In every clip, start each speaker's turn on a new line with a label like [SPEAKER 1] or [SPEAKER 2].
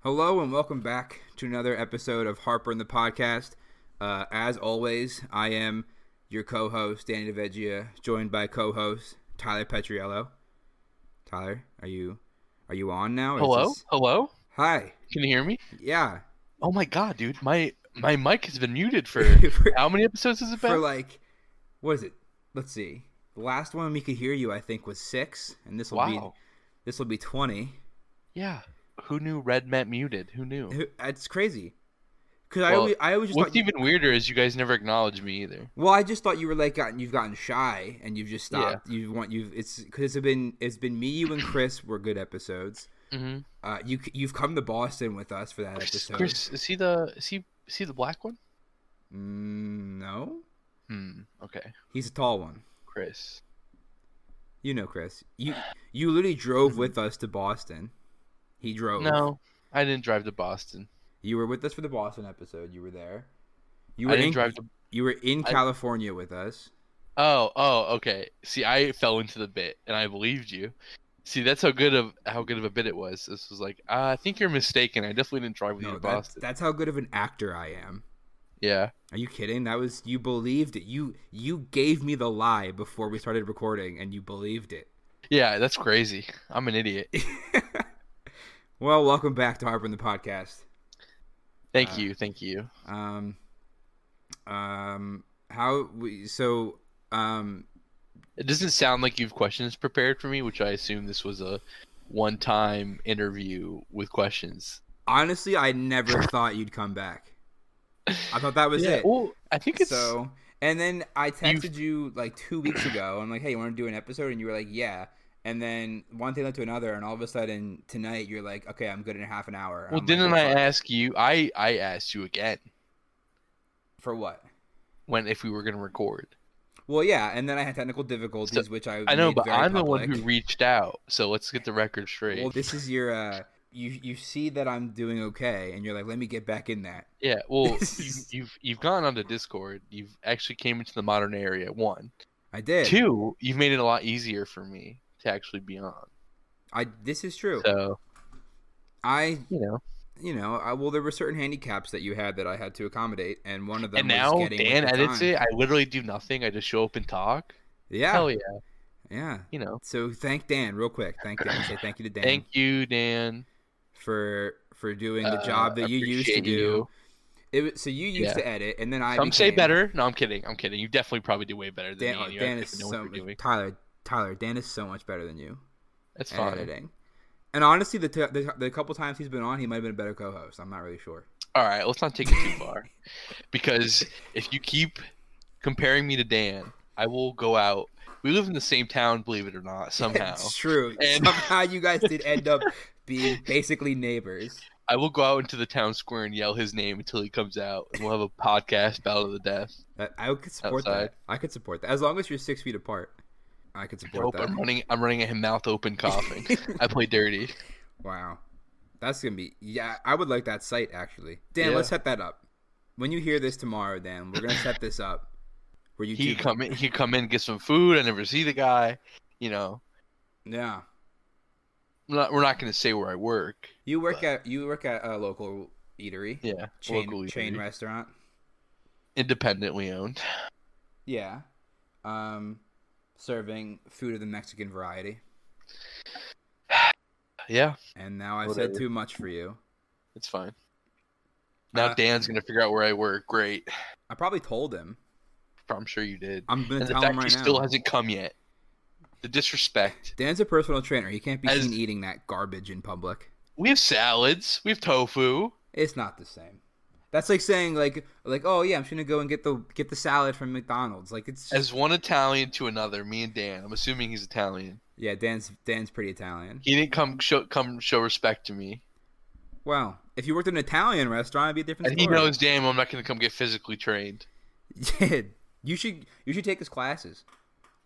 [SPEAKER 1] Hello and welcome back to another episode of Harper and the Podcast. Uh, as always, I am your co-host Danny DeVeggia, joined by co-host Tyler Petriello. Tyler, are you are you on now? or is
[SPEAKER 2] Hello?
[SPEAKER 1] this-
[SPEAKER 2] Hello?
[SPEAKER 1] Hi.
[SPEAKER 2] Can you hear me?
[SPEAKER 1] Yeah.
[SPEAKER 2] Oh my god, dude. My my mic has been muted for
[SPEAKER 1] For-
[SPEAKER 2] how many episodes has it
[SPEAKER 1] for
[SPEAKER 2] been?
[SPEAKER 1] like what is it? Let's see. The last one we could hear you, I think, was six, and this will be
[SPEAKER 2] wow.
[SPEAKER 1] this will be twenty.
[SPEAKER 2] Yeah. Who knew red meant muted? Who knew?
[SPEAKER 1] Who- It's crazy. Cause I
[SPEAKER 2] Well,
[SPEAKER 1] always, I always just
[SPEAKER 2] What's
[SPEAKER 1] thought you-
[SPEAKER 2] even weirder is you guys never acknowledge me either.
[SPEAKER 1] Well, I just thought you were like gotten you've gotten shy and you've just
[SPEAKER 2] Yeah.
[SPEAKER 1] stopped. You want you've it's because it's been it's been me, you, and Chris were good episodes.
[SPEAKER 2] hmm
[SPEAKER 1] Uh, you you've come to Boston with us for that
[SPEAKER 2] Chris,
[SPEAKER 1] episode.
[SPEAKER 2] Chris, is he the is he is he the black one?
[SPEAKER 1] Mm, no,
[SPEAKER 2] Hmm. Okay.
[SPEAKER 1] he's a tall one.
[SPEAKER 2] Chris.
[SPEAKER 1] You know, Chris. You you literally drove with us to Boston. He drove.
[SPEAKER 2] No. I didn't drive to Boston.
[SPEAKER 1] you were with us for the Boston episode. You were there. You
[SPEAKER 2] I
[SPEAKER 1] were
[SPEAKER 2] didn't
[SPEAKER 1] in
[SPEAKER 2] drive to
[SPEAKER 1] you were in
[SPEAKER 2] I-
[SPEAKER 1] California with us.
[SPEAKER 2] Oh, oh, okay. See, I fell into the bit and I believed you. See, that's how good of how good of a bit it was. This was like, uh, I think you're mistaken. I definitely didn't drive with you
[SPEAKER 1] No,
[SPEAKER 2] to
[SPEAKER 1] that's
[SPEAKER 2] Boston.
[SPEAKER 1] that's how good of an actor I am.
[SPEAKER 2] Yeah.
[SPEAKER 1] Are you kidding? That was you believed it. You you gave me the lie before we started recording, and you believed it.
[SPEAKER 2] Yeah, that's crazy. I'm an idiot.
[SPEAKER 1] well, welcome back to Harper and the podcast.
[SPEAKER 2] Thank
[SPEAKER 1] Uh,
[SPEAKER 2] you, thank you.
[SPEAKER 1] Um, um, how we so um
[SPEAKER 2] It doesn't sound like you've questions prepared for me, which I assume this was a one-time interview with questions.
[SPEAKER 1] honestly, I never thought you'd come back. I thought that was it.
[SPEAKER 2] Well, I think it's
[SPEAKER 1] So and then I texted you like two weeks ago. I'm like, hey, you want to do an episode? And you were like, yeah. And then one thing led to another, and all of a sudden tonight you're like, okay, I'm good in half an hour. And
[SPEAKER 2] well.
[SPEAKER 1] I'm like,
[SPEAKER 2] Didn't
[SPEAKER 1] "Oh,
[SPEAKER 2] I
[SPEAKER 1] fuck."
[SPEAKER 2] ask you? I I asked you again
[SPEAKER 1] for what?
[SPEAKER 2] when if we were gonna record.
[SPEAKER 1] Well, yeah, and then I had technical difficulties, which I
[SPEAKER 2] I know,
[SPEAKER 1] made
[SPEAKER 2] but
[SPEAKER 1] very
[SPEAKER 2] I'm the one
[SPEAKER 1] public.
[SPEAKER 2] who reached out. So let's get the record straight.
[SPEAKER 1] Well, this is your uh, you you see that I'm doing okay, and you're like, let me get back in that.
[SPEAKER 2] Yeah, well,
[SPEAKER 1] This
[SPEAKER 2] you,
[SPEAKER 1] is-
[SPEAKER 2] you've you've gone onto Discord. You've actually came into the modern area. One,
[SPEAKER 1] I did.
[SPEAKER 2] two, you've made it a lot easier for me to actually be on.
[SPEAKER 1] I this is true.
[SPEAKER 2] So
[SPEAKER 1] I
[SPEAKER 2] you know,
[SPEAKER 1] you know I, well there were certain handicaps that you had that I had to accommodate, and one of them
[SPEAKER 2] and
[SPEAKER 1] was
[SPEAKER 2] now
[SPEAKER 1] getting with
[SPEAKER 2] Dan
[SPEAKER 1] the
[SPEAKER 2] edits
[SPEAKER 1] time.
[SPEAKER 2] it. I literally do nothing. I just show up and talk.
[SPEAKER 1] Yeah,
[SPEAKER 2] Hell yeah,
[SPEAKER 1] yeah.
[SPEAKER 2] you know.
[SPEAKER 1] So thank Dan real quick. Thank Dan. Say thank you to Dan
[SPEAKER 2] Thank you, Dan.
[SPEAKER 1] for for doing the
[SPEAKER 2] Uh,
[SPEAKER 1] job that you used to
[SPEAKER 2] appreciate
[SPEAKER 1] do.
[SPEAKER 2] you.
[SPEAKER 1] It was, so you used
[SPEAKER 2] Yeah.
[SPEAKER 1] to edit, and then I
[SPEAKER 2] Some say
[SPEAKER 1] became-
[SPEAKER 2] better. No, I'm kidding. I'm kidding. You definitely probably do way better than
[SPEAKER 1] Dan,
[SPEAKER 2] me. and
[SPEAKER 1] oh,
[SPEAKER 2] you
[SPEAKER 1] Dan
[SPEAKER 2] actually
[SPEAKER 1] is
[SPEAKER 2] know what
[SPEAKER 1] so
[SPEAKER 2] you're doing.
[SPEAKER 1] Tyler Tyler Dan is so much better than you.
[SPEAKER 2] That's
[SPEAKER 1] and
[SPEAKER 2] fine.
[SPEAKER 1] editing. And honestly, the, t- the the couple times he's been on, he might have been a better co-host. I'm not really sure.
[SPEAKER 2] All right, let's not take it too far, because if you keep comparing me to Dan, I will go out. We live in the same town, believe it or not. Somehow,
[SPEAKER 1] it's true.
[SPEAKER 2] And-
[SPEAKER 1] Somehow you guys did end up being basically neighbors.
[SPEAKER 2] I will go out into the town square and yell his name until he comes out, and we'll have a podcast battle of the death.
[SPEAKER 1] That I could support
[SPEAKER 2] Outside.
[SPEAKER 1] that. I could support that as long as you're six feet apart. I could support
[SPEAKER 2] Nope,
[SPEAKER 1] that.
[SPEAKER 2] I'm running. I'm running at him, mouth open, coughing. I play dirty.
[SPEAKER 1] Wow, that's gonna be yeah. I would like that site actually. Dan,
[SPEAKER 2] Yeah.
[SPEAKER 1] let's set that up. When you hear this tomorrow, Dan, we're gonna set this up. Where you
[SPEAKER 2] He
[SPEAKER 1] two-
[SPEAKER 2] come in. He come in, get some food. I never see the guy. You know,
[SPEAKER 1] yeah.
[SPEAKER 2] we're not, we're not going to say where I work.
[SPEAKER 1] You work
[SPEAKER 2] But-
[SPEAKER 1] at you work at a local eatery,
[SPEAKER 2] Yeah,
[SPEAKER 1] chain
[SPEAKER 2] locally
[SPEAKER 1] chain
[SPEAKER 2] owned,
[SPEAKER 1] restaurant.
[SPEAKER 2] independently owned.
[SPEAKER 1] Yeah. Um serving food of the Mexican variety.
[SPEAKER 2] Yeah,
[SPEAKER 1] And now I've
[SPEAKER 2] Whatever.
[SPEAKER 1] said too much for you.
[SPEAKER 2] it's fine. Now
[SPEAKER 1] Uh,
[SPEAKER 2] Dan's going to figure out where I work. Great.
[SPEAKER 1] I probably told him.
[SPEAKER 2] I'm sure you did.
[SPEAKER 1] I'm gonna
[SPEAKER 2] And the
[SPEAKER 1] tell
[SPEAKER 2] fact
[SPEAKER 1] him right
[SPEAKER 2] he
[SPEAKER 1] now.
[SPEAKER 2] still hasn't come yet. The disrespect.
[SPEAKER 1] Dan's a personal trainer. He can't be
[SPEAKER 2] As-
[SPEAKER 1] seen eating that garbage in public.
[SPEAKER 2] We have salads. We have tofu.
[SPEAKER 1] It's not the same. That's like saying like like oh yeah I'm just gonna go and get the get the salad from McDonald's. Like it's
[SPEAKER 2] As one Italian to another, me and Dan. I'm assuming he's Italian.
[SPEAKER 1] yeah Dan's Dan's pretty Italian.
[SPEAKER 2] He didn't come show come show respect to me.
[SPEAKER 1] Well, if you worked in an Italian restaurant, it'd be a different
[SPEAKER 2] And he
[SPEAKER 1] story.
[SPEAKER 2] knows damn I'm not gonna come get physically trained.
[SPEAKER 1] Yeah, you should you should take his classes.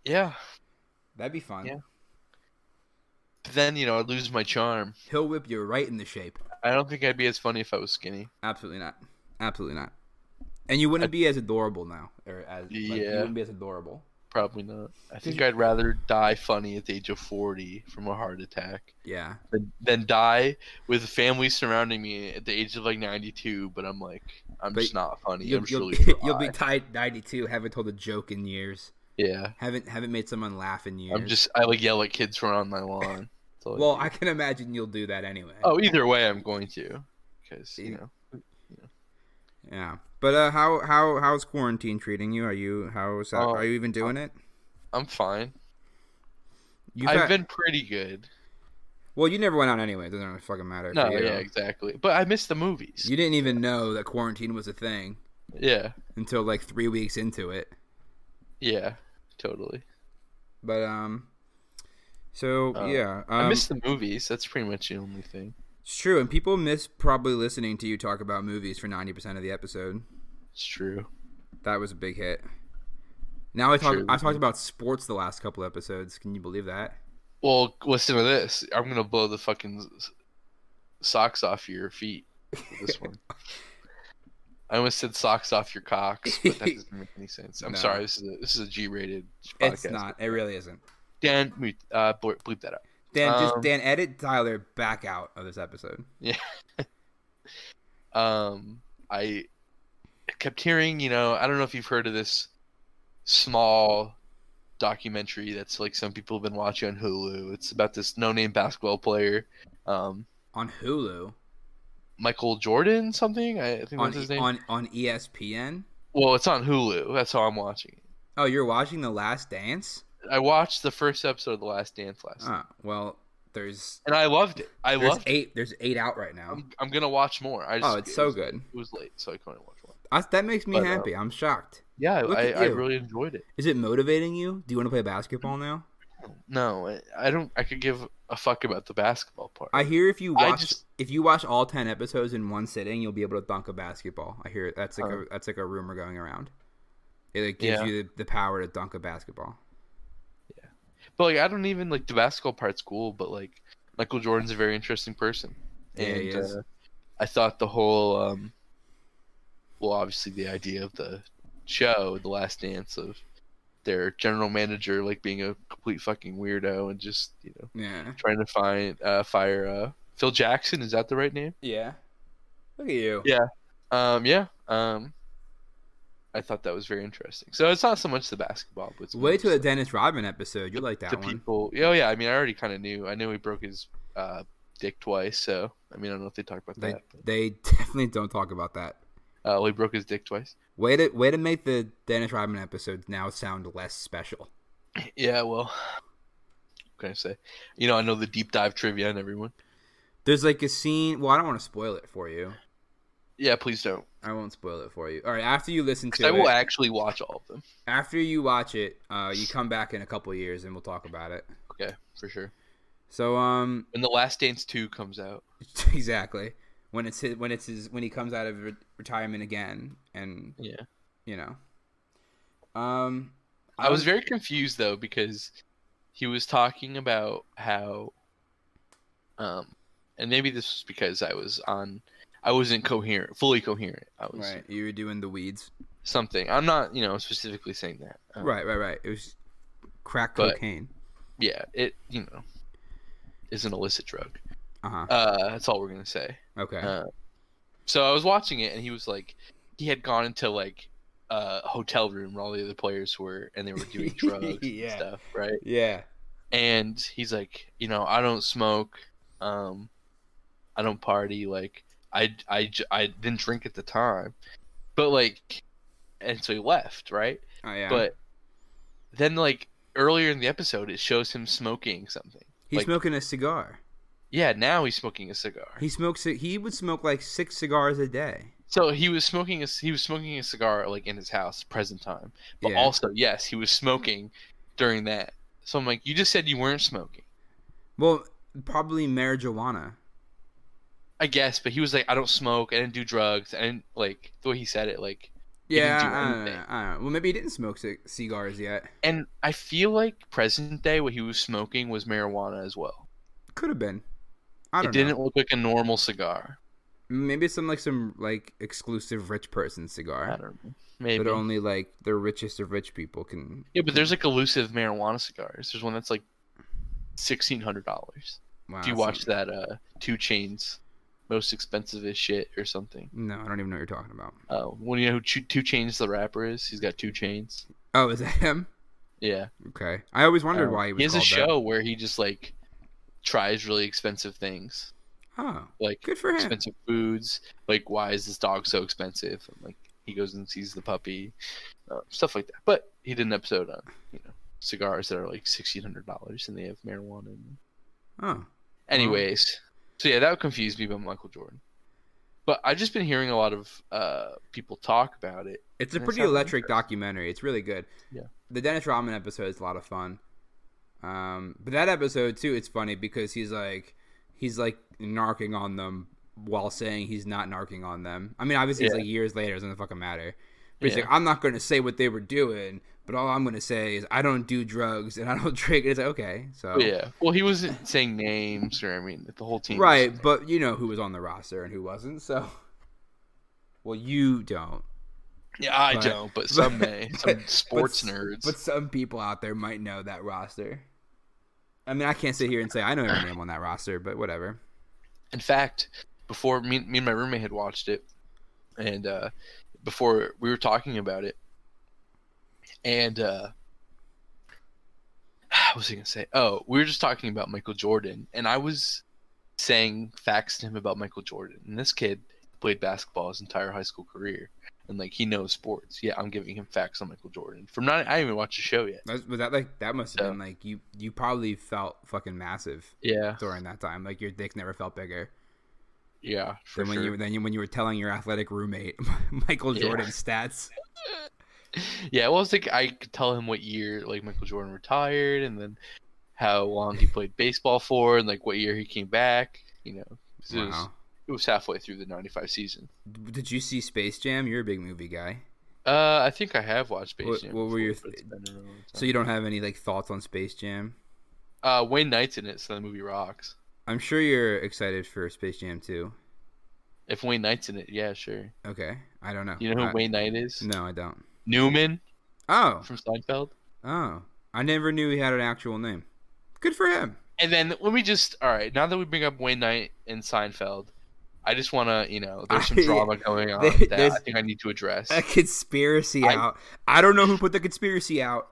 [SPEAKER 2] Yeah.
[SPEAKER 1] That'd be fun.
[SPEAKER 2] Yeah. But then, you know, I'd lose my charm.
[SPEAKER 1] He'll whip you right in the shape.
[SPEAKER 2] I don't think I'd be as funny if I was skinny.
[SPEAKER 1] Absolutely not. Absolutely not. And you wouldn't be as adorable now, or as like, you
[SPEAKER 2] Yeah.
[SPEAKER 1] wouldn't be as adorable.
[SPEAKER 2] Probably not. I think I'd rather die funny at the age of 40 from a heart attack
[SPEAKER 1] Yeah.
[SPEAKER 2] than, than die with family surrounding me at the age of like 92, but I'm like, I'm
[SPEAKER 1] But
[SPEAKER 2] just not funny.
[SPEAKER 1] You'll,
[SPEAKER 2] I'm
[SPEAKER 1] you'll,
[SPEAKER 2] surely
[SPEAKER 1] you'll be
[SPEAKER 2] dry.
[SPEAKER 1] tied 92, haven't told a joke in years.
[SPEAKER 2] Yeah.
[SPEAKER 1] Haven't haven't made someone laugh in years.
[SPEAKER 2] I'm just, I like yell at kids from on my lawn. That's all I
[SPEAKER 1] Well,
[SPEAKER 2] do.
[SPEAKER 1] I can imagine you'll do that anyway.
[SPEAKER 2] oh, either way, I'm going to. Because,
[SPEAKER 1] Yeah.
[SPEAKER 2] you know.
[SPEAKER 1] Yeah. But uh, how how how's quarantine treating you? Are you how's that,
[SPEAKER 2] Oh,
[SPEAKER 1] are you even doing it?
[SPEAKER 2] I'm fine.
[SPEAKER 1] You've
[SPEAKER 2] I've
[SPEAKER 1] got-
[SPEAKER 2] been pretty good.
[SPEAKER 1] well. You never went out anyway. It doesn't really fucking matter.
[SPEAKER 2] No,
[SPEAKER 1] for you.
[SPEAKER 2] yeah, exactly. But I miss the movies.
[SPEAKER 1] You didn't even know that quarantine was a thing
[SPEAKER 2] yeah,
[SPEAKER 1] until like three weeks into it.
[SPEAKER 2] yeah, totally.
[SPEAKER 1] But um, so
[SPEAKER 2] Uh,
[SPEAKER 1] yeah, um,
[SPEAKER 2] I miss the movies. That's pretty much the only thing.
[SPEAKER 1] it's true. And people miss probably listening to you talk about movies for ninety percent of the episode.
[SPEAKER 2] It's true.
[SPEAKER 1] That was a big hit. Now I talk.
[SPEAKER 2] True.
[SPEAKER 1] I talked about sports the last couple episodes. Can you believe that?
[SPEAKER 2] Well, listen to this. I'm gonna blow the fucking s- socks off your feet. with This one. I almost said socks off your cocks, but that doesn't make any sense. I'm
[SPEAKER 1] No.
[SPEAKER 2] sorry. This is a, this is a G-rated podcast.
[SPEAKER 1] It's not. It really isn't.
[SPEAKER 2] Dan, mute- uh, blur- bleep that out.
[SPEAKER 1] Dan, just
[SPEAKER 2] Um,
[SPEAKER 1] Dan, edit Tyler back out of this episode.
[SPEAKER 2] um, I kept hearing, you know, I don't know if you've heard of this small documentary that's like some people have been watching on Hulu. It's about this no-name basketball player, um,
[SPEAKER 1] on Hulu
[SPEAKER 2] Michael Jordan something. I think
[SPEAKER 1] on E-
[SPEAKER 2] that's his name.
[SPEAKER 1] on on ESPN.
[SPEAKER 2] well, it's on Hulu. That's how I'm watching it.
[SPEAKER 1] Oh, you're watching The Last Dance?
[SPEAKER 2] I watched the first episode of The Last Dance last night,
[SPEAKER 1] Oh, well, there's
[SPEAKER 2] and I loved it. I
[SPEAKER 1] there's
[SPEAKER 2] loved. it.
[SPEAKER 1] eight there's eight out right now.
[SPEAKER 2] I'm, I'm gonna watch more. I just,
[SPEAKER 1] Oh, it's
[SPEAKER 2] it
[SPEAKER 1] so
[SPEAKER 2] was-
[SPEAKER 1] good.
[SPEAKER 2] It was late, so I couldn't watch more.
[SPEAKER 1] I, that makes me
[SPEAKER 2] But, uh,
[SPEAKER 1] happy. I'm shocked.
[SPEAKER 2] Yeah,
[SPEAKER 1] Look
[SPEAKER 2] I,
[SPEAKER 1] at
[SPEAKER 2] I
[SPEAKER 1] you.
[SPEAKER 2] really enjoyed it.
[SPEAKER 1] Is it motivating you? Do you want to play basketball now?
[SPEAKER 2] No, I- I don't. I could give a fuck about the basketball part.
[SPEAKER 1] I hear if you
[SPEAKER 2] I
[SPEAKER 1] watch
[SPEAKER 2] just-
[SPEAKER 1] if you watch all ten episodes in one sitting, you'll be able to dunk a basketball. I hear that's like a that's like a rumor going around. It like, gives
[SPEAKER 2] Uh. Yeah.
[SPEAKER 1] you the, the power to dunk a basketball.
[SPEAKER 2] But like, I don't even like the basketball part's cool. But like, Michael Jordan's a very interesting person,
[SPEAKER 1] Yeah,
[SPEAKER 2] and
[SPEAKER 1] he is.
[SPEAKER 2] Uh, I thought the whole, um, well, obviously the idea of the show, The Last Dance, of their general manager like being a complete fucking weirdo and just you know
[SPEAKER 1] Yeah.
[SPEAKER 2] trying to find uh, fire uh, Phil Jackson. Is that the right name?
[SPEAKER 1] Yeah. Look at you.
[SPEAKER 2] Yeah. Um, yeah. Um, I thought that was very interesting. So it's not so much the basketball, but it's more
[SPEAKER 1] Way to
[SPEAKER 2] just,
[SPEAKER 1] a Dennis Rodman episode. You like that
[SPEAKER 2] the
[SPEAKER 1] one?
[SPEAKER 2] people. Oh yeah, I mean, I already kind of knew. I knew he broke his uh, dick twice. So I mean, I don't know if they talked about
[SPEAKER 1] They
[SPEAKER 2] that. But,
[SPEAKER 1] they definitely don't talk about that.
[SPEAKER 2] uh, well, he broke his dick twice.
[SPEAKER 1] Way to way to make the Dennis Rodman episodes now sound less special.
[SPEAKER 2] Yeah, well, what can I say? You know, I know the deep dive trivia and everyone.
[SPEAKER 1] There's like a scene. Well, I don't want to spoil it for you.
[SPEAKER 2] Yeah, please don't.
[SPEAKER 1] I won't spoil it for you. All right, after you listen
[SPEAKER 2] 'Cause
[SPEAKER 1] to
[SPEAKER 2] I will
[SPEAKER 1] it,
[SPEAKER 2] actually watch all of them.
[SPEAKER 1] after you watch it, uh, you come back in a couple years and we'll talk about it.
[SPEAKER 2] Okay, for sure.
[SPEAKER 1] So um,
[SPEAKER 2] When the Last Dance two comes out,
[SPEAKER 1] exactly when it's his, when it's his when he comes out of re- retirement again, and
[SPEAKER 2] yeah.
[SPEAKER 1] you know, um,
[SPEAKER 2] I was very confused though because he was talking about how, um, and maybe this was because I was on, I wasn't coherent, fully coherent. I was
[SPEAKER 1] right. You were doing the weeds.
[SPEAKER 2] something. I'm not, you know, specifically saying that. Um,
[SPEAKER 1] Right, right, right. It was crack
[SPEAKER 2] But-
[SPEAKER 1] cocaine.
[SPEAKER 2] Yeah, it, you know, is an illicit drug.
[SPEAKER 1] Uh huh.
[SPEAKER 2] Uh, that's all we're gonna say.
[SPEAKER 1] Okay.
[SPEAKER 2] Uh, so I was watching it, and he was like, he had gone into like a hotel room where all the other players were, and they were doing drugs
[SPEAKER 1] Yeah.
[SPEAKER 2] and stuff, right?
[SPEAKER 1] yeah.
[SPEAKER 2] and he's like, you know, I don't smoke, um, I don't party, like I, I, j- I didn't drink at the time, but like, and so he left, right?
[SPEAKER 1] Oh, yeah.
[SPEAKER 2] But then like earlier in the episode, it shows him smoking something.
[SPEAKER 1] He's
[SPEAKER 2] Like-
[SPEAKER 1] smoking a cigar.
[SPEAKER 2] Yeah, now he's smoking a cigar.
[SPEAKER 1] He smokes. it- He would smoke like six cigars a day.
[SPEAKER 2] So he was smoking a he was smoking a cigar like in his house present time, but
[SPEAKER 1] Yeah.
[SPEAKER 2] also yes, he was smoking during that. So I'm like, you just said you weren't smoking.
[SPEAKER 1] Well, probably marijuana.
[SPEAKER 2] I guess, but he was like, I don't smoke, I didn't do drugs, I didn't like the way he said it, like He didn't
[SPEAKER 1] Yeah,
[SPEAKER 2] do
[SPEAKER 1] I don't, know,
[SPEAKER 2] anything.
[SPEAKER 1] I don't know. Well, maybe he didn't smoke c- cigars yet.
[SPEAKER 2] and I feel like present day what he was smoking was marijuana as well.
[SPEAKER 1] Could have been. I don't
[SPEAKER 2] It didn't
[SPEAKER 1] know.
[SPEAKER 2] look like a normal cigar.
[SPEAKER 1] Maybe it's some like some like exclusive rich person
[SPEAKER 2] I
[SPEAKER 1] cigar
[SPEAKER 2] don't know.
[SPEAKER 1] that
[SPEAKER 2] Maybe.
[SPEAKER 1] only like the richest of rich people can.
[SPEAKER 2] Yeah, but there's like elusive marijuana cigars. There's one that's like sixteen hundred dollars.
[SPEAKER 1] Wow,
[SPEAKER 2] If you
[SPEAKER 1] Ah, so-
[SPEAKER 2] watch that uh two chains most expensive as shit or something.
[SPEAKER 1] No, I don't even know what you're talking about.
[SPEAKER 2] Oh, well, you know who Chu- two chains the rapper is? He's got two chains.
[SPEAKER 1] Oh, is that him?
[SPEAKER 2] Yeah.
[SPEAKER 1] Okay, I always wondered
[SPEAKER 2] Uh,
[SPEAKER 1] why he was.
[SPEAKER 2] he has a
[SPEAKER 1] called
[SPEAKER 2] show
[SPEAKER 1] that.
[SPEAKER 2] where he just like tries really expensive things,
[SPEAKER 1] Oh,
[SPEAKER 2] like
[SPEAKER 1] good for him.
[SPEAKER 2] expensive foods. Like, why is this dog so expensive? And, like, he goes and sees the puppy, uh, stuff like that. But he did an episode on you know cigars that are like sixteen hundred dollars and they have marijuana. In them.
[SPEAKER 1] Oh,
[SPEAKER 2] Anyways, so yeah, that confused me about Michael Jordan. But I've just been hearing a lot of uh, people talk about it.
[SPEAKER 1] it's a
[SPEAKER 2] That
[SPEAKER 1] pretty
[SPEAKER 2] sounds
[SPEAKER 1] electric documentary. It's really good.
[SPEAKER 2] Yeah.
[SPEAKER 1] The Dennis Rodman episode is a lot of fun. Um, but that episode too, it's funny because he's like, he's like narking on them while saying he's not narking on them. I mean, obviously it's
[SPEAKER 2] Yeah.
[SPEAKER 1] like years later, it doesn't fucking matter. But he's
[SPEAKER 2] Yeah.
[SPEAKER 1] like, I'm not going to say what they were doing, but all I'm going to say is I don't do drugs and I don't drink. It's like okay, so
[SPEAKER 2] Yeah. Well, he wasn't saying names or I mean the whole team. was-
[SPEAKER 1] Right, but you know who was on the roster and who wasn't, so. Well, you don't,
[SPEAKER 2] Yeah, I
[SPEAKER 1] But-
[SPEAKER 2] don't, but some may. Some
[SPEAKER 1] but-
[SPEAKER 2] sports
[SPEAKER 1] but-
[SPEAKER 2] nerds.
[SPEAKER 1] but some people out there might know that roster. I mean, I can't sit here and say I know every name on that roster, but whatever.
[SPEAKER 2] In fact, before me, me and my roommate had watched it, and uh, before we were talking about it, and uh, what was I gonna say? Oh, we were just talking about Michael Jordan, and I was saying facts to him about Michael Jordan, and this kid played basketball his entire high school career, and like he knows sports. Yeah, I'm giving him facts on Michael Jordan from not. I haven't even watched the show yet.
[SPEAKER 1] That's, was that like that must have
[SPEAKER 2] Yeah.
[SPEAKER 1] been like you? You probably felt fucking massive
[SPEAKER 2] Yeah,
[SPEAKER 1] during that time. Like your dick never felt bigger
[SPEAKER 2] yeah, for
[SPEAKER 1] than when
[SPEAKER 2] sure.
[SPEAKER 1] you than you, when you were telling your athletic roommate Michael
[SPEAKER 2] Yeah.
[SPEAKER 1] Jordan's stats.
[SPEAKER 2] Yeah, well, I was like, I could tell him what year like Michael Jordan retired, and then how long he played baseball for, and like what year he came back. You know, 'cause it, was,
[SPEAKER 1] Wow.
[SPEAKER 2] it was halfway through the '95 season.
[SPEAKER 1] Did you see Space Jam? You're a big movie guy,
[SPEAKER 2] Uh, I think I have watched Space
[SPEAKER 1] What-
[SPEAKER 2] Jam.
[SPEAKER 1] what were your
[SPEAKER 2] before, but it's been a long
[SPEAKER 1] so you don't have any like thoughts on Space Jam.
[SPEAKER 2] time. uh, Wayne Knight's in it, so the movie rocks.
[SPEAKER 1] I'm sure you're excited for Space Jam 2.
[SPEAKER 2] If Wayne Knight's in it, yeah, sure.
[SPEAKER 1] Okay, I don't know.
[SPEAKER 2] You know who
[SPEAKER 1] I-
[SPEAKER 2] Wayne Knight is?
[SPEAKER 1] No, I don't.
[SPEAKER 2] Newman
[SPEAKER 1] Oh,
[SPEAKER 2] from Seinfeld.
[SPEAKER 1] oh, I never knew he had an actual name. Good for him.
[SPEAKER 2] And then let me just all right. Now that we bring up Wayne Knight and Seinfeld, I just want to you know there's some
[SPEAKER 1] I-
[SPEAKER 2] drama going on
[SPEAKER 1] there-
[SPEAKER 2] that I
[SPEAKER 1] there's-
[SPEAKER 2] think I need to address.
[SPEAKER 1] A conspiracy
[SPEAKER 2] I-
[SPEAKER 1] out. I don't know who put the conspiracy out.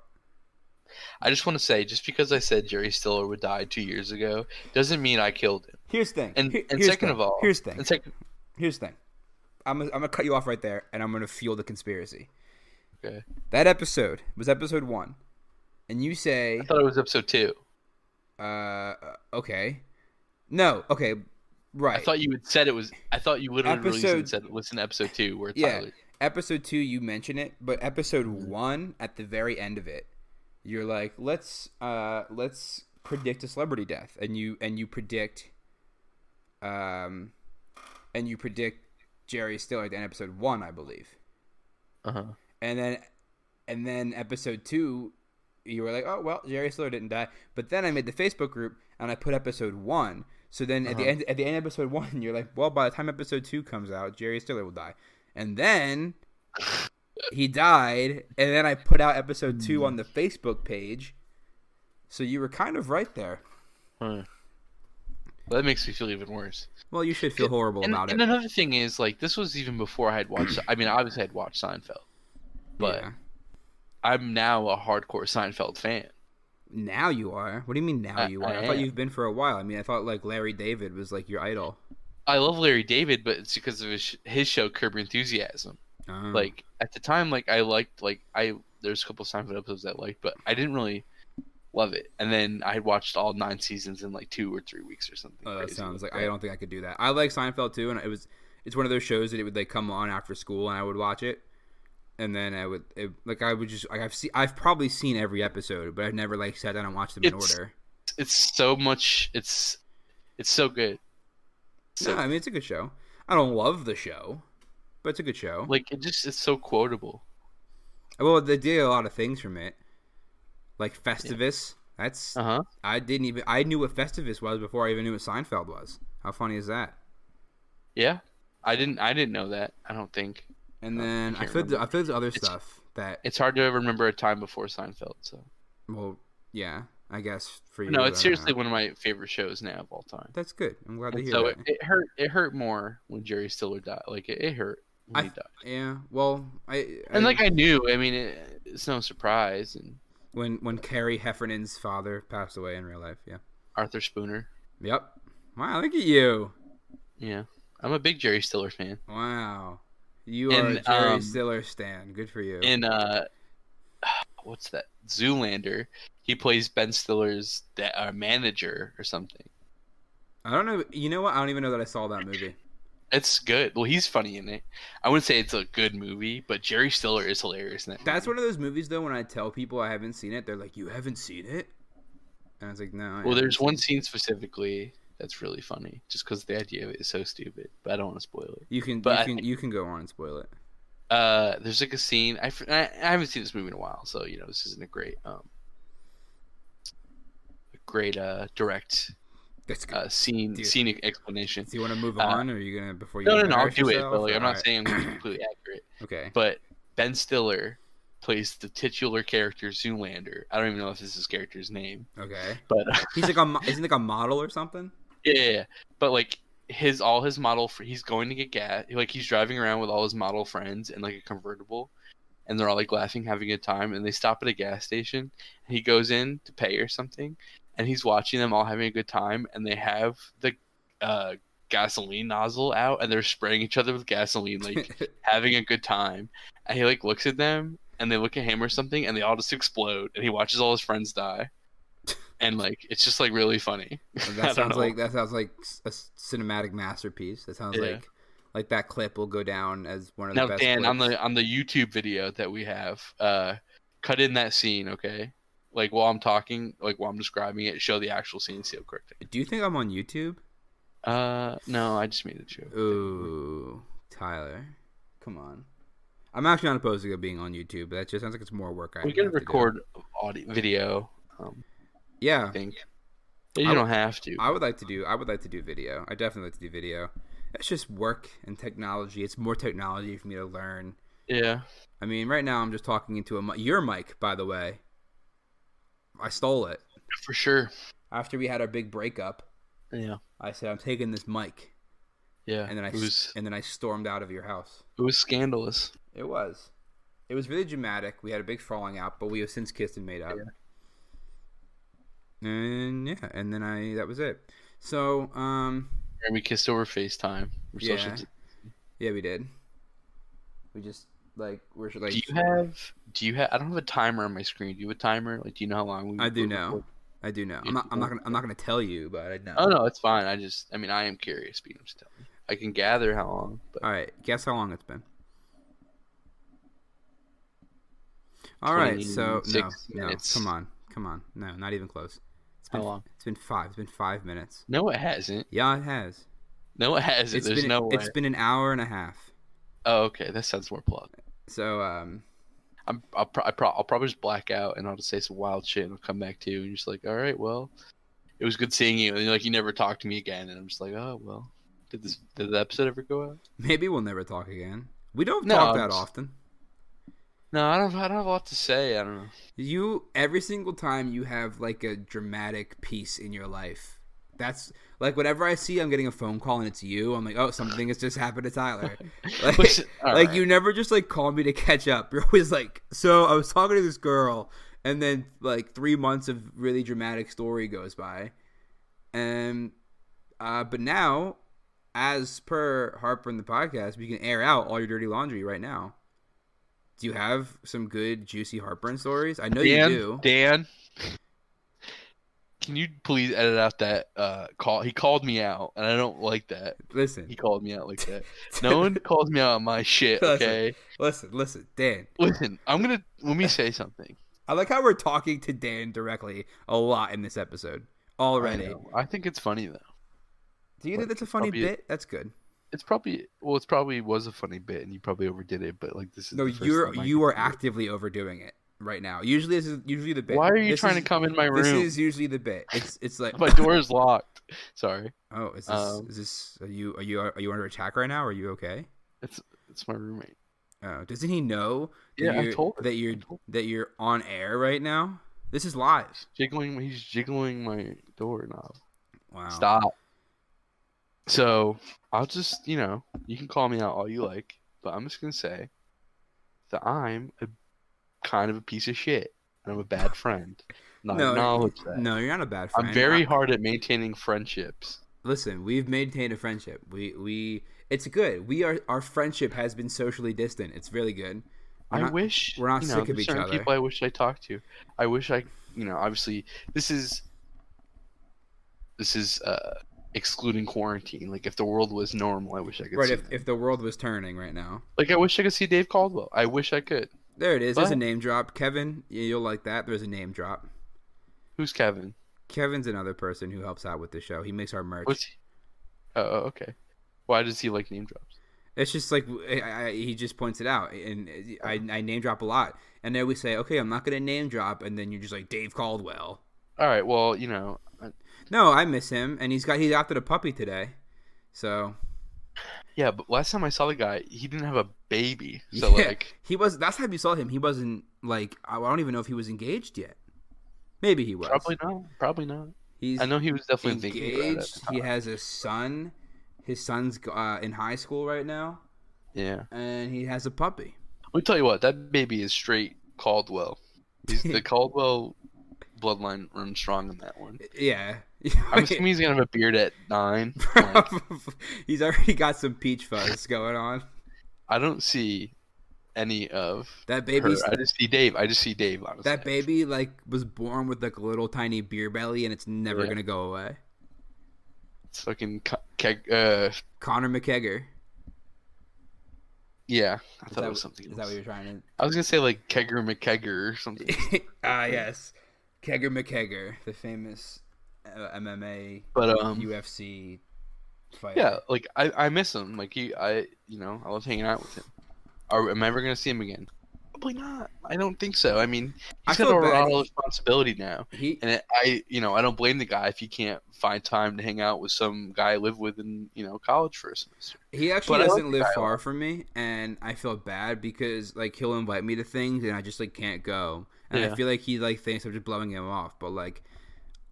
[SPEAKER 2] I just want to say, just because I said Jerry Stiller would die two years ago, doesn't mean I killed him.
[SPEAKER 1] Here's the thing.
[SPEAKER 2] And,
[SPEAKER 1] Here-
[SPEAKER 2] and
[SPEAKER 1] here's the
[SPEAKER 2] second
[SPEAKER 1] thing.
[SPEAKER 2] of all,
[SPEAKER 1] here's the thing.
[SPEAKER 2] and second,
[SPEAKER 1] Here's the thing. I'm gonna, I'm gonna cut you off right there, and I'm gonna fuel the conspiracy.
[SPEAKER 2] okay,
[SPEAKER 1] That episode was episode one, and you say,
[SPEAKER 2] I thought it was episode two.
[SPEAKER 1] uh, okay, no, okay, right.
[SPEAKER 2] I thought you had said it was. I thought you literally released it and
[SPEAKER 1] Episode-
[SPEAKER 2] said listen to episode two where
[SPEAKER 1] Yeah.
[SPEAKER 2] Tyler.
[SPEAKER 1] episode two you mention it but episode one at the very end of it you're like let's uh let's predict a celebrity death and you and you predict um and you predict jerry stiller at the end of episode one i believe
[SPEAKER 2] Uh huh.
[SPEAKER 1] and then and then episode two you were like oh well jerry stiller didn't die but then i made the facebook group and i put episode one so then at the
[SPEAKER 2] Uh-huh.
[SPEAKER 1] end at the end of episode one you're like well by the time episode two comes out jerry stiller will die and then he died and then i put out episode two on the facebook page so you were kind of right there
[SPEAKER 2] That makes me feel even worse.
[SPEAKER 1] well you should feel horrible
[SPEAKER 2] And,
[SPEAKER 1] about
[SPEAKER 2] and
[SPEAKER 1] it
[SPEAKER 2] another thing is, like, this was even before I had watched. I mean, obviously, I'd watched Seinfeld, but
[SPEAKER 1] Yeah.
[SPEAKER 2] I'm now a hardcore Seinfeld fan.
[SPEAKER 1] now you are what do you mean now
[SPEAKER 2] I-
[SPEAKER 1] you are
[SPEAKER 2] I
[SPEAKER 1] i, thought
[SPEAKER 2] am.
[SPEAKER 1] you've been for a while i mean i thought like larry david was like your idol
[SPEAKER 2] I love Larry David, but it's because of his, sh- his show Curb Your Enthusiasm.
[SPEAKER 1] Um,
[SPEAKER 2] like at the time like i liked like i there's a couple seinfeld episodes that i liked but i didn't really love it and then i watched all nine seasons in like two or three weeks or something
[SPEAKER 1] Oh, that
[SPEAKER 2] crazy
[SPEAKER 1] sounds like
[SPEAKER 2] that.
[SPEAKER 1] I don't think I could do that. I like Seinfeld too, and it was it's one of those shows that it would like come on after school, and I would watch it, and then I would it, like I would just like I've seen I've probably seen every episode, but I've never like sat down and watched them in
[SPEAKER 2] It's-
[SPEAKER 1] order.
[SPEAKER 2] it's so much it's it's so good so
[SPEAKER 1] no, I mean it's a good show. I don't love the show, but it's a good show.
[SPEAKER 2] like it just it's so quotable
[SPEAKER 1] well, they did a lot of things from it, like Festivus. That's
[SPEAKER 2] uh-huh
[SPEAKER 1] I didn't even I knew what Festivus was before I even knew what Seinfeld was. How funny is that?
[SPEAKER 2] yeah I didn't. I didn't know that. I don't think
[SPEAKER 1] And
[SPEAKER 2] Oh, I
[SPEAKER 1] then I
[SPEAKER 2] can't
[SPEAKER 1] feel
[SPEAKER 2] remember.
[SPEAKER 1] I feel there's other
[SPEAKER 2] It's-
[SPEAKER 1] stuff that
[SPEAKER 2] it's hard to remember a time before Seinfeld. So
[SPEAKER 1] well yeah I guess for you
[SPEAKER 2] no,
[SPEAKER 1] I
[SPEAKER 2] it's
[SPEAKER 1] don't
[SPEAKER 2] seriously
[SPEAKER 1] know.
[SPEAKER 2] one of my favorite shows now of all time.
[SPEAKER 1] that's good I'm glad to
[SPEAKER 2] And
[SPEAKER 1] hear
[SPEAKER 2] so
[SPEAKER 1] that.
[SPEAKER 2] it, it hurt. It hurt more when Jerry Stiller died. Like it, it hurt when he died.
[SPEAKER 1] yeah well I
[SPEAKER 2] And like I knew. I mean, it, it's no surprise. And
[SPEAKER 1] when when Carrie Heffernan's father passed away in real life yeah
[SPEAKER 2] Arthur Spooner.
[SPEAKER 1] yep wow look at you
[SPEAKER 2] Yeah, I'm a big Jerry Stiller fan.
[SPEAKER 1] wow you are
[SPEAKER 2] And,
[SPEAKER 1] a Jerry
[SPEAKER 2] um,
[SPEAKER 1] Stiller stan good for you
[SPEAKER 2] in uh what's that zoolander he plays ben stiller's da- uh, manager or something
[SPEAKER 1] I don't know you know what I don't even know that I saw that movie
[SPEAKER 2] it's good well he's funny in it i wouldn't say it's a good movie but jerry stiller is hilarious in that
[SPEAKER 1] That's
[SPEAKER 2] movie.
[SPEAKER 1] one of those movies though. When I tell people I haven't seen it, they're like, "You haven't seen it?" And I was like, "No." I
[SPEAKER 2] well
[SPEAKER 1] haven't
[SPEAKER 2] there's
[SPEAKER 1] seen
[SPEAKER 2] one
[SPEAKER 1] it."
[SPEAKER 2] scene specifically that's really funny just because the idea of it is so stupid but i don't want to spoil it
[SPEAKER 1] You can
[SPEAKER 2] but
[SPEAKER 1] you
[SPEAKER 2] I
[SPEAKER 1] can
[SPEAKER 2] think-
[SPEAKER 1] you can go on and spoil it.
[SPEAKER 2] uh there's like a scene I, fr- I I haven't seen this movie in a while so you know this isn't a great um a great uh direct
[SPEAKER 1] That's good.
[SPEAKER 2] uh scene
[SPEAKER 1] Dude.
[SPEAKER 2] scenic explanation
[SPEAKER 1] Do you want to move
[SPEAKER 2] uh,
[SPEAKER 1] on, or are you gonna before you?
[SPEAKER 2] No, no, no. I'll
[SPEAKER 1] embarrass
[SPEAKER 2] do it.
[SPEAKER 1] yourself?
[SPEAKER 2] But like, I'm not
[SPEAKER 1] Alright.
[SPEAKER 2] saying I'm completely accurate.
[SPEAKER 1] Okay.
[SPEAKER 2] But Ben Stiller plays the titular character Zoolander. I don't even know if this is his character's name,
[SPEAKER 1] Okay.
[SPEAKER 2] but uh,
[SPEAKER 1] He's like a mo- isn't he like a model or something.
[SPEAKER 2] yeah, yeah, yeah. But like his all his model for he's going to get gas. Like he's driving around with all his model friends in like a convertible, and they're all like laughing, having a good time. And they stop at a gas station. And he goes in to pay or something, and he's watching them all having a good time. And they have the uh, gasoline nozzle out, and they're spraying each other with gasoline like having a good time, and he like looks at them, and they look at him or something, and they all just explode, and he watches all his friends die, and like it's just like really funny. I
[SPEAKER 1] that
[SPEAKER 2] don't
[SPEAKER 1] sounds
[SPEAKER 2] know.
[SPEAKER 1] like that sounds like s- a s- cinematic masterpiece. That sounds
[SPEAKER 2] Yeah.
[SPEAKER 1] like like that clip will go down as one of the
[SPEAKER 2] Now
[SPEAKER 1] best.
[SPEAKER 2] Dan, on
[SPEAKER 1] clips.
[SPEAKER 2] the on the YouTube video that we have, uh, cut in that scene, okay? Like while I'm talking, like while I'm describing it, show the actual scene, see how correct. it-
[SPEAKER 1] Do you think I'm on YouTube?
[SPEAKER 2] Uh, no, I just made a joke.
[SPEAKER 1] Ooh, Tyler, come on. I'm actually not opposed to it being on YouTube, but that just sounds like it's more work. I
[SPEAKER 2] we
[SPEAKER 1] would
[SPEAKER 2] can
[SPEAKER 1] have to do.
[SPEAKER 2] record audio video. Um,
[SPEAKER 1] Yeah,
[SPEAKER 2] I think But you
[SPEAKER 1] I-
[SPEAKER 2] don't have to.
[SPEAKER 1] I would like to do. I would like to do video. I definitely like to do video. It's just work and technology. It's more technology for me to learn.
[SPEAKER 2] yeah.
[SPEAKER 1] I mean, right now I'm just talking into a mi- your mic, by the way. I stole it
[SPEAKER 2] for sure.
[SPEAKER 1] after we had our big breakup.
[SPEAKER 2] Yeah,
[SPEAKER 1] I said I'm taking this mic,
[SPEAKER 2] yeah.
[SPEAKER 1] and then I
[SPEAKER 2] it
[SPEAKER 1] s-
[SPEAKER 2] was
[SPEAKER 1] and then I stormed out of your house.
[SPEAKER 2] it was scandalous.
[SPEAKER 1] It was. It was really dramatic. We had a big falling out, but we have since kissed and made up. And yeah, and then I that was it. So, um
[SPEAKER 2] And we kissed over FaceTime. We're
[SPEAKER 1] yeah.
[SPEAKER 2] social-
[SPEAKER 1] Yeah, we did. We just like we're like
[SPEAKER 2] Do you have? Do you have? I don't have a timer on my screen. Do you have a timer? Like, do you know how long? We,
[SPEAKER 1] I do
[SPEAKER 2] we
[SPEAKER 1] know.
[SPEAKER 2] record?
[SPEAKER 1] I do know. I'm not I'm not going to I'm not going to tell you, but I know.
[SPEAKER 2] Oh no, it's fine. I just. I mean, I am curious. But you know, just tell me. I can gather how long. But
[SPEAKER 1] All right. Guess how long it's been. All right. So no,
[SPEAKER 2] 26
[SPEAKER 1] no.
[SPEAKER 2] minutes.
[SPEAKER 1] Come on. Come on. No, not even close. It's
[SPEAKER 2] how
[SPEAKER 1] been
[SPEAKER 2] long?
[SPEAKER 1] it's been 5. It's been 5 minutes.
[SPEAKER 2] No, it hasn't.
[SPEAKER 1] Yeah, it has.
[SPEAKER 2] No, it hasn't.
[SPEAKER 1] It's
[SPEAKER 2] There's
[SPEAKER 1] been
[SPEAKER 2] no way.
[SPEAKER 1] it's been an hour and a half.
[SPEAKER 2] Oh, okay. That sounds more plausible.
[SPEAKER 1] So um
[SPEAKER 2] I'm. I'll, pro- I pro- I'll probably just black out and I'll just say some wild shit and I'll come back to you and you're just like, all right, well, it was good seeing you. And you're like, you never talked to me again. And I'm just like, oh well. Did this? Did the episode ever go out?
[SPEAKER 1] maybe we'll never talk again. We don't
[SPEAKER 2] No,
[SPEAKER 1] talk
[SPEAKER 2] I'm
[SPEAKER 1] that
[SPEAKER 2] just-
[SPEAKER 1] often.
[SPEAKER 2] No, I don't. I don't have a lot to say. I don't know.
[SPEAKER 1] You every single time you have like a dramatic piece in your life. That's like whenever I see I'm getting a phone call and it's you, I'm like, oh, something has just happened to Tyler. Like,
[SPEAKER 2] Listen, all
[SPEAKER 1] like
[SPEAKER 2] right.
[SPEAKER 1] you never just like call me to catch up. You're always like, so I was talking to this girl, and then like three months of really dramatic story goes by, and uh, but now, as per Harper in the podcast, we can air out all your dirty laundry right now. Do you have some good juicy heartburn stories? I know
[SPEAKER 2] Dan,
[SPEAKER 1] you do.
[SPEAKER 2] Dan, can you please edit out that uh, call? He called me out, and I don't like that.
[SPEAKER 1] Listen,
[SPEAKER 2] He called me out like that. No one calls me out on my shit.
[SPEAKER 1] Listen.
[SPEAKER 2] Okay,
[SPEAKER 1] listen, listen, Dan.
[SPEAKER 2] listen. I'm gonna let me say something
[SPEAKER 1] I like how we're talking to Dan directly a lot in this episode already.
[SPEAKER 2] I, know. I think it's funny though.
[SPEAKER 1] Do you think
[SPEAKER 2] Like,
[SPEAKER 1] that's a funny
[SPEAKER 2] probably-
[SPEAKER 1] bit? That's good.
[SPEAKER 2] It's probably well. It's probably was a funny bit, and you probably overdid it. But like this is
[SPEAKER 1] No,
[SPEAKER 2] the first
[SPEAKER 1] you're
[SPEAKER 2] time I
[SPEAKER 1] you
[SPEAKER 2] can
[SPEAKER 1] are
[SPEAKER 2] do it.
[SPEAKER 1] actively overdoing it. right now. Usually this is usually the bit.
[SPEAKER 2] Why are you
[SPEAKER 1] This
[SPEAKER 2] trying
[SPEAKER 1] is-
[SPEAKER 2] to come in my
[SPEAKER 1] This
[SPEAKER 2] room?
[SPEAKER 1] is usually the bit. It's it's like
[SPEAKER 2] My door is locked. Sorry,
[SPEAKER 1] oh is this
[SPEAKER 2] um,
[SPEAKER 1] is this are you are you are you under attack right now? Are you okay?
[SPEAKER 2] it's my roommate.
[SPEAKER 1] Oh, doesn't he know that
[SPEAKER 2] Yeah, I
[SPEAKER 1] you're-
[SPEAKER 2] told her.
[SPEAKER 1] that you're
[SPEAKER 2] I told
[SPEAKER 1] that you're on air right now? This is live.
[SPEAKER 2] jiggling. He's jiggling my doorknob.
[SPEAKER 1] Wow.
[SPEAKER 2] Stop. So I'll just, you know, you can call me out all you like, but I'm just gonna say that I'm a kind of a piece of shit, and I'm a bad friend. And I
[SPEAKER 1] No,
[SPEAKER 2] acknowledge that.
[SPEAKER 1] No, you're not a bad friend.
[SPEAKER 2] I'm very
[SPEAKER 1] I-
[SPEAKER 2] hard at maintaining friendships.
[SPEAKER 1] listen, we've maintained a friendship. We we it's good. We are our friendship has been socially distant. It's really good. We're
[SPEAKER 2] I
[SPEAKER 1] not-
[SPEAKER 2] wish
[SPEAKER 1] we're not
[SPEAKER 2] you know,
[SPEAKER 1] sick of
[SPEAKER 2] there's
[SPEAKER 1] each
[SPEAKER 2] certain
[SPEAKER 1] other.
[SPEAKER 2] People I wish I talked to. I wish I, you know, obviously this is this is uh excluding quarantine. Like if the world was normal, I wish I could.
[SPEAKER 1] Right,
[SPEAKER 2] see
[SPEAKER 1] if,
[SPEAKER 2] them.
[SPEAKER 1] if the world was turning right now.
[SPEAKER 2] like I wish I could see Dave Caldwell. I wish I could.
[SPEAKER 1] There it is. There's a
[SPEAKER 2] But-
[SPEAKER 1] name drop. Kevin, yeah, you'll like that. There's a name drop.
[SPEAKER 2] Who's Kevin?
[SPEAKER 1] Kevin's another person who helps out with the show. He makes our merch.
[SPEAKER 2] What's he? Oh, oh, okay. Why does he like name drops?
[SPEAKER 1] It's just like I, I, he just points it out, and I, I name drop a lot. And then we say, okay, I'm not gonna name drop, and then you're just like Dave Caldwell.
[SPEAKER 2] All right. Well, you know, uh,
[SPEAKER 1] No, I miss him, and he's got he's after the puppy today, so
[SPEAKER 2] yeah. But last time I saw the guy, he didn't have a baby. So
[SPEAKER 1] Yeah.
[SPEAKER 2] like,
[SPEAKER 1] he was. That's how you saw him. He wasn't like I I don't even know if he was engaged yet. Maybe he was.
[SPEAKER 2] probably not. Probably not.
[SPEAKER 1] He's
[SPEAKER 2] I know he was definitely thinking about
[SPEAKER 1] engaged.
[SPEAKER 2] it.
[SPEAKER 1] He has a son. His son's uh, in high school right now,
[SPEAKER 2] Yeah.
[SPEAKER 1] and he has a puppy.
[SPEAKER 2] We tell you what, that baby is straight Caldwell. He's the Caldwell bloodline runs strong in that one.
[SPEAKER 1] Yeah.
[SPEAKER 2] I'm assuming he's gonna have a beard at nine. Like,
[SPEAKER 1] Prob- he's already got some peach fuzz going on.
[SPEAKER 2] I don't see any of
[SPEAKER 1] That
[SPEAKER 2] her.
[SPEAKER 1] baby's
[SPEAKER 2] I just see Dave. I just see Dave. Honestly,
[SPEAKER 1] that baby like was born with like a little tiny beer belly, and it's never
[SPEAKER 2] Yeah.
[SPEAKER 1] gonna go away.
[SPEAKER 2] It's fucking co- keg. Uh,
[SPEAKER 1] Connor McKegger.
[SPEAKER 2] yeah. I
[SPEAKER 1] Is
[SPEAKER 2] thought
[SPEAKER 1] that-
[SPEAKER 2] it was something.
[SPEAKER 1] Is
[SPEAKER 2] Else.
[SPEAKER 1] that what you're trying
[SPEAKER 2] I was gonna say like Kegger McKegger or something.
[SPEAKER 1] to? ah, yes. Kegger McKegger, the famous uh, MMA
[SPEAKER 2] But um,
[SPEAKER 1] UFC fighter.
[SPEAKER 2] yeah, like I, I miss him. Like he, I, you know, I love hanging out with him. Are am I ever gonna see him again? Probably not. I don't think so. I mean,
[SPEAKER 1] I
[SPEAKER 2] he's got a
[SPEAKER 1] feel bad.
[SPEAKER 2] lot of responsibility now.
[SPEAKER 1] He
[SPEAKER 2] And it, I, you know, I don't blame the guy if he can't find time to hang out with some guy I live with in, you know, college for a semester.
[SPEAKER 1] he actually
[SPEAKER 2] but I like
[SPEAKER 1] doesn't
[SPEAKER 2] the
[SPEAKER 1] live
[SPEAKER 2] guy a
[SPEAKER 1] far from me, and I feel bad because like he'll invite me to things, and I just like can't go, and I
[SPEAKER 2] Yeah.
[SPEAKER 1] feel like he like thinks I'm just blowing him off, but like.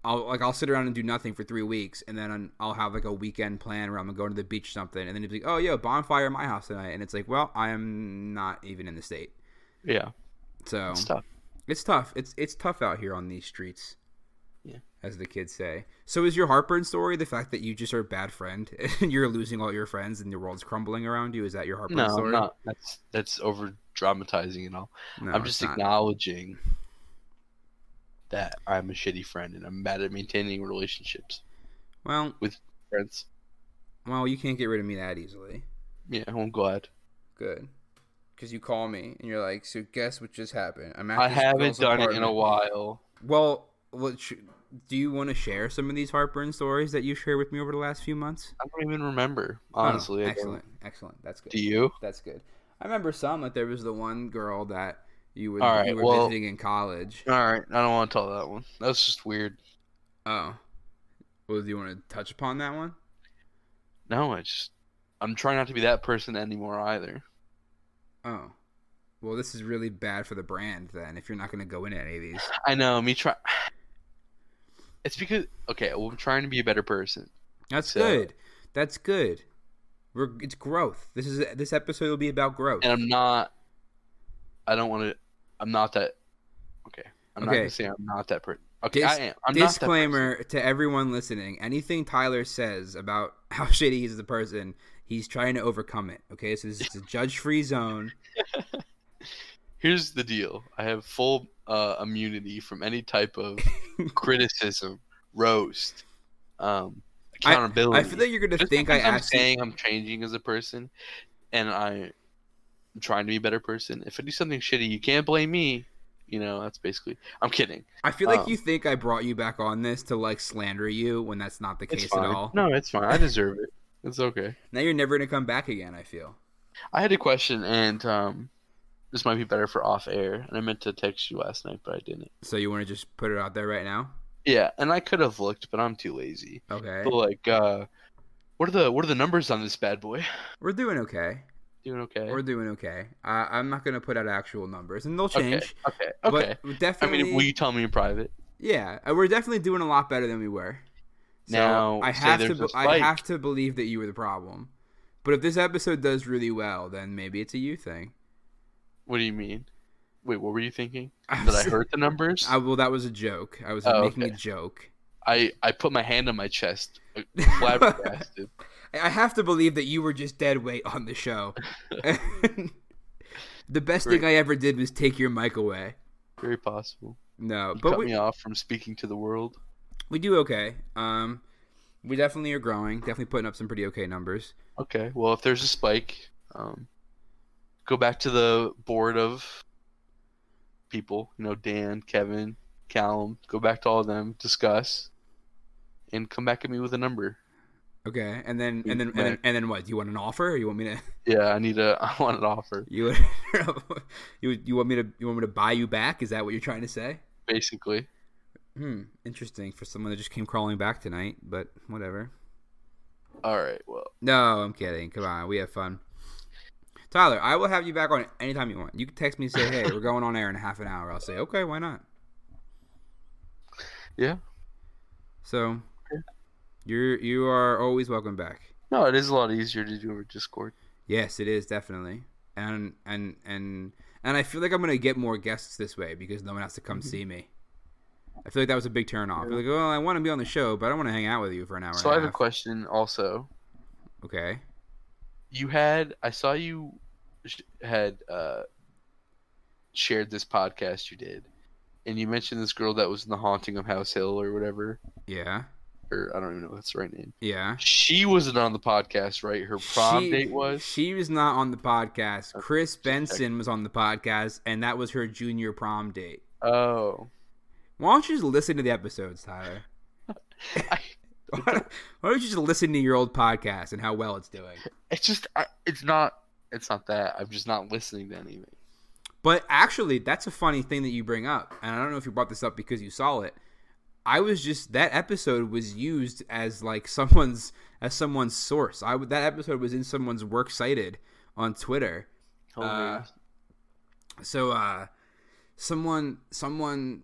[SPEAKER 1] I'll like I'll sit around and do nothing for three weeks, and then I'll have like a weekend plan where I'm going to the beach or something, and then he's like, "Oh, yo, bonfire at my house tonight," and it's like, "Well, I am not even in the state,
[SPEAKER 2] Yeah,
[SPEAKER 1] so
[SPEAKER 2] it's tough.
[SPEAKER 1] It's tough. It's it's tough out here on these streets.
[SPEAKER 2] Yeah.
[SPEAKER 1] As the kids say. So is your heartburn story the fact that you just are a bad friend and you're losing all your friends and the world's crumbling around you? Is that your heartburn
[SPEAKER 2] No,
[SPEAKER 1] story?
[SPEAKER 2] I'm not. That's that's over dramatizing and all.
[SPEAKER 1] No,
[SPEAKER 2] I'm
[SPEAKER 1] it's
[SPEAKER 2] just
[SPEAKER 1] not.
[SPEAKER 2] acknowledging that I'm a shitty friend and I'm bad at maintaining relationships.
[SPEAKER 1] Well,
[SPEAKER 2] Friends.
[SPEAKER 1] well, you can't get rid of me that easily.
[SPEAKER 2] Yeah, I'm glad.
[SPEAKER 1] Good. Because you call me and you're like, so guess what just happened? I'm at
[SPEAKER 2] I
[SPEAKER 1] this
[SPEAKER 2] haven't
[SPEAKER 1] girl's
[SPEAKER 2] done it in a
[SPEAKER 1] apartment."
[SPEAKER 2] while.
[SPEAKER 1] Well, what sh- do you want to share some of these heartburn stories that you shared with me over the last few months?
[SPEAKER 2] I don't even remember,
[SPEAKER 1] Oh,
[SPEAKER 2] honestly. I don't.
[SPEAKER 1] excellent, excellent. That's good.
[SPEAKER 2] Do you?
[SPEAKER 1] That's good. I remember some. Like there was the one girl that you were,
[SPEAKER 2] All right,
[SPEAKER 1] you were
[SPEAKER 2] well-
[SPEAKER 1] visiting in college.
[SPEAKER 2] All right, I don't want to tell that one. That's just weird.
[SPEAKER 1] Oh, well, do you want to touch upon that one?
[SPEAKER 2] No, I just I'm trying not to be that person anymore either.
[SPEAKER 1] Oh, well, this is really bad for the brand then. If you're not going to go into any of these,
[SPEAKER 2] I know me try. It's because okay, well, I'm trying to be a better person.
[SPEAKER 1] that's
[SPEAKER 2] So-
[SPEAKER 1] good. That's good. We're it's growth. This is this episode will be about growth.
[SPEAKER 2] and I'm not. I don't want to. I'm not that. Okay, I'm not
[SPEAKER 1] Okay.
[SPEAKER 2] gonna say I'm not that person. Okay,
[SPEAKER 1] Dis-
[SPEAKER 2] I am. I'm Not that person.
[SPEAKER 1] Disclaimer to everyone listening: anything Tyler says about how shitty he is as a person, he's trying to overcome it. Okay, so this is a judge-free zone.
[SPEAKER 2] Here's the deal. I have full uh, immunity from any type of criticism, roast, um,
[SPEAKER 1] I-
[SPEAKER 2] accountability.
[SPEAKER 1] I feel like you're going to
[SPEAKER 2] Just
[SPEAKER 1] think I
[SPEAKER 2] because I'm
[SPEAKER 1] asked. you-
[SPEAKER 2] saying I'm changing as a person, and I'm trying to be a better person. If I do something shitty, you can't blame me. You know, that's basically. I'm kidding.
[SPEAKER 1] I feel like
[SPEAKER 2] Um,
[SPEAKER 1] you think I brought you back on this to like slander you when that's not the
[SPEAKER 2] It's
[SPEAKER 1] case at
[SPEAKER 2] fine.
[SPEAKER 1] all.
[SPEAKER 2] No, it's fine. I deserve it. It's okay.
[SPEAKER 1] Now you're never gonna come back again. I feel.
[SPEAKER 2] I had a question, and um, This might be better for off air, and I meant to text you last night, but I didn't.
[SPEAKER 1] So you want to just put it out there right now?
[SPEAKER 2] Yeah, and I could have looked, but I'm too lazy.
[SPEAKER 1] Okay.
[SPEAKER 2] But like, uh, what are the what are the numbers on this bad boy?
[SPEAKER 1] We're doing okay.
[SPEAKER 2] Doing okay.
[SPEAKER 1] We're doing okay. I, I'm not gonna put out actual numbers, and they'll
[SPEAKER 2] okay.
[SPEAKER 1] change.
[SPEAKER 2] Okay. Okay.
[SPEAKER 1] But
[SPEAKER 2] I
[SPEAKER 1] definitely,
[SPEAKER 2] mean, will you tell me in private?
[SPEAKER 1] yeah, uh, we're definitely doing a lot better than we were. So
[SPEAKER 2] Now,
[SPEAKER 1] I
[SPEAKER 2] say
[SPEAKER 1] have to,
[SPEAKER 2] there's a
[SPEAKER 1] be- I
[SPEAKER 2] spike.
[SPEAKER 1] have to believe that you were the problem. But if this episode does really well, then maybe it's a you thing.
[SPEAKER 2] What do you mean? Wait, what were you thinking?
[SPEAKER 1] I'm
[SPEAKER 2] That I
[SPEAKER 1] so-
[SPEAKER 2] hurt the numbers?
[SPEAKER 1] I, well, that was a joke. I was
[SPEAKER 2] Oh,
[SPEAKER 1] making a joke.
[SPEAKER 2] I I put my hand on my chest, like, flabbergasted.
[SPEAKER 1] I I have to believe that you were just dead weight on the show. the best thing I ever did was take your mic away.
[SPEAKER 2] Very possible.
[SPEAKER 1] No,
[SPEAKER 2] You
[SPEAKER 1] but
[SPEAKER 2] cut
[SPEAKER 1] we,
[SPEAKER 2] me off from speaking to the world.
[SPEAKER 1] we do okay. Um, we definitely are growing. Definitely putting up some pretty okay numbers.
[SPEAKER 2] Okay. Well, if there's a spike, um, go back to the board of people. You know, Dan, Kevin, Callum. Go back to all of them. Discuss, and come back at me with a number.
[SPEAKER 1] Okay, and then
[SPEAKER 2] Mm,
[SPEAKER 1] and then and then,
[SPEAKER 2] right.
[SPEAKER 1] and then what? Do you want an offer? Or you want me to
[SPEAKER 2] Yeah, I need a. I want an offer.
[SPEAKER 1] you you you want me to you want me to buy you back? Is that what you're trying to say?
[SPEAKER 2] Basically,
[SPEAKER 1] Hmm, interesting for someone that just came crawling back tonight. But whatever.
[SPEAKER 2] all right. Well,
[SPEAKER 1] No, I'm kidding. Come on, we have fun. Tyler, I will have you back on anytime you want. You can text me and say, "Hey, we're going on air in half an hour." I'll say, "Okay, why not?"
[SPEAKER 2] Yeah.
[SPEAKER 1] So, you're you are always welcome back.
[SPEAKER 2] no, it is a lot easier to do over Discord.
[SPEAKER 1] Yes, it is definitely, and and and and I feel like I'm gonna get more guests this way because no one has to come
[SPEAKER 2] Mm-hmm.
[SPEAKER 1] see me. I feel like that was a big turn off. Like, well, I want to be on the show, but I don't want to hang out with you for an hour.
[SPEAKER 2] So I
[SPEAKER 1] and
[SPEAKER 2] have
[SPEAKER 1] a
[SPEAKER 2] a
[SPEAKER 1] half."
[SPEAKER 2] question also.
[SPEAKER 1] Okay.
[SPEAKER 2] you had i saw you sh- had uh shared this podcast you did and you mentioned this girl that was in the haunting of house hill or whatever
[SPEAKER 1] Yeah.
[SPEAKER 2] or i don't even know if that's the right name
[SPEAKER 1] Yeah.
[SPEAKER 2] she wasn't on the podcast right her prom
[SPEAKER 1] She-
[SPEAKER 2] date was
[SPEAKER 1] She was not on the podcast.
[SPEAKER 2] Okay,
[SPEAKER 1] Chris
[SPEAKER 2] checking.
[SPEAKER 1] Benson was on the podcast, and that was her junior prom date.
[SPEAKER 2] oh
[SPEAKER 1] Why don't you just listen to the episodes, Tyler? Why don't why don't you just listen to your old podcast and how well it's doing?
[SPEAKER 2] it's just I, it's not it's not that i'm just not listening to anything
[SPEAKER 1] But actually, that's a funny thing that you bring up. And I don't know if you brought this up because you saw it. I was just that episode was used as like someone's as someone's source. I would- that episode was in someone's work cited on Twitter.
[SPEAKER 2] Hilarious.
[SPEAKER 1] So uh someone someone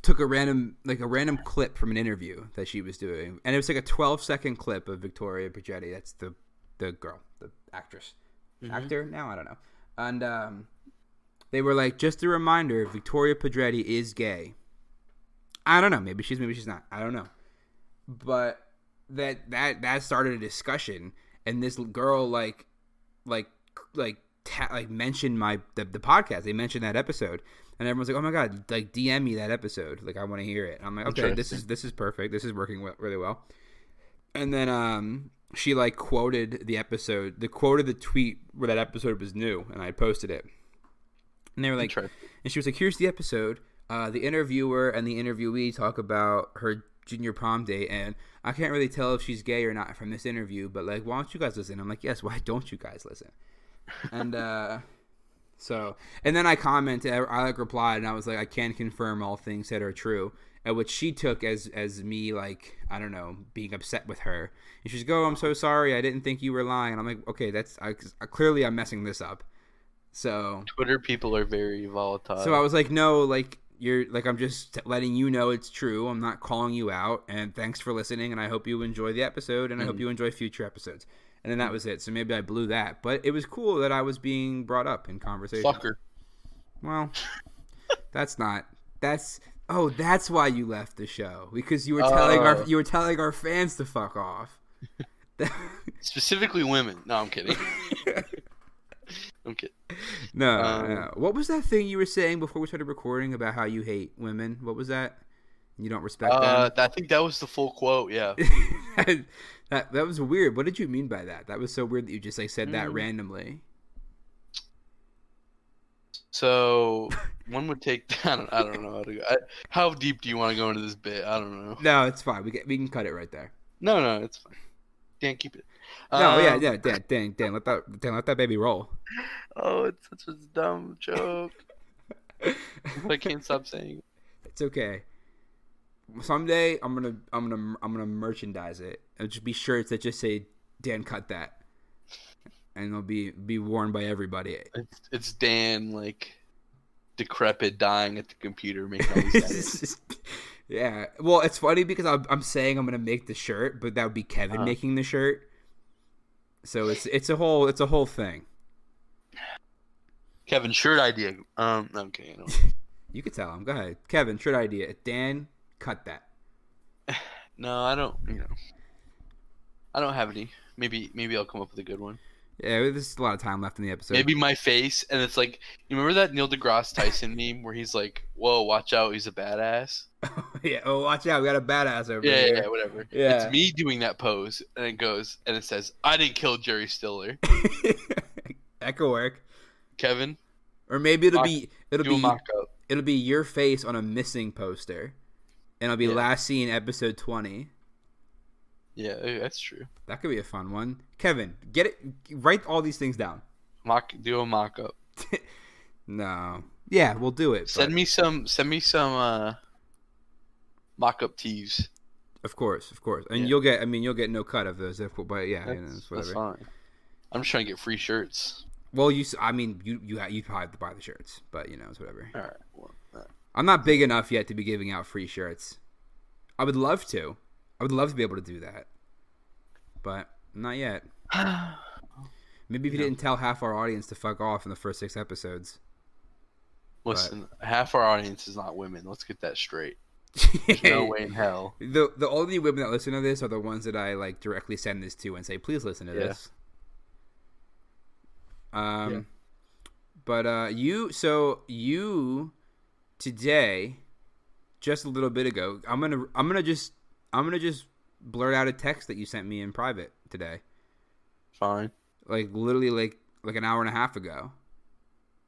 [SPEAKER 1] took a random like a random clip from an interview that she was doing and it was like a 12 second clip of Victoria Pedretti. That's the the girl, the actress actor now i don't know and um, they were like just a reminder victoria pedretti is gay i don't know maybe she's maybe she's not i don't know but that that that started a discussion and this girl like like like ta- like mentioned my the, the podcast they mentioned that episode and everyone's like oh my god like dm me that episode like i want to hear it and i'm like okay this is this is perfect this is working we- really well and then um she like quoted the episode the quote of the tweet where that episode was new and i posted it and they were like
[SPEAKER 2] Interesting.
[SPEAKER 1] and she was like here's the episode uh, the interviewer and the interviewee talk about her junior prom date and i can't really tell if she's gay or not from this interview but like why don't you guys listen i'm like yes why don't you guys listen and uh so and then i commented i like replied and i was like i can confirm all things that are true at which she took as as me like i don't know being upset with her and she's like oh i'm so sorry i didn't think you were lying i'm like okay that's I, uh, clearly i'm messing this up so
[SPEAKER 2] twitter people are very volatile
[SPEAKER 1] so I was like, no, like you're like I'm just letting you know it's true. I'm not calling you out. And thanks for listening. And I hope you enjoy the episode. And I hope you enjoy future episodes. And then that was it. So maybe I blew that, but it was cool that I was being brought up in conversation.
[SPEAKER 2] fucker
[SPEAKER 1] Well, that's not. That's oh, that's why you left the show because you were telling
[SPEAKER 2] Oh.
[SPEAKER 1] our you were telling our fans to fuck off.
[SPEAKER 2] specifically women no i'm kidding i'm kidding
[SPEAKER 1] No, uh,
[SPEAKER 2] Um,
[SPEAKER 1] no. What was that thing you were saying before we started recording about how you hate women? What was that? You don't respect them.
[SPEAKER 2] uh, i think that was the full quote yeah
[SPEAKER 1] that that was weird. What did you mean by that? That was so weird that you just like said that
[SPEAKER 2] Mm.
[SPEAKER 1] randomly.
[SPEAKER 2] So one would take. I don't, I don't know how to go. I, how deep do you want to go into this bit? I don't know.
[SPEAKER 1] No, it's fine. We can, we can cut it right there.
[SPEAKER 2] No, no, it's fine. Dan, keep it.
[SPEAKER 1] No, yeah,
[SPEAKER 2] Um,
[SPEAKER 1] yeah, Dan, Dan, Dan, let that, Dan, let that baby roll.
[SPEAKER 2] Oh, it's such a dumb joke. I can't stop saying. it.
[SPEAKER 1] It's okay. Someday I'm gonna I'm gonna I'm gonna merchandise it. It'll just be shirts that just say Dan cut that, and it'll be be worn by everybody.
[SPEAKER 2] It's, it's Dan like decrepit, dying at the computer, making all these edits.
[SPEAKER 1] yeah. Well, it's funny because I'm, I'm saying I'm gonna make the shirt, but that would be Kevin
[SPEAKER 2] Uh-huh.
[SPEAKER 1] making the shirt. So it's it's a whole it's a whole thing.
[SPEAKER 2] Kevin shirt idea. Um, no, I'm kidding. I don't-
[SPEAKER 1] You could tell him. Go ahead, Kevin. Shirt idea. Dan cut that.
[SPEAKER 2] No, I don't. You know, I don't have any. Maybe maybe I'll come up with a good one.
[SPEAKER 1] Yeah, there's a lot of time left in the episode.
[SPEAKER 2] Maybe my face, and it's like you remember that Neil deGrasse Tyson meme where he's like, "Whoa, watch out, he's a badass."
[SPEAKER 1] yeah. Oh, watch out. We got a badass over
[SPEAKER 2] Yeah,
[SPEAKER 1] here.
[SPEAKER 2] yeah, yeah whatever.
[SPEAKER 1] Yeah.
[SPEAKER 2] It's me doing that pose, and it goes, and it says, "I didn't kill Jerry Stiller."
[SPEAKER 1] that could work.
[SPEAKER 2] Kevin,
[SPEAKER 1] Or maybe it'll
[SPEAKER 2] Mock-
[SPEAKER 1] be it'll
[SPEAKER 2] do a
[SPEAKER 1] be
[SPEAKER 2] mock-up.
[SPEAKER 1] it'll be your face on a missing poster, and it'll be
[SPEAKER 2] Yeah.
[SPEAKER 1] last seen episode twenty.
[SPEAKER 2] Yeah, eh, that's true.
[SPEAKER 1] That could be a fun one. Kevin, get it. Write all these things down.
[SPEAKER 2] Mock, do a mock-up.
[SPEAKER 1] No. Yeah, we'll do it.
[SPEAKER 2] Send
[SPEAKER 1] but-
[SPEAKER 2] me some. Send me some. uh Mock-up tees.
[SPEAKER 1] Of course, of course, and
[SPEAKER 2] Yeah.
[SPEAKER 1] you'll get. I mean, you'll get no cut of those. Of course, but yeah, you know,
[SPEAKER 2] That's,
[SPEAKER 1] it's
[SPEAKER 2] that's
[SPEAKER 1] whatever.
[SPEAKER 2] fine. I'm just trying to get free shirts.
[SPEAKER 1] Well, you. s- I mean, you you ha- you probably have to buy the shirts, but you know, it's whatever.
[SPEAKER 2] All right. Well, uh,
[SPEAKER 1] I'm not big enough yet to be giving out free shirts. I would love to. I would love to be able to do that, but not yet. Maybe if you
[SPEAKER 2] Yeah.
[SPEAKER 1] didn't tell half our audience to fuck off in the first six episodes.
[SPEAKER 2] Listen, half our audience is not women. Let's get that straight. There's no way in hell.
[SPEAKER 1] The the only women that listen to this are the ones that I like directly send this to and say, please listen to
[SPEAKER 2] Yeah.
[SPEAKER 1] this. Um,
[SPEAKER 2] Yeah.
[SPEAKER 1] but uh, you so you today, just a little bit ago, I'm gonna I'm gonna just I'm gonna just blurt out a text that you sent me in private today,
[SPEAKER 2] Fine.
[SPEAKER 1] like literally like like an hour and a half ago.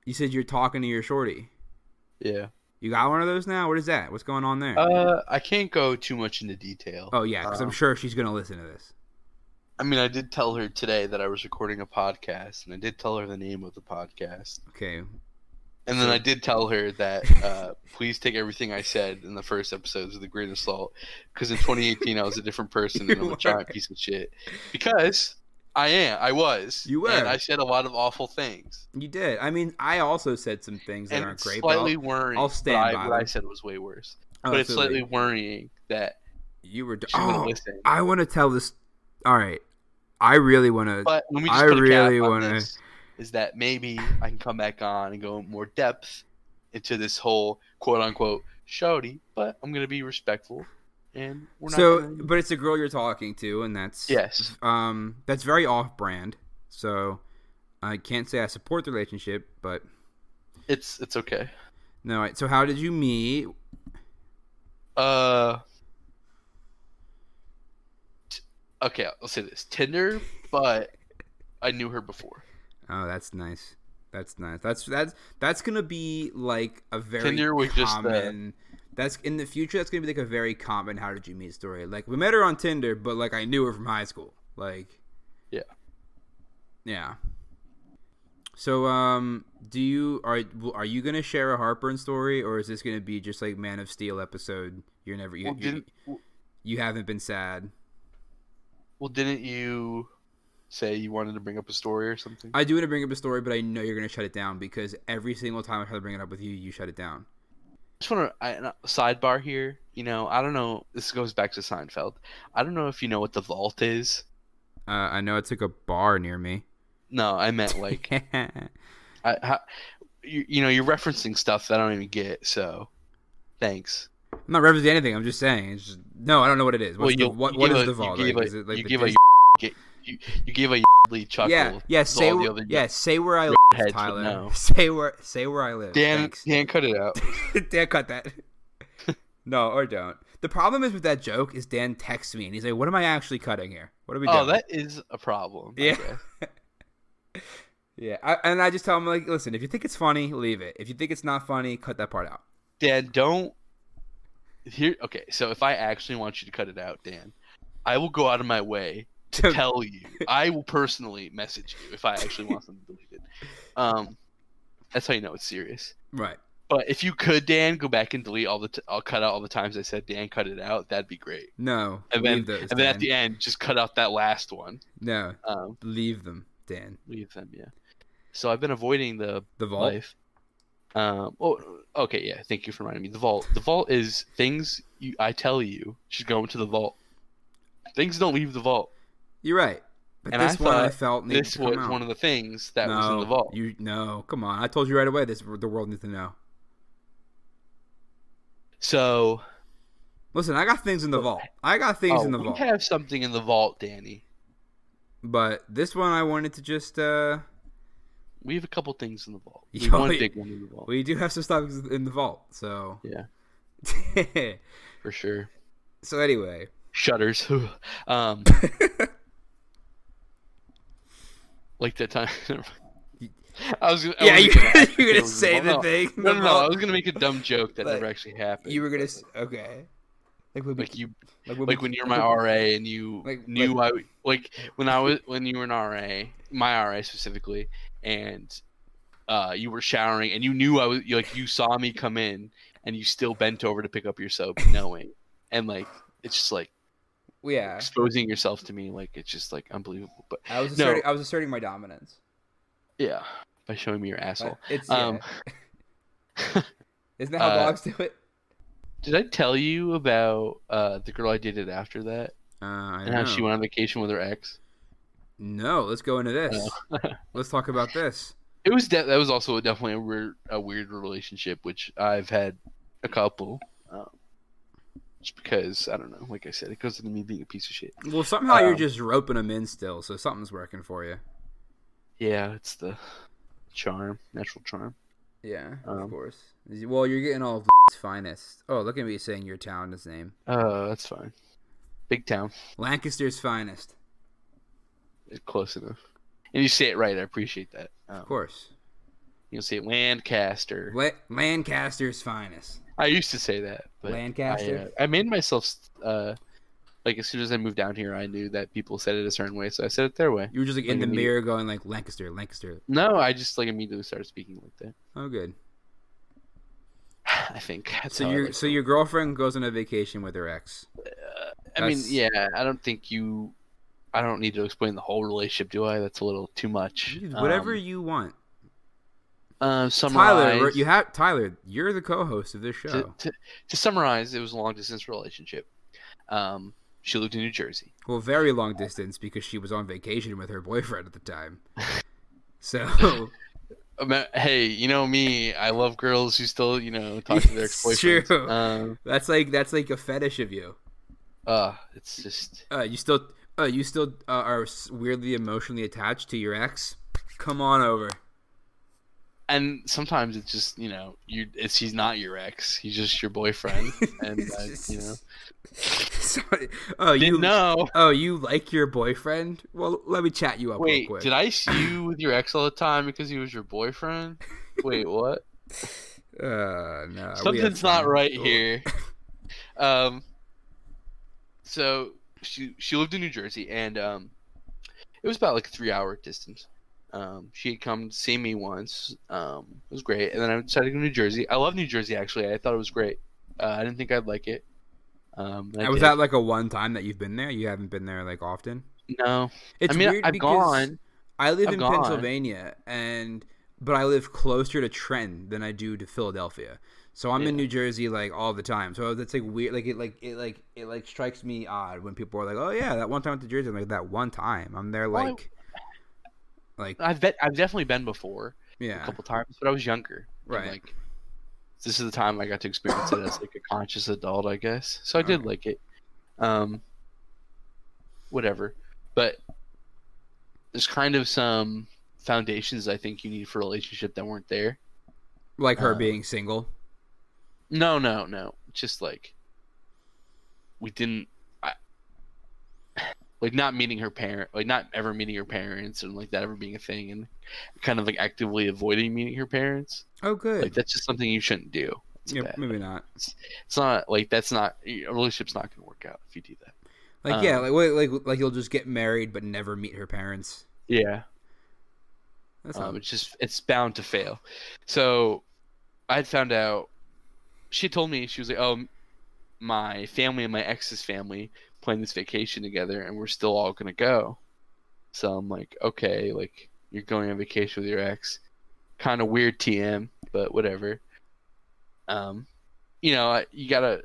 [SPEAKER 1] You said you're talking to your shorty.
[SPEAKER 2] Yeah.
[SPEAKER 1] You got one of those now? What is that? What's going on there?
[SPEAKER 2] Uh, I can't go too much into detail.
[SPEAKER 1] oh yeah, because
[SPEAKER 2] uh,
[SPEAKER 1] I'm sure she's gonna listen to this.
[SPEAKER 2] I mean, I did tell her today that I was recording a podcast, and I did tell her the name of the podcast,
[SPEAKER 1] Okay,
[SPEAKER 2] and then I did tell her that uh, please take everything I said in the first episodes with a grain of salt, because in 2018 I was a different person and I'm
[SPEAKER 1] You
[SPEAKER 2] a giant
[SPEAKER 1] were.
[SPEAKER 2] piece of shit. Because I am, I was.
[SPEAKER 1] You
[SPEAKER 2] And
[SPEAKER 1] were.
[SPEAKER 2] I said a lot of awful things,
[SPEAKER 1] You did. I mean, I also said some things that
[SPEAKER 2] and
[SPEAKER 1] aren't
[SPEAKER 2] it's
[SPEAKER 1] great.
[SPEAKER 2] slightly
[SPEAKER 1] but
[SPEAKER 2] worrying.
[SPEAKER 1] I'll
[SPEAKER 2] but
[SPEAKER 1] stand
[SPEAKER 2] I-
[SPEAKER 1] by
[SPEAKER 2] what I
[SPEAKER 1] them.
[SPEAKER 2] said was way worse.
[SPEAKER 1] I'll-
[SPEAKER 2] but it's slightly
[SPEAKER 1] absolutely.
[SPEAKER 2] worrying that
[SPEAKER 1] You were. d-
[SPEAKER 2] she wouldn't
[SPEAKER 1] Oh,
[SPEAKER 2] listen.
[SPEAKER 1] I want to tell this. All right, I really want to.
[SPEAKER 2] But let me just
[SPEAKER 1] I
[SPEAKER 2] put a cap
[SPEAKER 1] really
[SPEAKER 2] on
[SPEAKER 1] wanna-
[SPEAKER 2] this, Is that maybe I can come back on and go in more depth into this whole quote unquote shouty, but I'm gonna be respectful, and we're not.
[SPEAKER 1] So,
[SPEAKER 2] gonna-
[SPEAKER 1] but it's a girl you're talking to, and that's
[SPEAKER 2] yes,
[SPEAKER 1] Um, that's very off-brand. So, I can't say I support the relationship, but
[SPEAKER 2] it's it's okay.
[SPEAKER 1] no. I- So, how did you meet?
[SPEAKER 2] Uh, t- okay, I'll say this Tinder, but I knew her before
[SPEAKER 1] Oh, that's nice. That's nice. That's that's that's gonna be like a very
[SPEAKER 2] Tinder was just uh, the-
[SPEAKER 1] common. that's in the future. That's gonna be like a very common "How did you meet?" story. Like we met her on Tinder, but like I knew her from high school. Like,
[SPEAKER 2] Yeah.
[SPEAKER 1] yeah. So, um, do you are are you gonna share a Harper story, or is this gonna be just like Man of Steel episode? You're never you
[SPEAKER 2] Well,
[SPEAKER 1] you,
[SPEAKER 2] didn't well-
[SPEAKER 1] you haven't been sad.
[SPEAKER 2] well didn't you say you wanted to bring up a story or something?
[SPEAKER 1] I do want to bring up a story, but I know you're gonna shut it down because every single time I try to bring it up with you, you shut it down.
[SPEAKER 2] just want to uh, sidebar here. You know, I don't know. This goes back to Seinfeld. I don't know if you know what the vault is.
[SPEAKER 1] Uh, I know it took a bar near me.
[SPEAKER 2] No, I meant like I, how, you, you know you're referencing stuff that I don't even get. So, thanks.
[SPEAKER 1] I'm not referencing anything. I'm just saying. It's just, no, I don't know what it is. What's the,
[SPEAKER 2] you-
[SPEAKER 1] what
[SPEAKER 2] you
[SPEAKER 1] what
[SPEAKER 2] gave
[SPEAKER 1] is
[SPEAKER 2] a-
[SPEAKER 1] the vault?
[SPEAKER 2] You gave
[SPEAKER 1] Like,
[SPEAKER 2] a,
[SPEAKER 1] is it like
[SPEAKER 2] you
[SPEAKER 1] the
[SPEAKER 2] gave a
[SPEAKER 1] dis-
[SPEAKER 2] get- you, you gave a chuckle.
[SPEAKER 1] yeah yeah
[SPEAKER 2] to
[SPEAKER 1] say
[SPEAKER 2] all
[SPEAKER 1] where,
[SPEAKER 2] the other
[SPEAKER 1] yeah say where I live,
[SPEAKER 2] heads would
[SPEAKER 1] Tyler.
[SPEAKER 2] know.
[SPEAKER 1] Say where say where I live.
[SPEAKER 2] Dan
[SPEAKER 1] Thanks.
[SPEAKER 2] Dan cut it out.
[SPEAKER 1] Dan, cut that. no, or don't. The problem is with that joke is Dan texts me and he's like, "What am I actually cutting here? What are we
[SPEAKER 2] oh,
[SPEAKER 1] doing?"
[SPEAKER 2] that is a problem. I
[SPEAKER 1] Yeah.
[SPEAKER 2] guess.
[SPEAKER 1] yeah, I, and I just tell him like, "Listen, if you think it's funny, leave it. If you think it's not funny, cut that part out."
[SPEAKER 2] Dan, don't. Here, okay. So if I actually want you to cut it out, Dan, I will go out of my way
[SPEAKER 1] To-
[SPEAKER 2] tell you. I will personally message you if I actually want something deleted. Um, that's how you know it's serious.
[SPEAKER 1] right.
[SPEAKER 2] But if you could, Dan, go back and delete all the. T- I'll cut out all the times I said Dan cut it out. That'd be great.
[SPEAKER 1] No.
[SPEAKER 2] And
[SPEAKER 1] leave
[SPEAKER 2] then,
[SPEAKER 1] those,
[SPEAKER 2] and then at
[SPEAKER 1] Dan.
[SPEAKER 2] the end, just cut out that last one.
[SPEAKER 1] No,
[SPEAKER 2] Um,
[SPEAKER 1] leave them, Dan.
[SPEAKER 2] leave them, yeah. So I've been avoiding the
[SPEAKER 1] The vault.
[SPEAKER 2] life. Um. Oh, okay. Yeah. Thank you for reminding me. The vault. The vault is things you, I tell you should go into the vault. Things don't leave the vault.
[SPEAKER 1] You're right. But
[SPEAKER 2] And I
[SPEAKER 1] this one I
[SPEAKER 2] thought
[SPEAKER 1] felt needed
[SPEAKER 2] this
[SPEAKER 1] to come
[SPEAKER 2] was
[SPEAKER 1] out.
[SPEAKER 2] one of the things that was in
[SPEAKER 1] No,
[SPEAKER 2] the vault.
[SPEAKER 1] You no, come on. I told you right away. This the world needs to know.
[SPEAKER 2] So
[SPEAKER 1] Listen, I got things in the vault. I got things
[SPEAKER 2] oh,
[SPEAKER 1] in the
[SPEAKER 2] we
[SPEAKER 1] vault.
[SPEAKER 2] have something in the vault, Danny.
[SPEAKER 1] But this one I wanted to just uh
[SPEAKER 2] We have a couple things in the vault. We
[SPEAKER 1] Yeah,
[SPEAKER 2] have one
[SPEAKER 1] we-
[SPEAKER 2] big one in the vault
[SPEAKER 1] we do have some stuff in the vault, so
[SPEAKER 2] Yeah.
[SPEAKER 1] Yeah.
[SPEAKER 2] for sure.
[SPEAKER 1] so anyway.
[SPEAKER 2] Shutters. um. like that time. I was. Gonna, I
[SPEAKER 1] yeah, you,
[SPEAKER 2] wasn't gonna-
[SPEAKER 1] you were
[SPEAKER 2] it
[SPEAKER 1] gonna
[SPEAKER 2] was-
[SPEAKER 1] say
[SPEAKER 2] oh,
[SPEAKER 1] the
[SPEAKER 2] no.
[SPEAKER 1] thing. in
[SPEAKER 2] No,
[SPEAKER 1] the
[SPEAKER 2] no, no, I
[SPEAKER 1] vault.
[SPEAKER 2] was gonna make a dumb joke that
[SPEAKER 1] Like,
[SPEAKER 2] never actually happened.
[SPEAKER 1] You were gonna
[SPEAKER 2] but,
[SPEAKER 1] s- okay. Like when
[SPEAKER 2] like you
[SPEAKER 1] like
[SPEAKER 2] like when you're my
[SPEAKER 1] like
[SPEAKER 2] RA and you
[SPEAKER 1] Like-
[SPEAKER 2] knew I like when I was when you were an RA, my RA specifically, and uh, you were showering and you knew I was you, like you saw me come in and you still bent over to pick up your soap, knowing and like it's just like
[SPEAKER 1] we- yeah.
[SPEAKER 2] exposing yourself to me like it's just like unbelievable. But
[SPEAKER 1] I was
[SPEAKER 2] No.
[SPEAKER 1] asserting, I was asserting my dominance.
[SPEAKER 2] yeah, by showing me your asshole.
[SPEAKER 1] But it's yeah.
[SPEAKER 2] Um,
[SPEAKER 1] Isn't that how
[SPEAKER 2] uh,
[SPEAKER 1] dogs do it?
[SPEAKER 2] did I tell you about uh, the girl I dated after that
[SPEAKER 1] Uh, I
[SPEAKER 2] and how she went on vacation with her ex?
[SPEAKER 1] No, let's go into this.
[SPEAKER 2] "Oh."
[SPEAKER 1] let's talk about this.
[SPEAKER 2] It was de- that was also definitely a weird, a weird relationship, which I've had a couple.
[SPEAKER 1] Oh.
[SPEAKER 2] Um, just because I don't know, like I said, it goes into me being a piece of shit.
[SPEAKER 1] Well, somehow you're
[SPEAKER 2] Um,
[SPEAKER 1] just roping them in still, so something's working for you.
[SPEAKER 2] Yeah, it's the charm, natural charm.
[SPEAKER 1] Yeah, of
[SPEAKER 2] um,
[SPEAKER 1] course. Well, you're getting all of finest. Oh, look at me saying your town's name,
[SPEAKER 2] Oh, that's fine. Big town,
[SPEAKER 1] Lancaster's finest.
[SPEAKER 2] it's close enough. And you say it right. I appreciate that.
[SPEAKER 1] Of
[SPEAKER 2] Um,
[SPEAKER 1] course,
[SPEAKER 2] you'll say Lancaster.
[SPEAKER 1] La- Lancaster's finest.
[SPEAKER 2] I used to say that, but I, uh,
[SPEAKER 1] Lancaster.
[SPEAKER 2] I made myself uh, like as soon as I moved down here, I knew that people said it a certain way, so I said it their way.
[SPEAKER 1] you were just like in
[SPEAKER 2] like
[SPEAKER 1] the
[SPEAKER 2] a mute.
[SPEAKER 1] mirror going like Lancaster, Lancaster.
[SPEAKER 2] No, I just like immediately started speaking like that.
[SPEAKER 1] Oh, good.
[SPEAKER 2] I think. That's
[SPEAKER 1] So
[SPEAKER 2] how I
[SPEAKER 1] your
[SPEAKER 2] like
[SPEAKER 1] so
[SPEAKER 2] to-
[SPEAKER 1] your girlfriend goes on a vacation with her ex.
[SPEAKER 2] I mean,
[SPEAKER 1] that's-
[SPEAKER 2] yeah. I don't think you. I don't need to explain the whole relationship, do I? That's a little too much.
[SPEAKER 1] Whatever
[SPEAKER 2] Um,
[SPEAKER 1] you want,
[SPEAKER 2] uh, summarize.
[SPEAKER 1] Tyler. we're- You have Tyler. You're the co-host of this show.
[SPEAKER 2] to, to, to summarize, it was a long distance relationship. Um, she lived in New Jersey.
[SPEAKER 1] Well, very long distance because she was on vacation with her boyfriend at the time. So
[SPEAKER 2] Um, Hey, you know me. I love girls who still, you know, talk to their
[SPEAKER 1] It's
[SPEAKER 2] boyfriends.
[SPEAKER 1] true.
[SPEAKER 2] Um,
[SPEAKER 1] that's like that's like a fetish of you.
[SPEAKER 2] uh, it's just.
[SPEAKER 1] Uh, you still uh, you still uh, are s- weirdly emotionally attached to your ex. Come on over.
[SPEAKER 2] And sometimes it's just, you know, you. It's he's not your ex. He's just your boyfriend. And uh, you know,
[SPEAKER 1] Sorry. oh, you
[SPEAKER 2] didn't know.
[SPEAKER 1] oh you like your boyfriend? Well, let me chat you up real
[SPEAKER 2] Wait,
[SPEAKER 1] quick.
[SPEAKER 2] did I see you with your ex all the time because he was your boyfriend? Wait, what?
[SPEAKER 1] Uh, no, we
[SPEAKER 2] Something's
[SPEAKER 1] have
[SPEAKER 2] not
[SPEAKER 1] fun. Oh,
[SPEAKER 2] right here. Um, so she she lived in New Jersey, and um, it was about like a three hour distance. Um, she had come to see me once. Um, it was great, and then I decided to go to New Jersey. I love New Jersey actually. I thought it was great. Uh, I didn't think I'd like it. Um, and I
[SPEAKER 1] was
[SPEAKER 2] did.
[SPEAKER 1] that like a one time that you've been there? You haven't been there like often.
[SPEAKER 2] no?
[SPEAKER 1] It's
[SPEAKER 2] I mean,
[SPEAKER 1] weird
[SPEAKER 2] I've
[SPEAKER 1] because
[SPEAKER 2] gone.
[SPEAKER 1] I live
[SPEAKER 2] I've
[SPEAKER 1] in
[SPEAKER 2] gone.
[SPEAKER 1] Pennsylvania, and but I live closer to Trenton than I do to Philadelphia. So I'm in
[SPEAKER 2] Yeah.
[SPEAKER 1] New Jersey like all the time. So that's like weird. Like it like it like it like strikes me odd when people are like, "Oh yeah, that one time I went to Jersey." I'm like that one time. I'm there
[SPEAKER 2] Well, I-
[SPEAKER 1] like, like
[SPEAKER 2] I've bet I've definitely been before. a
[SPEAKER 1] yeah,
[SPEAKER 2] couple times, but I was younger. and,
[SPEAKER 1] Right.
[SPEAKER 2] like this is the time I got to experience it as like a conscious adult, I guess. So I did
[SPEAKER 1] Okay.
[SPEAKER 2] like it. Um whatever. But there's kind of some foundations I think you need for a relationship that weren't there.
[SPEAKER 1] like her
[SPEAKER 2] uh,
[SPEAKER 1] being single.
[SPEAKER 2] No, no, no. Just like we didn't I, like not meeting her parent, like not ever meeting her parents and like that ever being a thing and kind of like actively avoiding meeting her parents.
[SPEAKER 1] Oh good.
[SPEAKER 2] Like that's just something you shouldn't do. It's
[SPEAKER 1] yeah,
[SPEAKER 2] bad.
[SPEAKER 1] maybe not.
[SPEAKER 2] It's not like that's not a relationship's not gonna work out if you do that.
[SPEAKER 1] Like yeah, like what- like like you'll just get married but never meet her parents.
[SPEAKER 2] Yeah.
[SPEAKER 1] That's
[SPEAKER 2] Um,
[SPEAKER 1] not
[SPEAKER 2] it's just it's bound to fail. So I had found out. She told me she was like, "Oh, m- my family and my ex's family plan this vacation together, and we're still all gonna go." So I'm like, "Okay, like you're going on vacation with your ex." Kind of weird, TM, but whatever. Um, you know, I- you gotta.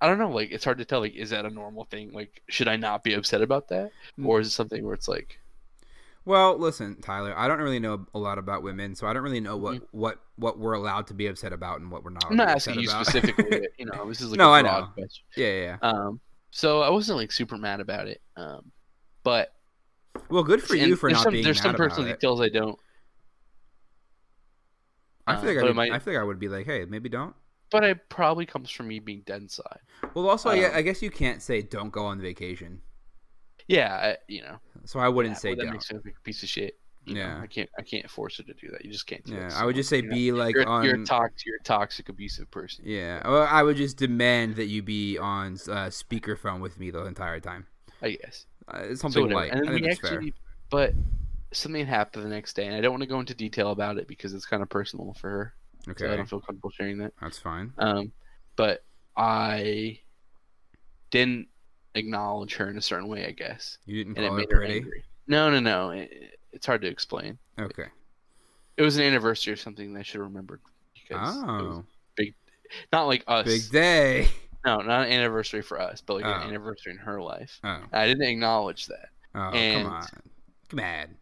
[SPEAKER 2] I don't know. Like, it's hard to tell. Like, is that a normal thing? Like, should I not be upset about that, or is it something where it's like,
[SPEAKER 1] Well, listen, Tyler, I don't really know a lot about women, so I don't really know what what what we're allowed to be upset about and what we're not.
[SPEAKER 2] Mm-hmm. I'm not
[SPEAKER 1] allowed to be
[SPEAKER 2] asking you
[SPEAKER 1] upset about.
[SPEAKER 2] specifically. but, you know, this is like
[SPEAKER 1] No, I
[SPEAKER 2] a broad
[SPEAKER 1] know.
[SPEAKER 2] question.
[SPEAKER 1] yeah, yeah, yeah.
[SPEAKER 2] Um, so I wasn't like super mad about it. Um, but
[SPEAKER 1] Well, good for you
[SPEAKER 2] and
[SPEAKER 1] for
[SPEAKER 2] there's
[SPEAKER 1] not
[SPEAKER 2] some,
[SPEAKER 1] being
[SPEAKER 2] there's
[SPEAKER 1] mad
[SPEAKER 2] some
[SPEAKER 1] about
[SPEAKER 2] personal
[SPEAKER 1] it.
[SPEAKER 2] details I don't.
[SPEAKER 1] I feel
[SPEAKER 2] uh,
[SPEAKER 1] like I,
[SPEAKER 2] but
[SPEAKER 1] would,
[SPEAKER 2] it might-
[SPEAKER 1] I feel like I would be like, hey, maybe don't.
[SPEAKER 2] But it probably comes from me being dead inside.
[SPEAKER 1] Well, also, yeah,
[SPEAKER 2] Um,
[SPEAKER 1] I guess you can't say don't go on vacation,
[SPEAKER 2] Yeah, I, you know.
[SPEAKER 1] so I wouldn't
[SPEAKER 2] that-
[SPEAKER 1] say
[SPEAKER 2] well, that
[SPEAKER 1] don't.
[SPEAKER 2] makes me look like a piece of shit. you know,
[SPEAKER 1] Yeah.
[SPEAKER 2] I can't. I can't force her to do that. You just can't. Do
[SPEAKER 1] yeah,
[SPEAKER 2] that.
[SPEAKER 1] I would just say
[SPEAKER 2] you know,
[SPEAKER 1] be like
[SPEAKER 2] you're,
[SPEAKER 1] on.
[SPEAKER 2] you're a toxic. You're a toxic, abusive person.
[SPEAKER 1] yeah, well, I would just demand that you be on uh, speakerphone with me the entire time.
[SPEAKER 2] I guess.
[SPEAKER 1] Uh,
[SPEAKER 2] So
[SPEAKER 1] something
[SPEAKER 2] whatever.
[SPEAKER 1] like.
[SPEAKER 2] and then
[SPEAKER 1] I think
[SPEAKER 2] we
[SPEAKER 1] that's fair.
[SPEAKER 2] actually, but something happened the next day, and I don't want to go into detail about it because it's kind of personal for her. So I
[SPEAKER 1] Okay,
[SPEAKER 2] don't feel comfortable sharing that.
[SPEAKER 1] that's fine.
[SPEAKER 2] Um, but I didn't acknowledge her in a certain way, I guess,
[SPEAKER 1] You didn't
[SPEAKER 2] and it
[SPEAKER 1] call her
[SPEAKER 2] made her
[SPEAKER 1] pretty.
[SPEAKER 2] angry. No, no, no. It, it's hard to explain.
[SPEAKER 1] okay.
[SPEAKER 2] It was an anniversary or something that I should have remembered because it was
[SPEAKER 1] Oh,
[SPEAKER 2] not like us.
[SPEAKER 1] big day.
[SPEAKER 2] No, not an anniversary for us, but like
[SPEAKER 1] Oh.
[SPEAKER 2] an anniversary in her life.
[SPEAKER 1] Oh,
[SPEAKER 2] I didn't acknowledge that.
[SPEAKER 1] oh,
[SPEAKER 2] And-
[SPEAKER 1] come on, come on.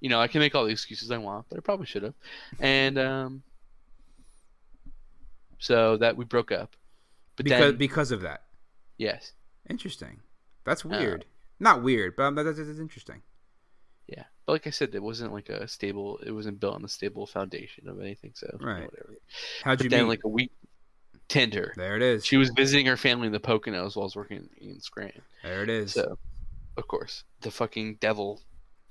[SPEAKER 2] You know, I can make all the excuses I want, but I probably should have. And um, so that we broke up. But
[SPEAKER 1] Because
[SPEAKER 2] then,
[SPEAKER 1] because of that.
[SPEAKER 2] yes,
[SPEAKER 1] Interesting.
[SPEAKER 2] Uh,
[SPEAKER 1] That's weird. Not weird, but um, that- that's, that's interesting.
[SPEAKER 2] Yeah, but like I said, it wasn't like a stable. It wasn't built on a stable foundation of anything. So you know,
[SPEAKER 1] Right.
[SPEAKER 2] whatever.
[SPEAKER 1] How'd
[SPEAKER 2] But
[SPEAKER 1] you
[SPEAKER 2] then,
[SPEAKER 1] meet?
[SPEAKER 2] like a week, Tinder.
[SPEAKER 1] there it is.
[SPEAKER 2] She was visiting her family in the Poconos while I was working in Scranton.
[SPEAKER 1] There it is.
[SPEAKER 2] So, of course, the fucking devil,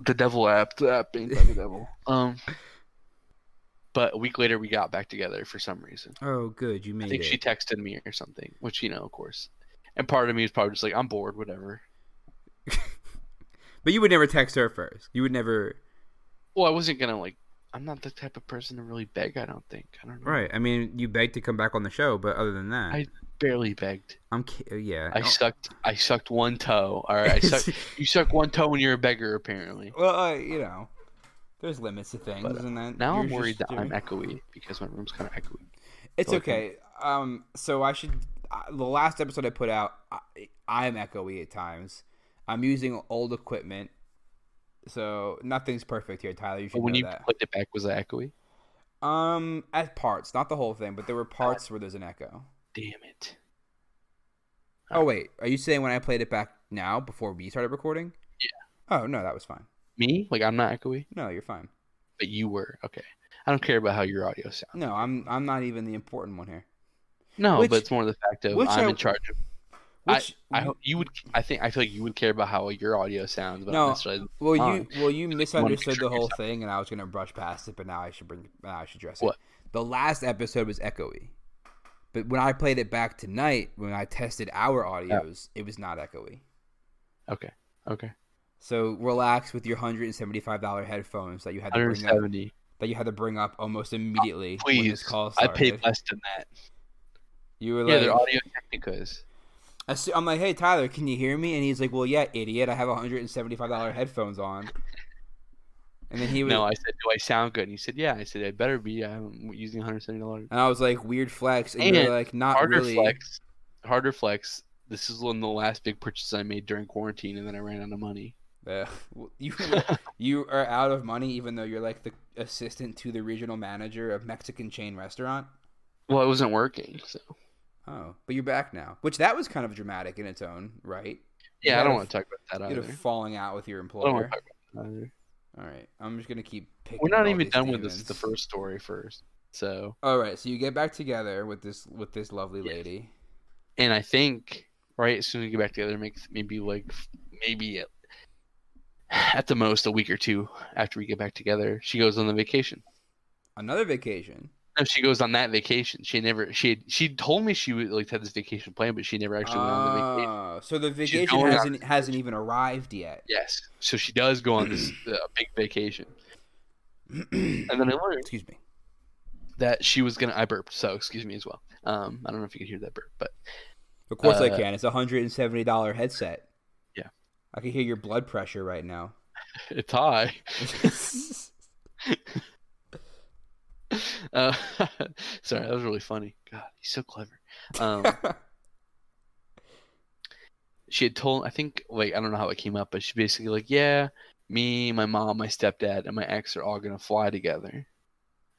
[SPEAKER 2] the devil app, the app being by the devil. Um, but a week later, we got back together for some reason.
[SPEAKER 1] oh, good. You made
[SPEAKER 2] I think
[SPEAKER 1] it.
[SPEAKER 2] she texted me or something, which you know, of course. And part of me is probably just like, I'm bored, whatever.
[SPEAKER 1] But you would never text her first. You would never.
[SPEAKER 2] Well, I wasn't gonna like. I'm not the type of person to really beg. I don't think. I don't know.
[SPEAKER 1] Right. I mean, you begged to come back on the show, but other than that, I,
[SPEAKER 2] Barely begged.
[SPEAKER 1] am ki- uh, yeah. Oh,
[SPEAKER 2] I sucked. I sucked one toe. All right. I sucked. you suck one toe when you're a beggar, apparently.
[SPEAKER 1] well, I, you know, there's limits to things,
[SPEAKER 2] But, uh,
[SPEAKER 1] and that
[SPEAKER 2] Now
[SPEAKER 1] you're
[SPEAKER 2] I'm worried that
[SPEAKER 1] just
[SPEAKER 2] I'm
[SPEAKER 1] doing-
[SPEAKER 2] echoey because my room's kind of echoey.
[SPEAKER 1] It's
[SPEAKER 2] so I
[SPEAKER 1] okay. Um, so I should. Uh, the last episode I put out, I, I'm echoey at times. I'm using old equipment, so nothing's perfect here, Tyler. You should
[SPEAKER 2] But when
[SPEAKER 1] know
[SPEAKER 2] you
[SPEAKER 1] that.
[SPEAKER 2] played it back, was I echoey?
[SPEAKER 1] Um, at parts, not the whole thing, but there were parts where there's an echo.
[SPEAKER 2] Damn it.
[SPEAKER 1] Oh wait, are you saying when I played it back now before we started recording? Yeah. Oh no, that was fine.
[SPEAKER 2] Me? Like I'm not echoey,
[SPEAKER 1] No, you're fine.
[SPEAKER 2] but you were. Okay. I don't care about how your audio sounds.
[SPEAKER 1] No, I'm I'm not even the important one here.
[SPEAKER 2] No,
[SPEAKER 1] Which-
[SPEAKER 2] but it's more the fact of
[SPEAKER 1] which
[SPEAKER 2] I'm
[SPEAKER 1] I-
[SPEAKER 2] in charge of.
[SPEAKER 1] Which
[SPEAKER 2] I hope you would. I think I feel like you would care about how your audio sounds, but
[SPEAKER 1] No.
[SPEAKER 2] not necessarily.
[SPEAKER 1] well you
[SPEAKER 2] on.
[SPEAKER 1] well you misunderstood
[SPEAKER 2] picture
[SPEAKER 1] the
[SPEAKER 2] of
[SPEAKER 1] whole thing, and I was gonna brush past it, but now I should bring now I should address it.
[SPEAKER 2] What?
[SPEAKER 1] The last episode was echoey, but when I played it back tonight, when I tested our audios, it was not echoey.
[SPEAKER 2] Okay. Okay.
[SPEAKER 1] So relax with your hundred and seventy five dollar headphones that you had to bring up
[SPEAKER 2] 170.
[SPEAKER 1] that you had to bring up almost immediately when this
[SPEAKER 2] Please.
[SPEAKER 1] call
[SPEAKER 2] I
[SPEAKER 1] started.
[SPEAKER 2] paid less than that.
[SPEAKER 1] You were
[SPEAKER 2] Yeah,
[SPEAKER 1] like,
[SPEAKER 2] they're audio technicas.
[SPEAKER 1] I s- I'm like, hey Tyler, can you hear me? And he's like, well, yeah, idiot, I have 175 dollar headphones on. And then he was,
[SPEAKER 2] No, I said, do I sound good? And he said, yeah. I said, I better be. I'm using 170 dollars.
[SPEAKER 1] and I was like, weird flex, and, you're
[SPEAKER 2] And
[SPEAKER 1] like, not
[SPEAKER 2] Harder
[SPEAKER 1] really.
[SPEAKER 2] flex. Harder flex. This is one of the last big purchases I made during quarantine, and then I ran out of money.
[SPEAKER 1] Uh, you you are out of money, even though you're like the assistant to the regional manager of Mexican chain restaurant.
[SPEAKER 2] Well, it wasn't working. So
[SPEAKER 1] Oh, but you're back now, which that was kind of dramatic in its own right.
[SPEAKER 2] yeah,
[SPEAKER 1] You
[SPEAKER 2] I
[SPEAKER 1] had
[SPEAKER 2] don't
[SPEAKER 1] a-
[SPEAKER 2] want to talk about that
[SPEAKER 1] You're
[SPEAKER 2] either.
[SPEAKER 1] falling out with your
[SPEAKER 2] I don't want
[SPEAKER 1] employer.
[SPEAKER 2] to talk about that either.
[SPEAKER 1] All right, I'm just gonna keep. Picking
[SPEAKER 2] We're
[SPEAKER 1] at
[SPEAKER 2] not
[SPEAKER 1] all
[SPEAKER 2] even
[SPEAKER 1] these
[SPEAKER 2] done with this.
[SPEAKER 1] demons.
[SPEAKER 2] The first story first. So,
[SPEAKER 1] All right, so you get back together with this with this lovely
[SPEAKER 2] Yes.
[SPEAKER 1] lady.
[SPEAKER 2] and I think right as soon as we get back together, make maybe like maybe at, at the most a week or two after we get back together, she goes on the vacation.
[SPEAKER 1] Another vacation.
[SPEAKER 2] time she goes on that vacation. She never she had, she told me she would like had this vacation plan, but she never actually went on the vacation.
[SPEAKER 1] Ah, so the
[SPEAKER 2] She's
[SPEAKER 1] vacation
[SPEAKER 2] going on
[SPEAKER 1] hasn't hasn't even arrived yet.
[SPEAKER 2] Yes, so she does go on this uh, big vacation,
[SPEAKER 1] Excuse
[SPEAKER 2] and then I learned
[SPEAKER 1] me.
[SPEAKER 2] that she was gonna. I burped, so excuse me as well. Um, I don't know if you could hear that burp, but
[SPEAKER 1] Of course I
[SPEAKER 2] Uh,
[SPEAKER 1] can. It's a hundred and seventy dollar headset.
[SPEAKER 2] Yeah.
[SPEAKER 1] I can hear your blood pressure right now.
[SPEAKER 2] it's high. Uh, sorry, that was really funny. God, he's so clever. Um, she had told I think like I don't know how it came up, but she basically like, yeah, me, my mom, my stepdad, and my ex are all gonna fly together.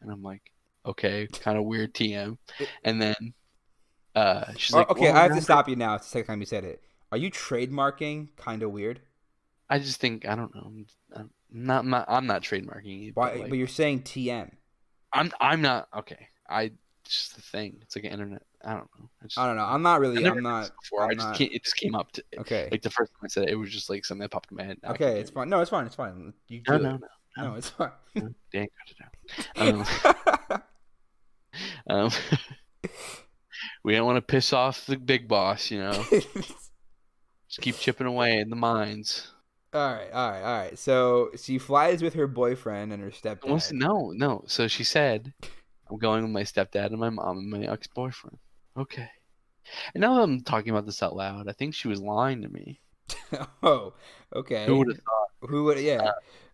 [SPEAKER 2] And I'm like, okay, kind of weird TM. And then uh she's
[SPEAKER 1] Oh,
[SPEAKER 2] like,
[SPEAKER 1] okay,
[SPEAKER 2] well,
[SPEAKER 1] I have to
[SPEAKER 2] remember-
[SPEAKER 1] stop you now. It's the second time you said it. Are you trademarking kind of weird?
[SPEAKER 2] I just think I don't know. I'm- I'm not my, I'm not trademarking it.
[SPEAKER 1] Why?
[SPEAKER 2] but, like,
[SPEAKER 1] but you're saying TM.
[SPEAKER 2] I'm I'm not okay. I it's just the thing. It's like an internet. I don't know. I just
[SPEAKER 1] I don't know. I'm not really.
[SPEAKER 2] never
[SPEAKER 1] I'm
[SPEAKER 2] did this
[SPEAKER 1] not.
[SPEAKER 2] before. i
[SPEAKER 1] I'm
[SPEAKER 2] just
[SPEAKER 1] not-
[SPEAKER 2] can't, it just came up to,
[SPEAKER 1] Okay.
[SPEAKER 2] like the first time I said it, it was just like something that popped in my head. Now I can't
[SPEAKER 1] Okay.
[SPEAKER 2] do
[SPEAKER 1] It's
[SPEAKER 2] it.
[SPEAKER 1] fine. No, it's fine. It's fine. You do
[SPEAKER 2] no,
[SPEAKER 1] it.
[SPEAKER 2] no, no. no.
[SPEAKER 1] No, it's fine.
[SPEAKER 2] Dang, got it out. Um, Um, we don't want to piss off the big boss, you know. Just keep chipping away in the mines.
[SPEAKER 1] all right. All right. All right. So she flies with her boyfriend and her stepdad.
[SPEAKER 2] Once- no, no. So she said, "I'm going with my stepdad and my mom and my ex-boyfriend." Okay. And now that I'm talking about this out loud, I think she was lying to me.
[SPEAKER 1] oh. Okay.
[SPEAKER 2] Who would have thought?
[SPEAKER 1] Who would? Yeah.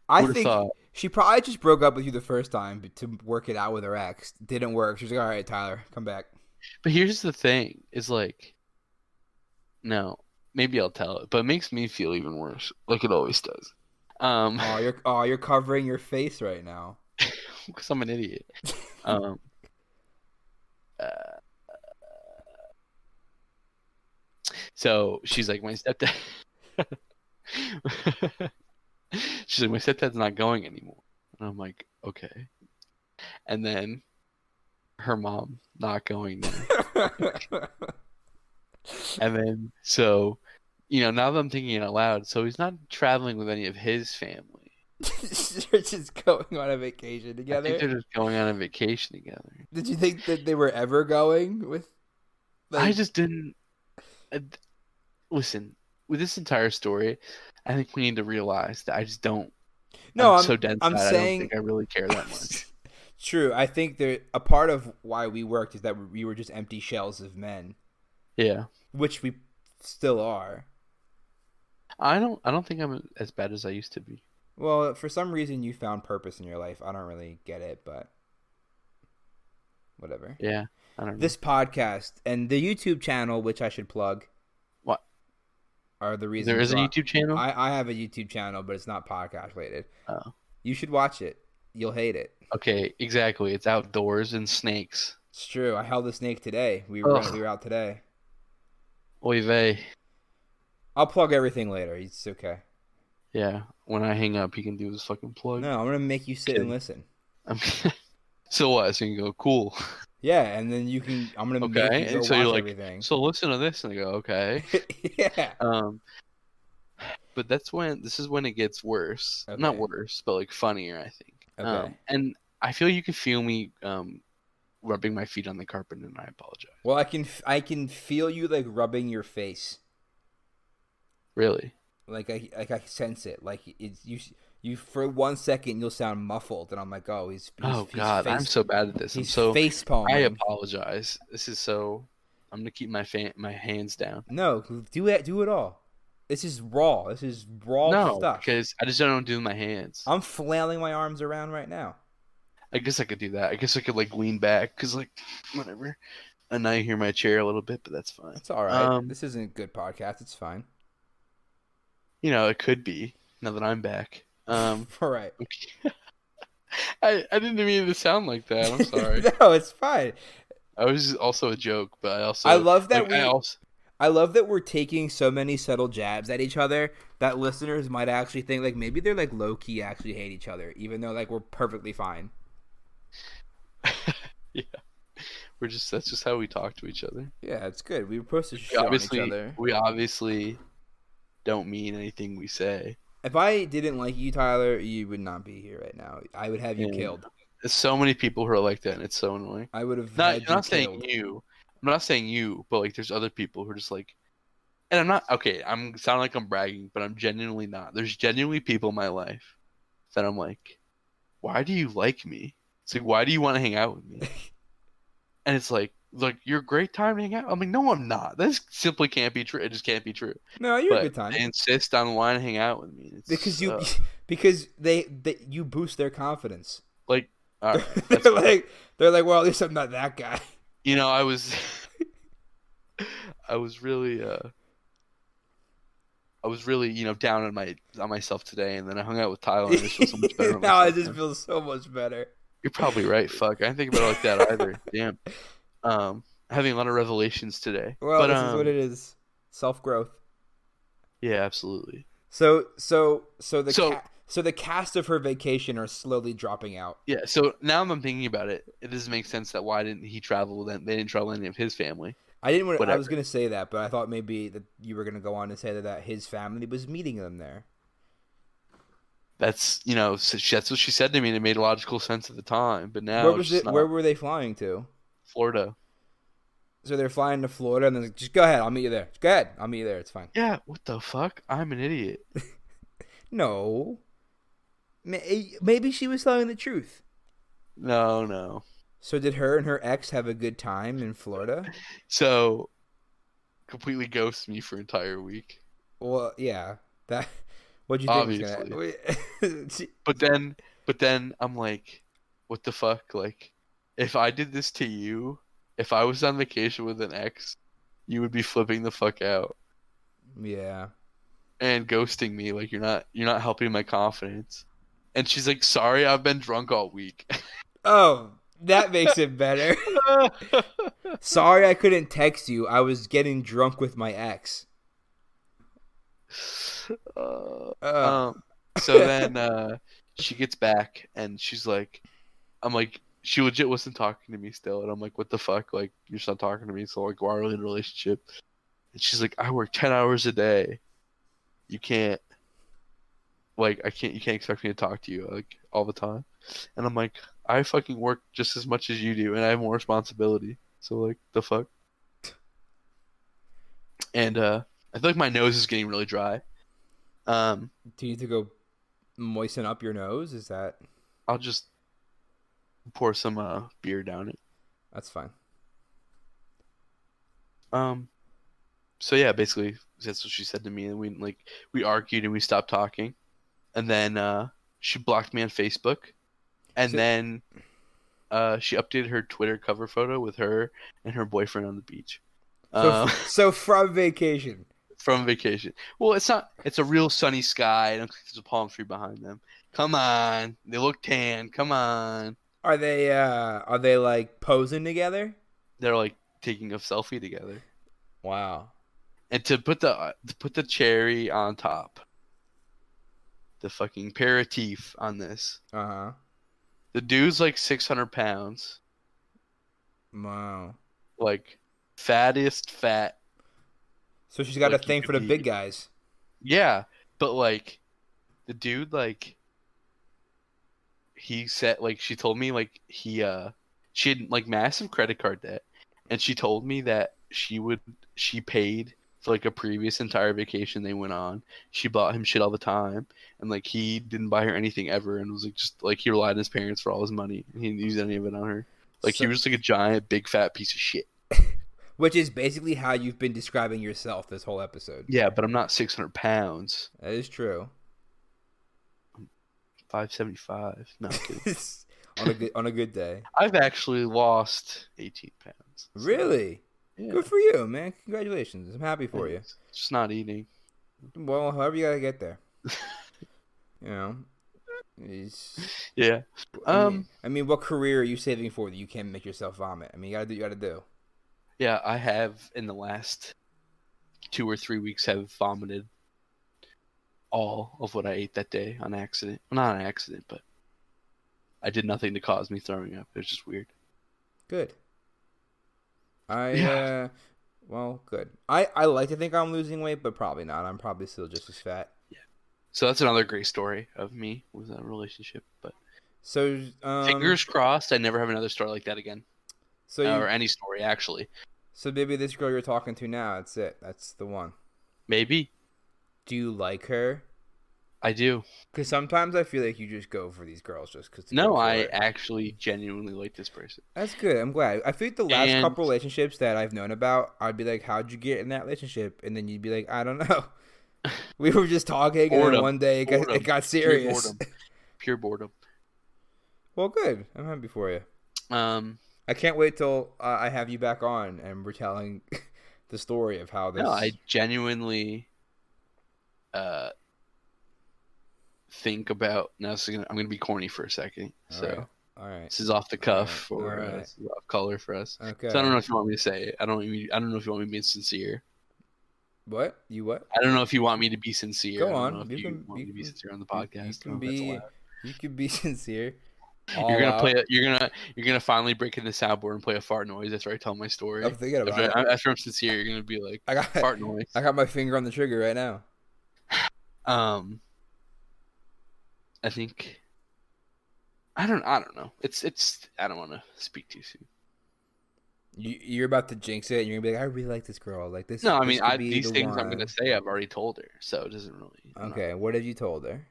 [SPEAKER 1] I
[SPEAKER 2] Uh, would've
[SPEAKER 1] think
[SPEAKER 2] thought?
[SPEAKER 1] she probably just broke up with you the first time b- to work it out with her ex. Didn't work. She was like, "All right, Tyler, come back."
[SPEAKER 2] But here's the thing: is like, no, maybe I'll tell it, but it makes me feel even worse, like it always does. Um,
[SPEAKER 1] Oh, you're oh, you're covering your face right now.
[SPEAKER 2] because I'm an idiot. Um, uh, so she's like, my stepdad. she's like, my stepdad's not going anymore, and I'm like, okay. And then her mom not going, now. and then so, you know, now that I'm thinking it out loud, so he's not traveling with any of his family.
[SPEAKER 1] They're just going on a vacation
[SPEAKER 2] I think
[SPEAKER 1] together.
[SPEAKER 2] they're just going on a vacation together.
[SPEAKER 1] Did you think that they were ever going with?
[SPEAKER 2] I just didn't. I d- listen, with this entire story, I think we need to realize that I just don't.
[SPEAKER 1] no.
[SPEAKER 2] I'm,
[SPEAKER 1] I'm,
[SPEAKER 2] so dense.
[SPEAKER 1] I'm
[SPEAKER 2] that
[SPEAKER 1] saying-
[SPEAKER 2] I don't think I really care that much.
[SPEAKER 1] True. I think there a part of why we worked is that we were just empty shells of men,
[SPEAKER 2] yeah,
[SPEAKER 1] which we still are.
[SPEAKER 2] I don't. I don't think I'm as bad as I used to be.
[SPEAKER 1] Well, for some reason you found purpose in your life. I don't really get it, but whatever.
[SPEAKER 2] Yeah, I don't.
[SPEAKER 1] This podcast and the YouTube channel, which I should plug.
[SPEAKER 2] What?
[SPEAKER 1] Are the
[SPEAKER 2] know.
[SPEAKER 1] reasons
[SPEAKER 2] there is a
[SPEAKER 1] why-
[SPEAKER 2] YouTube channel.
[SPEAKER 1] I, I have a YouTube channel, but it's not podcast related.
[SPEAKER 2] Oh.
[SPEAKER 1] You should watch it. You'll hate it.
[SPEAKER 2] okay, exactly. It's outdoors and snakes.
[SPEAKER 1] It's true. I held a snake today. We were
[SPEAKER 2] Ugh.
[SPEAKER 1] we were out today.
[SPEAKER 2] Oy vey.
[SPEAKER 1] I'll plug everything later. It's okay.
[SPEAKER 2] Yeah. When I hang up, he can do his fucking plug.
[SPEAKER 1] No, I'm gonna make you sit and listen.
[SPEAKER 2] I'm, so what? So you can go cool.
[SPEAKER 1] Yeah, and then you can. I'm gonna
[SPEAKER 2] Okay,
[SPEAKER 1] make you go
[SPEAKER 2] and so
[SPEAKER 1] watch
[SPEAKER 2] you're like,
[SPEAKER 1] everything.
[SPEAKER 2] So listen to this and I go okay.
[SPEAKER 1] yeah.
[SPEAKER 2] Um, but that's when this is when it gets worse. Not
[SPEAKER 1] Okay.
[SPEAKER 2] worse, but like funnier, I think. Um,
[SPEAKER 1] Okay.
[SPEAKER 2] and I feel you can feel me um, rubbing my feet on the carpet, and I apologize.
[SPEAKER 1] Well, I can f- I can feel you like rubbing your face.
[SPEAKER 2] Really?
[SPEAKER 1] Like I like I sense it. Like it's you you for one second you'll sound muffled, and I'm like, oh, he's. he's
[SPEAKER 2] oh
[SPEAKER 1] he's
[SPEAKER 2] God, I'm
[SPEAKER 1] face-
[SPEAKER 2] so bad at this. I'm
[SPEAKER 1] He's
[SPEAKER 2] so
[SPEAKER 1] face palming.
[SPEAKER 2] I apologize. This is so. I'm gonna keep my fan, my hands down.
[SPEAKER 1] No, do it. Do it all. This is raw. This is raw
[SPEAKER 2] no,
[SPEAKER 1] stuff.
[SPEAKER 2] because I just don't know what to do with my hands.
[SPEAKER 1] I'm flailing my arms around right now.
[SPEAKER 2] I guess I could do that. I guess I could like lean back, cause like whatever. And now you hear my chair a little bit, but that's fine.
[SPEAKER 1] It's all right.
[SPEAKER 2] Um,
[SPEAKER 1] this isn't a good podcast. It's fine.
[SPEAKER 2] You know, it could be now that I'm back. Um,
[SPEAKER 1] all right.
[SPEAKER 2] I, I didn't mean to sound like that. I'm sorry.
[SPEAKER 1] no, it's fine.
[SPEAKER 2] I was also a joke, but I also
[SPEAKER 1] I love that
[SPEAKER 2] like,
[SPEAKER 1] we.
[SPEAKER 2] I also
[SPEAKER 1] I love that we're taking so many subtle jabs at each other that listeners might actually think like maybe they're like low key actually hate each other, even though like we're perfectly fine.
[SPEAKER 2] we're just that's just how we talk to each other.
[SPEAKER 1] Yeah, it's good. We were supposed to
[SPEAKER 2] We
[SPEAKER 1] shit on each
[SPEAKER 2] obviously
[SPEAKER 1] other.
[SPEAKER 2] we obviously don't mean anything we say.
[SPEAKER 1] If I didn't like you, Tyler, you would not be here right now. I would have you
[SPEAKER 2] Yeah.
[SPEAKER 1] killed.
[SPEAKER 2] There's so many people who are like that, and it's so annoying.
[SPEAKER 1] I would have.
[SPEAKER 2] Not,
[SPEAKER 1] had
[SPEAKER 2] I'm not
[SPEAKER 1] you
[SPEAKER 2] saying
[SPEAKER 1] killed.
[SPEAKER 2] you. I'm not saying you, but like there's other people who are just like, and I'm not okay. I'm sound like I'm bragging, but I'm genuinely not. There's genuinely people in my life that I'm like, why do you like me? It's like why do you want to hang out with me? and it's like, like you're a great time to hang out. I'm like, no, I'm not. This simply can't be true. It just can't be true.
[SPEAKER 1] No, you're
[SPEAKER 2] but
[SPEAKER 1] a good time
[SPEAKER 2] They insist on wanting to hang out with me. It's
[SPEAKER 1] because you
[SPEAKER 2] uh,
[SPEAKER 1] because they, they you boost their confidence.
[SPEAKER 2] all right, that's
[SPEAKER 1] they're
[SPEAKER 2] fine.
[SPEAKER 1] like they're like, well, at least I'm not that guy.
[SPEAKER 2] you know, I was, I was really, uh, I was really, you know, down on my on myself today, and then I hung out with Tyler, and I just feel Oh, so much better. about
[SPEAKER 1] now I
[SPEAKER 2] myself
[SPEAKER 1] just
[SPEAKER 2] now.
[SPEAKER 1] feel so much better.
[SPEAKER 2] You're probably right. Fuck, I didn't think about it like that either. Damn, um, having a lot of revelations today.
[SPEAKER 1] Well,
[SPEAKER 2] but,
[SPEAKER 1] this is
[SPEAKER 2] um,
[SPEAKER 1] what it is. Self growth.
[SPEAKER 2] Yeah, absolutely.
[SPEAKER 1] So so so the
[SPEAKER 2] So-
[SPEAKER 1] ca- so the cast of her vacation are slowly dropping out.
[SPEAKER 2] Yeah. So now I'm thinking about it. It doesn't make sense that why didn't he travel? Then they didn't travel any of his family.
[SPEAKER 1] I didn't want. to I was
[SPEAKER 2] Whatever.
[SPEAKER 1] gonna say that, but I thought maybe that you were gonna go on to say that, that his family was meeting them there.
[SPEAKER 2] That's you know so she- that's what she said to me, and it made logical sense at the time. But now
[SPEAKER 1] where
[SPEAKER 2] it's
[SPEAKER 1] was
[SPEAKER 2] just
[SPEAKER 1] it?
[SPEAKER 2] not.
[SPEAKER 1] Where were they flying to?
[SPEAKER 2] Florida.
[SPEAKER 1] So they're flying to Florida, and they're like, just go ahead. I'll meet you there. Just go ahead. I'll meet you there. It's fine.
[SPEAKER 2] Yeah, what the fuck? I'm an idiot.
[SPEAKER 1] No. May- Maybe she was telling the truth.
[SPEAKER 2] No, no.
[SPEAKER 1] So did her and her ex have a good time in Florida?
[SPEAKER 2] So completely ghosts me for an entire week.
[SPEAKER 1] Well, yeah. That. What do you think was gonna?
[SPEAKER 2] But then but then I'm like, what the fuck? Like, if I did this to you, if I was on vacation with an ex, you would be flipping the fuck out
[SPEAKER 1] yeah.
[SPEAKER 2] and ghosting me like you're not you're not helping my confidence. And she's like, sorry, I've been drunk all week.
[SPEAKER 1] Oh, that makes it better. Sorry, I couldn't text you. I was getting drunk with my ex.
[SPEAKER 2] Uh,
[SPEAKER 1] Uh,
[SPEAKER 2] Um, so then uh, she gets back and she's like, I'm like, she legit wasn't talking to me still. And I'm like, what the fuck? Like, you're just not talking to me. So, like, why are we in a relationship? And she's like, I work 10 hours a day. You can't, like, I can't, you can't expect me to talk to you, like, all the time. And I'm like, I fucking work just as much as you do and I have more responsibility. So, like, the fuck? And, uh, I feel like my nose is getting really dry. Um,
[SPEAKER 1] Do you need to go moisten up your nose? Is that
[SPEAKER 2] I'll just pour some uh, beer down it.
[SPEAKER 1] that's fine?
[SPEAKER 2] Um, so yeah, basically that's what she said to me, and we like we argued and we stopped talking, and then uh, she blocked me on Facebook, and
[SPEAKER 1] So-
[SPEAKER 2] then uh, she updated her Twitter cover photo with her and her boyfriend on the beach.
[SPEAKER 1] So,
[SPEAKER 2] Um,
[SPEAKER 1] so from vacation.
[SPEAKER 2] from vacation. Well, it's not. It's a real sunny sky. and there's a palm tree behind them. Come on, they look tan. Come on,
[SPEAKER 1] Are they uh are they like posing together?
[SPEAKER 2] they're like taking a selfie together.
[SPEAKER 1] Wow.
[SPEAKER 2] and to put the uh, to put the cherry on top, the fucking aperitif on this.
[SPEAKER 1] Uh huh.
[SPEAKER 2] The dude's like six hundred pounds,
[SPEAKER 1] Wow.
[SPEAKER 2] like fattest fat.
[SPEAKER 1] So she's got
[SPEAKER 2] Like,
[SPEAKER 1] a
[SPEAKER 2] you
[SPEAKER 1] thing
[SPEAKER 2] could
[SPEAKER 1] for the
[SPEAKER 2] be-
[SPEAKER 1] big guys.
[SPEAKER 2] Yeah, but like, the dude like. He said like she told me like he uh she had like massive credit card debt, and she told me that she would she paid for like a previous entire vacation they went on. She bought him shit all the time, and like he didn't buy her anything ever, and was like just like he relied on his parents for all his money, and he didn't use any of it on her. Like he
[SPEAKER 1] So-
[SPEAKER 2] was just like a giant, big, fat piece of shit.
[SPEAKER 1] which is basically how you've been describing yourself this whole episode.
[SPEAKER 2] Yeah, but I'm not 600 pounds,
[SPEAKER 1] That is true.
[SPEAKER 2] 575. No, I'm kidding.
[SPEAKER 1] on a good on a good day.
[SPEAKER 2] I've actually lost 18 pounds. So,
[SPEAKER 1] Really?
[SPEAKER 2] Yeah.
[SPEAKER 1] Good for you, man. Congratulations. I'm happy for you.
[SPEAKER 2] It's Just not eating.
[SPEAKER 1] Well, however you gotta get there. you know. It's-
[SPEAKER 2] Yeah.
[SPEAKER 1] I mean-
[SPEAKER 2] Um.
[SPEAKER 1] I mean, what career are you saving for that you can't make yourself vomit? I mean, you gotta do. You gotta do.
[SPEAKER 2] Yeah, I have in the last two or three weeks have vomited all of what I ate that day on accident. Well, not on accident, but I did nothing to cause me throwing up. It was just weird.
[SPEAKER 1] Good. I
[SPEAKER 2] Yeah.
[SPEAKER 1] uh well, good. I I like to think I'm losing weight, but probably not. I'm probably still just as fat.
[SPEAKER 2] So that's another great story of me with that relationship. But
[SPEAKER 1] So um,
[SPEAKER 2] Fingers crossed, I never have another story like that again,
[SPEAKER 1] So you,
[SPEAKER 2] or any story actually.
[SPEAKER 1] so maybe this girl you're talking to now. That's it. That's the one.
[SPEAKER 2] Maybe
[SPEAKER 1] Do you like her?
[SPEAKER 2] I do.
[SPEAKER 1] Because sometimes I feel like you just go for these girls just because.
[SPEAKER 2] No, I actually genuinely like this person.
[SPEAKER 1] That's good. I'm glad. I feel like the last
[SPEAKER 2] And-
[SPEAKER 1] couple relationships that I've known about, I'd be like, "How'd you get in that relationship?" And then you'd be like, "I don't know." We were just talking, and then
[SPEAKER 2] Boredom.
[SPEAKER 1] one day it got,
[SPEAKER 2] Boredom.
[SPEAKER 1] it got
[SPEAKER 2] Pure
[SPEAKER 1] serious.
[SPEAKER 2] boredom. Pure boredom.
[SPEAKER 1] Well, good. I'm happy for you.
[SPEAKER 2] Um,
[SPEAKER 1] I can't wait till uh, I have you back on and we're telling the story of how this.
[SPEAKER 2] no, I genuinely uh think about. Now this is gonna, I'm gonna be corny for a second.
[SPEAKER 1] All
[SPEAKER 2] so
[SPEAKER 1] right. All right.
[SPEAKER 2] this is off the cuff
[SPEAKER 1] All right,
[SPEAKER 2] or
[SPEAKER 1] all
[SPEAKER 2] uh,
[SPEAKER 1] right.
[SPEAKER 2] this is off color for us.
[SPEAKER 1] Okay.
[SPEAKER 2] So I don't know if you want me to say it. I don't. even- I don't know if you want me to be sincere.
[SPEAKER 1] What you what?
[SPEAKER 2] I don't know if you want me to be sincere.
[SPEAKER 1] Go
[SPEAKER 2] I don't
[SPEAKER 1] on,
[SPEAKER 2] know if
[SPEAKER 1] you
[SPEAKER 2] you,
[SPEAKER 1] can-
[SPEAKER 2] want
[SPEAKER 1] you
[SPEAKER 2] me to be
[SPEAKER 1] can-
[SPEAKER 2] sincere on the
[SPEAKER 1] you- you
[SPEAKER 2] podcast. I
[SPEAKER 1] can
[SPEAKER 2] don't know if that's
[SPEAKER 1] be
[SPEAKER 2] allowed.
[SPEAKER 1] You could be sincere.
[SPEAKER 2] You're
[SPEAKER 1] all
[SPEAKER 2] gonna
[SPEAKER 1] out.
[SPEAKER 2] play. it- You're gonna. You're gonna finally break into soundboard and play a fart noise after I tell my story.
[SPEAKER 1] I'm thinking about
[SPEAKER 2] After,
[SPEAKER 1] it.
[SPEAKER 2] after I'm sincere, you're gonna be like
[SPEAKER 1] I got
[SPEAKER 2] fart noise.
[SPEAKER 1] I got my finger on the trigger right now.
[SPEAKER 2] Um, I think. I don't. I don't know. It's. It's. I don't want to speak too soon.
[SPEAKER 1] You, you're about to jinx it. and You're gonna be like, I really like this girl. Like this.
[SPEAKER 2] No, I
[SPEAKER 1] this
[SPEAKER 2] mean,
[SPEAKER 1] could
[SPEAKER 2] I,
[SPEAKER 1] be
[SPEAKER 2] these
[SPEAKER 1] the
[SPEAKER 2] things I'm
[SPEAKER 1] one."
[SPEAKER 2] gonna say, I've already told her, so it doesn't really. I don't know.
[SPEAKER 1] Okay, what have you told her?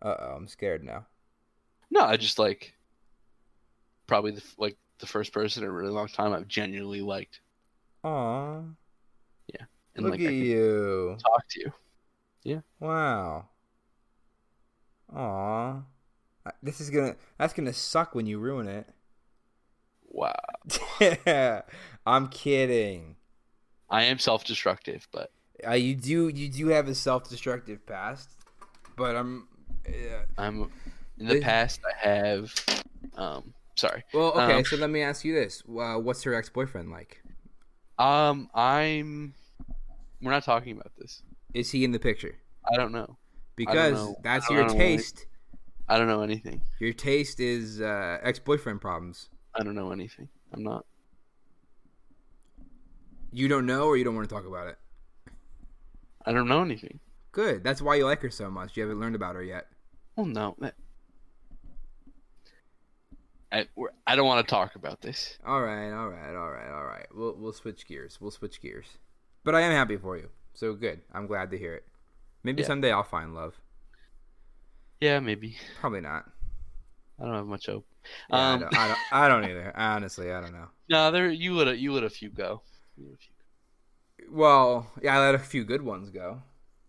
[SPEAKER 1] Uh oh, I'm scared now.
[SPEAKER 2] No, I just like. Probably the f- like the first person in a really long time I've genuinely liked,
[SPEAKER 1] Aw,
[SPEAKER 2] and
[SPEAKER 1] look
[SPEAKER 2] like
[SPEAKER 1] at
[SPEAKER 2] I can
[SPEAKER 1] you!
[SPEAKER 2] talk to you.
[SPEAKER 1] Wow. Aw, I- this is gonna that's gonna suck when you ruin it.
[SPEAKER 2] Wow.
[SPEAKER 1] I'm kidding.
[SPEAKER 2] I am self-destructive, but
[SPEAKER 1] Uh, you do you do have a self-destructive past, but I'm. Uh,
[SPEAKER 2] I'm in the
[SPEAKER 1] They-
[SPEAKER 2] past. I have. Um, sorry.
[SPEAKER 1] well, okay.
[SPEAKER 2] Um,
[SPEAKER 1] so let me ask you this: uh, What's her ex-boyfriend like?
[SPEAKER 2] Um, I'm. We're not talking about this.
[SPEAKER 1] Is he in the picture?
[SPEAKER 2] I don't know.
[SPEAKER 1] Because
[SPEAKER 2] know.
[SPEAKER 1] that's
[SPEAKER 2] I
[SPEAKER 1] your
[SPEAKER 2] don't know.
[SPEAKER 1] taste.
[SPEAKER 2] I don't know anything.
[SPEAKER 1] Your taste is uh, ex-boyfriend problems.
[SPEAKER 2] I don't know anything. I'm not.
[SPEAKER 1] You don't know, or you don't want to talk about it.
[SPEAKER 2] I don't know anything.
[SPEAKER 1] Good. That's why you like her so much. You haven't learned about her yet.
[SPEAKER 2] Well, no. That, I we're, I don't want to talk about this.
[SPEAKER 1] All right, all right, all right, all right. We'll we'll switch gears. We'll switch gears. But I am happy for you. So good. I'm glad to hear it. Maybe
[SPEAKER 2] Yeah.
[SPEAKER 1] someday I'll find love.
[SPEAKER 2] Yeah, maybe.
[SPEAKER 1] Probably not.
[SPEAKER 2] I don't have much hope.
[SPEAKER 1] Yeah, I
[SPEAKER 2] um,
[SPEAKER 1] don't- I, don't, I don't either. Honestly, I don't know.
[SPEAKER 2] no, there you let a, you let a few go. You let a few go.
[SPEAKER 1] Well, yeah, I let a few good ones go.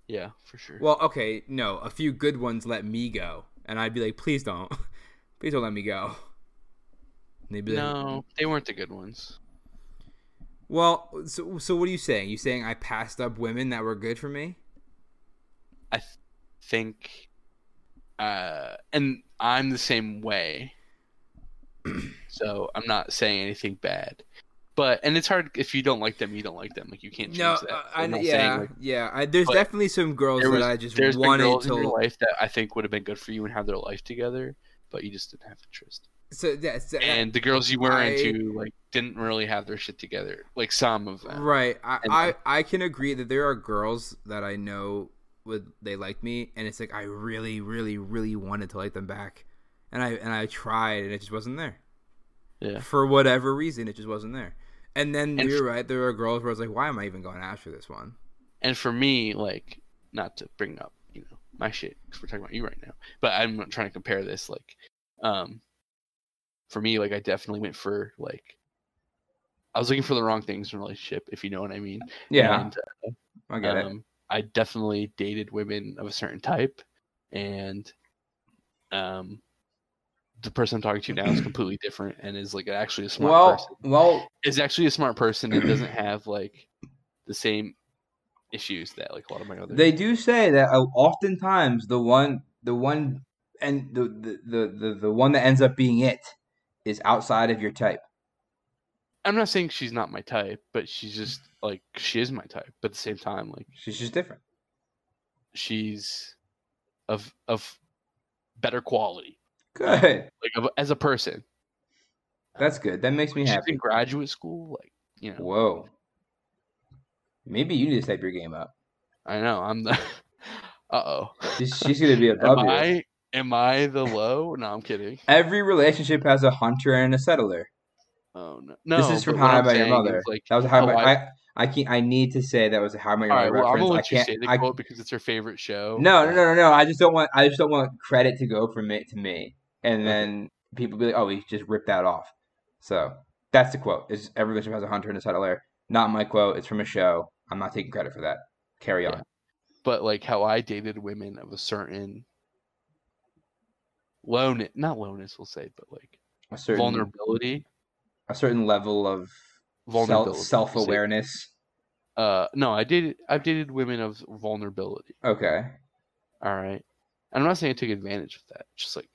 [SPEAKER 2] Yeah, for sure.
[SPEAKER 1] Well, okay, no, a few good ones let me go, and I'd be like, please don't, please don't let me go. And they'd be like,
[SPEAKER 2] no, they weren't the good ones.
[SPEAKER 1] Well, so so what are you saying? You saying I passed up women that were good for me?
[SPEAKER 2] I th- think, uh, and I'm the same way. so I'm not saying anything bad, but and it's hard if you don't like them, you don't like them. Like you can't change
[SPEAKER 1] No,
[SPEAKER 2] that.
[SPEAKER 1] uh,
[SPEAKER 2] I'm
[SPEAKER 1] I,
[SPEAKER 2] not
[SPEAKER 1] yeah,
[SPEAKER 2] saying, like,
[SPEAKER 1] yeah. I, there's
[SPEAKER 2] but
[SPEAKER 1] definitely some girls
[SPEAKER 2] there was-
[SPEAKER 1] that I just
[SPEAKER 2] there's been
[SPEAKER 1] wanted
[SPEAKER 2] girls in your
[SPEAKER 1] to.
[SPEAKER 2] life that I think would have been good for you and have their life together, but you just didn't have interest.
[SPEAKER 1] So that's
[SPEAKER 2] And the girls you were
[SPEAKER 1] I-
[SPEAKER 2] into like didn't really have their shit together. Like some of them.
[SPEAKER 1] right. I,
[SPEAKER 2] and-
[SPEAKER 1] I I can agree that there are girls that I know would they like me, and it's like I really, really, really wanted to like them back, and I and I tried, and it just wasn't there.
[SPEAKER 2] Yeah.
[SPEAKER 1] For whatever reason, it just wasn't there. And then
[SPEAKER 2] And-
[SPEAKER 1] you're right. There are girls where I was like, why am I even going after this one?
[SPEAKER 2] And for me, like, not to bring up, you know, my shit, 'cause we're talking about you right now, but I'm not trying to compare this. Like, um, for me, like, I definitely went for, like, I was looking for the wrong things in a relationship, if you know what I mean. And,
[SPEAKER 1] I get it.
[SPEAKER 2] um, I definitely dated women of a certain type, and um, the person I'm talking to now is completely different and is like actually a smart person
[SPEAKER 1] well,
[SPEAKER 2] is actually a smart person and doesn't have like the same issues that like a lot of my other
[SPEAKER 1] They do say that uh, oftentimes the one, the one, and the the, the the the one that ends up being it is outside of your type.
[SPEAKER 2] I'm not saying she's not my type, but she's just like she is my type. But at the same time, like
[SPEAKER 1] She's just different.
[SPEAKER 2] she's of of better quality,
[SPEAKER 1] Good.
[SPEAKER 2] like of, as a person.
[SPEAKER 1] That's good. That makes me
[SPEAKER 2] She's
[SPEAKER 1] happy.
[SPEAKER 2] in graduate school, like you know.
[SPEAKER 1] Whoa. Maybe you need to step your game up.
[SPEAKER 2] I know I'm the. Uh oh.
[SPEAKER 1] She's, she's gonna be
[SPEAKER 2] Am
[SPEAKER 1] above you.
[SPEAKER 2] I Am I the low? No, I'm kidding.
[SPEAKER 1] Every relationship has a hunter and a settler.
[SPEAKER 2] Oh no. no
[SPEAKER 1] this is from
[SPEAKER 2] but what
[SPEAKER 1] How I
[SPEAKER 2] I'm
[SPEAKER 1] Met Your
[SPEAKER 2] saying
[SPEAKER 1] Mother.
[SPEAKER 2] is, Like,
[SPEAKER 1] That was a how
[SPEAKER 2] oh,
[SPEAKER 1] about
[SPEAKER 2] I-
[SPEAKER 1] I, I can't I need to say that was a how about
[SPEAKER 2] all
[SPEAKER 1] your
[SPEAKER 2] right. Well, I'm
[SPEAKER 1] reference.
[SPEAKER 2] gonna
[SPEAKER 1] I
[SPEAKER 2] let you
[SPEAKER 1] can't
[SPEAKER 2] say the
[SPEAKER 1] I,
[SPEAKER 2] quote because it's your favorite show.
[SPEAKER 1] No, no, no, no, no. I just don't want I just don't want credit to go from it to me. And
[SPEAKER 2] Okay.
[SPEAKER 1] then people be like, Oh, he just ripped that off. So that's the quote. Is every relationship has a hunter and a settler. Not my quote, it's from a show. I'm not taking credit for that. Carry on.
[SPEAKER 2] Yeah. But like how I dated women of a certain lowness, not lowness, we'll say, but like
[SPEAKER 1] A certain
[SPEAKER 2] vulnerability,
[SPEAKER 1] a certain level of
[SPEAKER 2] vulnerability, we'll say.
[SPEAKER 1] self awareness.
[SPEAKER 2] Uh, no, I dated I've dated women of vulnerability.
[SPEAKER 1] Okay.
[SPEAKER 2] All right, I'm not saying I took advantage of that. Just like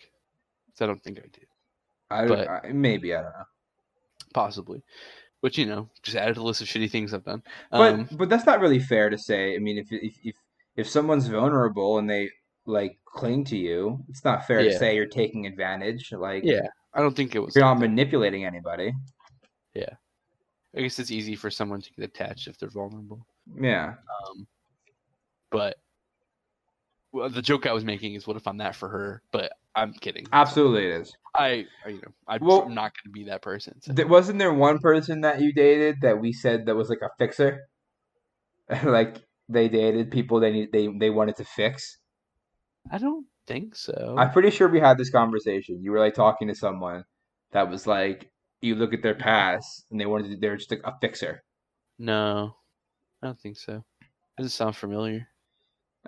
[SPEAKER 2] 'cause I don't think I did,
[SPEAKER 1] I,
[SPEAKER 2] But-
[SPEAKER 1] I maybe I don't know.
[SPEAKER 2] possibly. But you know, just added to the list of shitty things I've done.
[SPEAKER 1] But
[SPEAKER 2] Um,
[SPEAKER 1] but that's not really fair to say. I mean, if if if if someone's vulnerable and they like cling to you, it's not fair
[SPEAKER 2] Yeah.
[SPEAKER 1] to say you're taking advantage. Like
[SPEAKER 2] yeah, I don't think it was.
[SPEAKER 1] you're not manipulating anybody.
[SPEAKER 2] I guess it's easy for someone to get attached if they're vulnerable.
[SPEAKER 1] Yeah.
[SPEAKER 2] Um, but well, the joke I was making is, what if I'm that for her? But I'm kidding.
[SPEAKER 1] Absolutely it is.
[SPEAKER 2] I, I- you know, I'm
[SPEAKER 1] Well-
[SPEAKER 2] not going to be that person. so-
[SPEAKER 1] Th- wasn't there one person that you dated that we said that was like a fixer? like they dated people they need, they they wanted to fix.
[SPEAKER 2] I don't think so.
[SPEAKER 1] I'm pretty sure we had this conversation. You were like talking to someone that was like you look at their past and they wanted to, they're just like a fixer.
[SPEAKER 2] no, I don't think so. Doesn't sound familiar.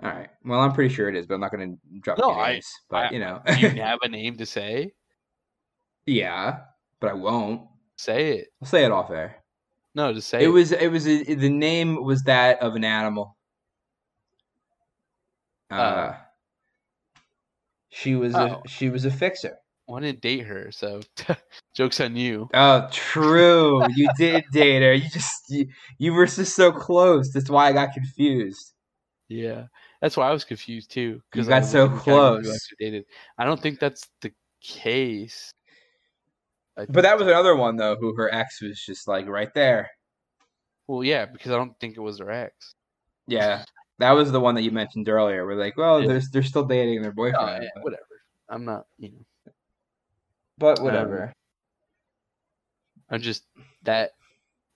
[SPEAKER 1] All right. Well, I'm pretty sure it is, but I'm not going to drop
[SPEAKER 2] No,
[SPEAKER 1] any
[SPEAKER 2] I-
[SPEAKER 1] names. But
[SPEAKER 2] I-
[SPEAKER 1] you know,
[SPEAKER 2] Do you have a name to say?
[SPEAKER 1] yeah. But I won't.
[SPEAKER 2] Say it.
[SPEAKER 1] I'll say it off air.
[SPEAKER 2] No, just say
[SPEAKER 1] It was. It was. A, the name was that of an animal. Uh,
[SPEAKER 2] Oh.
[SPEAKER 1] she was.
[SPEAKER 2] Oh.
[SPEAKER 1] A, she was a fixer.
[SPEAKER 2] Well, I didn't date her, so jokes on you.
[SPEAKER 1] Oh, true. You did date her. You just. You, you were just so close. That's why I got confused.
[SPEAKER 2] Yeah, that's why I was confused too.
[SPEAKER 1] You got
[SPEAKER 2] I was
[SPEAKER 1] so
[SPEAKER 2] looking down at who I
[SPEAKER 1] close.
[SPEAKER 2] actually dated. I don't think that's the case. I
[SPEAKER 1] But that
[SPEAKER 2] think-
[SPEAKER 1] was another one though, who her ex was just like right there.
[SPEAKER 2] well, yeah, because I don't think it was her ex.
[SPEAKER 1] Yeah, that was the one that you mentioned earlier. We're like, well,
[SPEAKER 2] Yeah.
[SPEAKER 1] they're they're still dating their
[SPEAKER 2] No,
[SPEAKER 1] boyfriend,
[SPEAKER 2] yeah,
[SPEAKER 1] but-
[SPEAKER 2] whatever. I'm not. You know,
[SPEAKER 1] but
[SPEAKER 2] Um,
[SPEAKER 1] whatever.
[SPEAKER 2] I'm just that.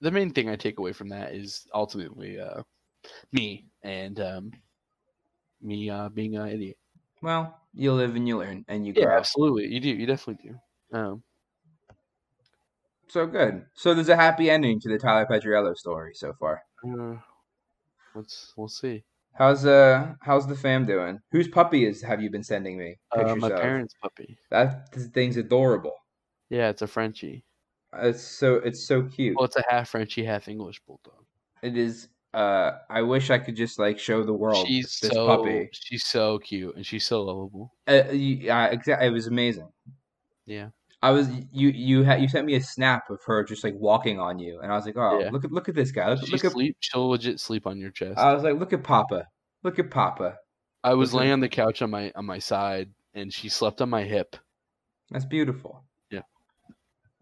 [SPEAKER 2] The main thing I take away from that is ultimately uh, me and um, me uh, being an idiot.
[SPEAKER 1] well, you live and you learn, and you
[SPEAKER 2] Yeah,
[SPEAKER 1] grow.
[SPEAKER 2] absolutely. You do. You definitely do. Um,
[SPEAKER 1] So good. So there's a happy ending to the Tyler Pedriello story so far.
[SPEAKER 2] uh, let's we'll see.
[SPEAKER 1] How's uh how's the fam doing? Whose puppy is have you been sending me?
[SPEAKER 2] Uh,
[SPEAKER 1] Pictures
[SPEAKER 2] my
[SPEAKER 1] of?
[SPEAKER 2] parents' puppy.
[SPEAKER 1] That th- thing's adorable.
[SPEAKER 2] Yeah, it's a Frenchie.
[SPEAKER 1] It's so it's so cute.
[SPEAKER 2] Well, it's a half Frenchie, half English bulldog.
[SPEAKER 1] It is. Uh, I wish I could just like show the world
[SPEAKER 2] she's
[SPEAKER 1] this
[SPEAKER 2] so
[SPEAKER 1] puppy.
[SPEAKER 2] she's so cute and she's so lovable.
[SPEAKER 1] Uh, yeah, exactly. It was amazing.
[SPEAKER 2] Yeah.
[SPEAKER 1] I was you you had you sent me a snap of her just like walking on you, and I was like, oh,
[SPEAKER 2] Yeah.
[SPEAKER 1] look at look at this guy. Look,
[SPEAKER 2] She
[SPEAKER 1] look at
[SPEAKER 2] sleep. She'll legit sleep on your chest.
[SPEAKER 1] I was like, look at Papa, look at Papa.
[SPEAKER 2] I was
[SPEAKER 1] okay.
[SPEAKER 2] laying on the couch on my on my side, and she slept on my hip.
[SPEAKER 1] That's beautiful.
[SPEAKER 2] Yeah.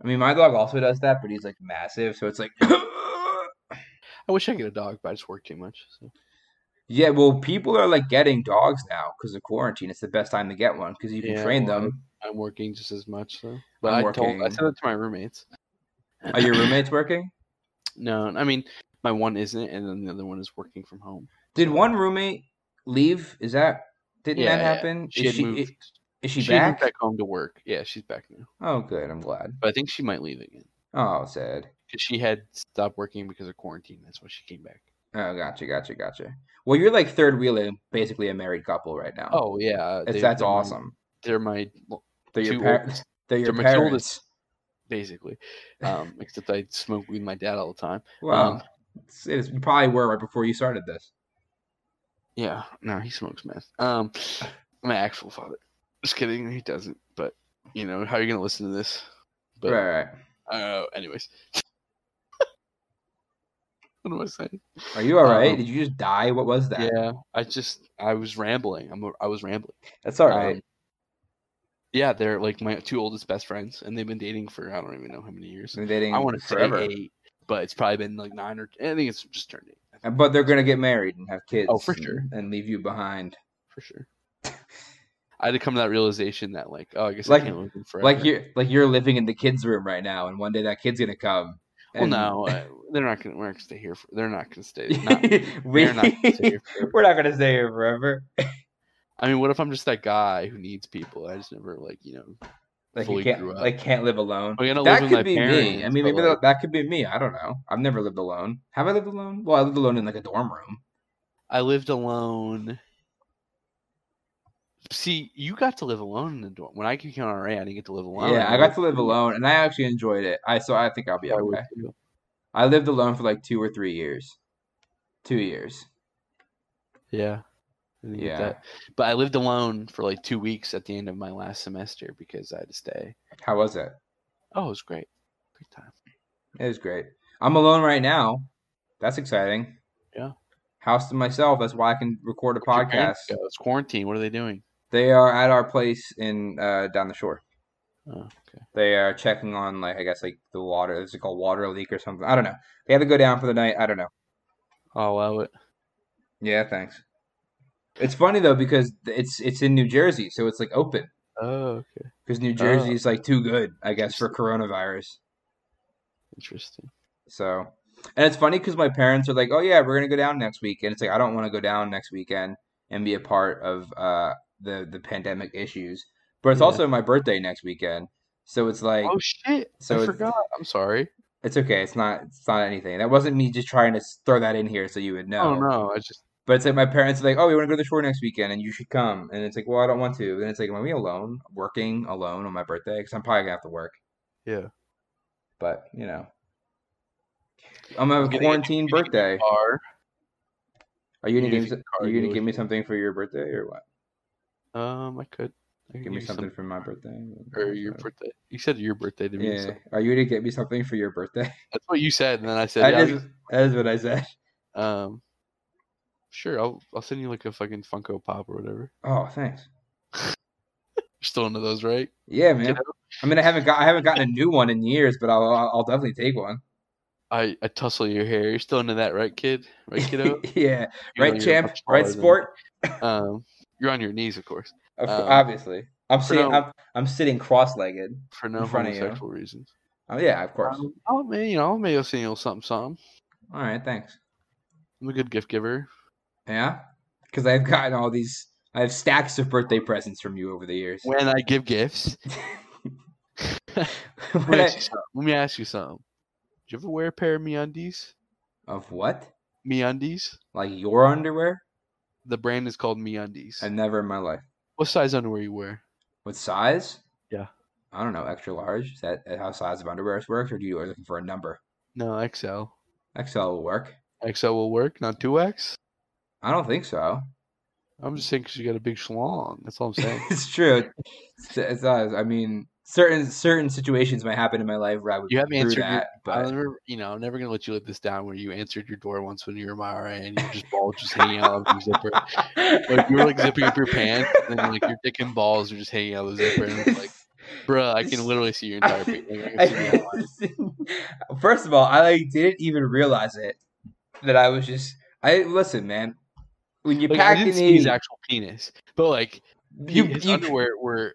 [SPEAKER 1] I mean, my dog also does that, but he's like massive, so it's like,
[SPEAKER 2] I wish I could get a dog, but I just work too much. So.
[SPEAKER 1] yeah. Well, people are like getting dogs now because of quarantine. It's the best time to get one because you can
[SPEAKER 2] Yeah,
[SPEAKER 1] train
[SPEAKER 2] well, I-
[SPEAKER 1] them.
[SPEAKER 2] I'm working just as much. So, but i
[SPEAKER 1] I'm
[SPEAKER 2] told I
[SPEAKER 1] working.
[SPEAKER 2] said that to my roommates.
[SPEAKER 1] Are your roommates working?
[SPEAKER 2] No, I mean my one isn't, and then the other one is working from home.
[SPEAKER 1] Did one roommate leave? Is that didn't
[SPEAKER 2] Yeah,
[SPEAKER 1] that
[SPEAKER 2] yeah.
[SPEAKER 1] happen?
[SPEAKER 2] She
[SPEAKER 1] is
[SPEAKER 2] had
[SPEAKER 1] she
[SPEAKER 2] moved.
[SPEAKER 1] i- is she,
[SPEAKER 2] She,
[SPEAKER 1] back?
[SPEAKER 2] moved back home to work. Yeah, she's back now,
[SPEAKER 1] Oh, good. I'm glad.
[SPEAKER 2] but I think she might leave again
[SPEAKER 1] Oh, sad.
[SPEAKER 2] because she had stopped working because of quarantine. That's why she came back.
[SPEAKER 1] Oh, gotcha, gotcha, gotcha. Well, you're like third wheeling, basically a married couple right now.
[SPEAKER 2] Oh yeah,
[SPEAKER 1] It's-
[SPEAKER 2] they-
[SPEAKER 1] that's
[SPEAKER 2] they're my-
[SPEAKER 1] awesome.
[SPEAKER 2] they're my well,
[SPEAKER 1] They're your
[SPEAKER 2] two
[SPEAKER 1] parents.
[SPEAKER 2] oldest-
[SPEAKER 1] They're your
[SPEAKER 2] they're my two
[SPEAKER 1] parents.
[SPEAKER 2] oldest- basically. Um, except I smoke weed with my dad all the time.
[SPEAKER 1] Wow,
[SPEAKER 2] um,
[SPEAKER 1] it's, it is, you probably were right before you started this.
[SPEAKER 2] Yeah, no, he smokes meth. Um, my actual father. Just kidding, he doesn't. But you know, how are you gonna listen to this? But
[SPEAKER 1] right, right.
[SPEAKER 2] uh, anyways, what am I saying?
[SPEAKER 1] Are you all right?
[SPEAKER 2] um,
[SPEAKER 1] Did you just die? What was that?
[SPEAKER 2] Yeah, I just I was rambling. I'm a- I was rambling.
[SPEAKER 1] That's all right.
[SPEAKER 2] Um, yeah, they're like my two oldest best friends, and they've been dating for I don't even know how many years.
[SPEAKER 1] Been dating
[SPEAKER 2] I want to say
[SPEAKER 1] Mm, forever,
[SPEAKER 2] eight, but it's probably been like nine or I think it's just turned eight. I think,
[SPEAKER 1] And- but they're gonna get married and have kids.
[SPEAKER 2] Oh, for
[SPEAKER 1] and-
[SPEAKER 2] sure.
[SPEAKER 1] and leave you behind.
[SPEAKER 2] for sure. I had to come to that realization that like, oh, I guess
[SPEAKER 1] Like-
[SPEAKER 2] I can't live in forever.
[SPEAKER 1] Like you're like you're living in the kids' room right now, and one day that kid's gonna come.
[SPEAKER 2] well,
[SPEAKER 1] and-
[SPEAKER 2] no, uh, they're not gonna. We're not gonna stay here. For, they're not gonna stay. Not,
[SPEAKER 1] we,
[SPEAKER 2] they're not gonna stay here forever.
[SPEAKER 1] we're not gonna stay here forever.
[SPEAKER 2] I mean, what if I'm just that guy who needs people? I just never like, you know,
[SPEAKER 1] Like
[SPEAKER 2] fully
[SPEAKER 1] you
[SPEAKER 2] grew
[SPEAKER 1] can't
[SPEAKER 2] up.
[SPEAKER 1] like can't live alone.
[SPEAKER 2] I'm gonna
[SPEAKER 1] That
[SPEAKER 2] live with my
[SPEAKER 1] could be
[SPEAKER 2] parents.
[SPEAKER 1] me. I mean,
[SPEAKER 2] but,
[SPEAKER 1] maybe
[SPEAKER 2] like,
[SPEAKER 1] that, that could be me. I don't know. I've never lived alone. Have I lived alone? Well, I lived alone in like a dorm room.
[SPEAKER 2] I lived alone. See, you got to live alone in the dorm. When I became an RA, I didn't get to live alone.
[SPEAKER 1] yeah, I got to live alone, and I actually enjoyed it. I so I think I'll be
[SPEAKER 2] I would
[SPEAKER 1] okay.
[SPEAKER 2] too.
[SPEAKER 1] I lived alone for like two or three years. Two years.
[SPEAKER 2] Yeah. I didn't get
[SPEAKER 1] Yeah.
[SPEAKER 2] that. But I lived alone for like two weeks at the end of my last semester because I had to stay.
[SPEAKER 1] How was it?
[SPEAKER 2] Oh, it was great. Great time.
[SPEAKER 1] It was great. I'm alone right now. That's exciting.
[SPEAKER 2] Yeah.
[SPEAKER 1] House to myself. That's why I can record a
[SPEAKER 2] Where'd your
[SPEAKER 1] podcast.
[SPEAKER 2] parents go? It's quarantine. What are they doing?
[SPEAKER 1] They are at our place in uh, down the shore.
[SPEAKER 2] Oh, okay.
[SPEAKER 1] They are checking on like I guess like the water. Is it called water leak or something? I don't know. They had to go down for the night. I don't know.
[SPEAKER 2] I'll allow Oh, it.
[SPEAKER 1] Yeah, thanks. It's funny though because th- it's it's in New Jersey, so it's like open
[SPEAKER 2] Oh, okay.
[SPEAKER 1] because New
[SPEAKER 2] Oh.
[SPEAKER 1] Jersey is like too good, I guess, for coronavirus.
[SPEAKER 2] Interesting.
[SPEAKER 1] So, and it's funny because my parents are like, "Oh yeah, we're gonna go down next week," and it's like I don't want to go down next weekend and be a part of uh the the pandemic issues. But it's
[SPEAKER 2] Yeah.
[SPEAKER 1] also my birthday next weekend, so it's like
[SPEAKER 2] oh, shit.
[SPEAKER 1] so
[SPEAKER 2] I
[SPEAKER 1] it's-
[SPEAKER 2] forgot. I'm sorry.
[SPEAKER 1] it's okay. It's not it's not anything. That wasn't me just trying to s- throw that in here so you would know.
[SPEAKER 2] Oh, no. I just.
[SPEAKER 1] But it's like my parents are like, "Oh, we want to go to the shore next weekend, and you should come." And it's like, "Well, I don't want to." And it's like, "Am I alone, working alone on my birthday? Because I'm probably gonna have to work."
[SPEAKER 2] Yeah.
[SPEAKER 1] But you know, I'm gonna have a
[SPEAKER 2] Getting-
[SPEAKER 1] quarantine
[SPEAKER 2] getting
[SPEAKER 1] birthday.
[SPEAKER 2] Are.
[SPEAKER 1] Are you gonna
[SPEAKER 2] You need
[SPEAKER 1] give
[SPEAKER 2] to
[SPEAKER 1] me,
[SPEAKER 2] get a
[SPEAKER 1] are
[SPEAKER 2] card,
[SPEAKER 1] you
[SPEAKER 2] you
[SPEAKER 1] gonna give
[SPEAKER 2] would.
[SPEAKER 1] me something for your birthday or what?
[SPEAKER 2] Um, I could. I could
[SPEAKER 1] Give me
[SPEAKER 2] you
[SPEAKER 1] something for my birthday
[SPEAKER 2] some- or your birthday. You said your birthday to me.
[SPEAKER 1] Yeah.
[SPEAKER 2] so-
[SPEAKER 1] Are you gonna get me something for your birthday?
[SPEAKER 2] that's what you said, and then I said,
[SPEAKER 1] That
[SPEAKER 2] yeah,
[SPEAKER 1] is that is what I said.
[SPEAKER 2] I'll- um, sure, I'll I'll send you like a fucking Funko Pop or whatever.
[SPEAKER 1] Oh, thanks.
[SPEAKER 2] You're still into those, right?
[SPEAKER 1] Yeah,
[SPEAKER 2] You
[SPEAKER 1] man.
[SPEAKER 2] know,
[SPEAKER 1] I mean, I haven't got I haven't gotten a new one in years, but I'll I'll I'll definitely take one.
[SPEAKER 2] I I tussle your hair. You're still into that, right, kid? Right, kiddo?
[SPEAKER 1] yeah,
[SPEAKER 2] You know,
[SPEAKER 1] right,
[SPEAKER 2] you're
[SPEAKER 1] champ,
[SPEAKER 2] much
[SPEAKER 1] right,
[SPEAKER 2] taller than-
[SPEAKER 1] sport.
[SPEAKER 2] Um, you're on your knees, of course,
[SPEAKER 1] Of cour-
[SPEAKER 2] Um,
[SPEAKER 1] obviously, I'm sitting.
[SPEAKER 2] no-
[SPEAKER 1] I'm, I'm sitting cross-legged.
[SPEAKER 2] for no
[SPEAKER 1] In front of you.
[SPEAKER 2] homosexual reasons.
[SPEAKER 1] Oh yeah, of course.
[SPEAKER 2] Um, I'll, may- you know, maybe I'll send you a little something, something.
[SPEAKER 1] All right, thanks.
[SPEAKER 2] I'm a good gift giver.
[SPEAKER 1] Yeah, because I've gotten all these. I have stacks of birthday presents from you over the years.
[SPEAKER 2] When I give gifts, let,
[SPEAKER 1] When
[SPEAKER 2] me
[SPEAKER 1] I-
[SPEAKER 2] ask you something. let me ask you something. Did you ever wear a pair of MeUndies?
[SPEAKER 1] of what?
[SPEAKER 2] MeUndies.
[SPEAKER 1] Like your underwear?
[SPEAKER 2] The brand is called MeUndies.
[SPEAKER 1] I've never in my life.
[SPEAKER 2] What size underwear you wear?
[SPEAKER 1] What size?
[SPEAKER 2] Yeah.
[SPEAKER 1] I don't know. Extra large. Is that how size of underwear works, or do you are you looking for a number?
[SPEAKER 2] No, XL.
[SPEAKER 1] XL will work.
[SPEAKER 2] XL will work, not 2X.
[SPEAKER 1] I don't think so.
[SPEAKER 2] I'm just saying because you got a big schlong. That's all I'm saying.
[SPEAKER 1] it's true. It's, it's not- I mean, certain certain situations might happen in my life where I would
[SPEAKER 2] You have
[SPEAKER 1] through
[SPEAKER 2] answered your-
[SPEAKER 1] that, but
[SPEAKER 2] I'm never, you know, I'm never gonna let you let this down. Where you answered your door once when you were my RA and you were just balls just hanging out of your zipper. Like you were like zipping up your pants and then like your dick and balls are just hanging out of the zipper. And it's like, bruh, I can literally see your entire penis. Like, I can see the outline.
[SPEAKER 1] First of all, I like didn't even realize it that I was just. I listen, man. When you
[SPEAKER 2] Like, I
[SPEAKER 1] pack
[SPEAKER 2] didn't
[SPEAKER 1] an
[SPEAKER 2] see his
[SPEAKER 1] eighty,
[SPEAKER 2] actual penis, but like
[SPEAKER 1] you,
[SPEAKER 2] his
[SPEAKER 1] you
[SPEAKER 2] underwear were.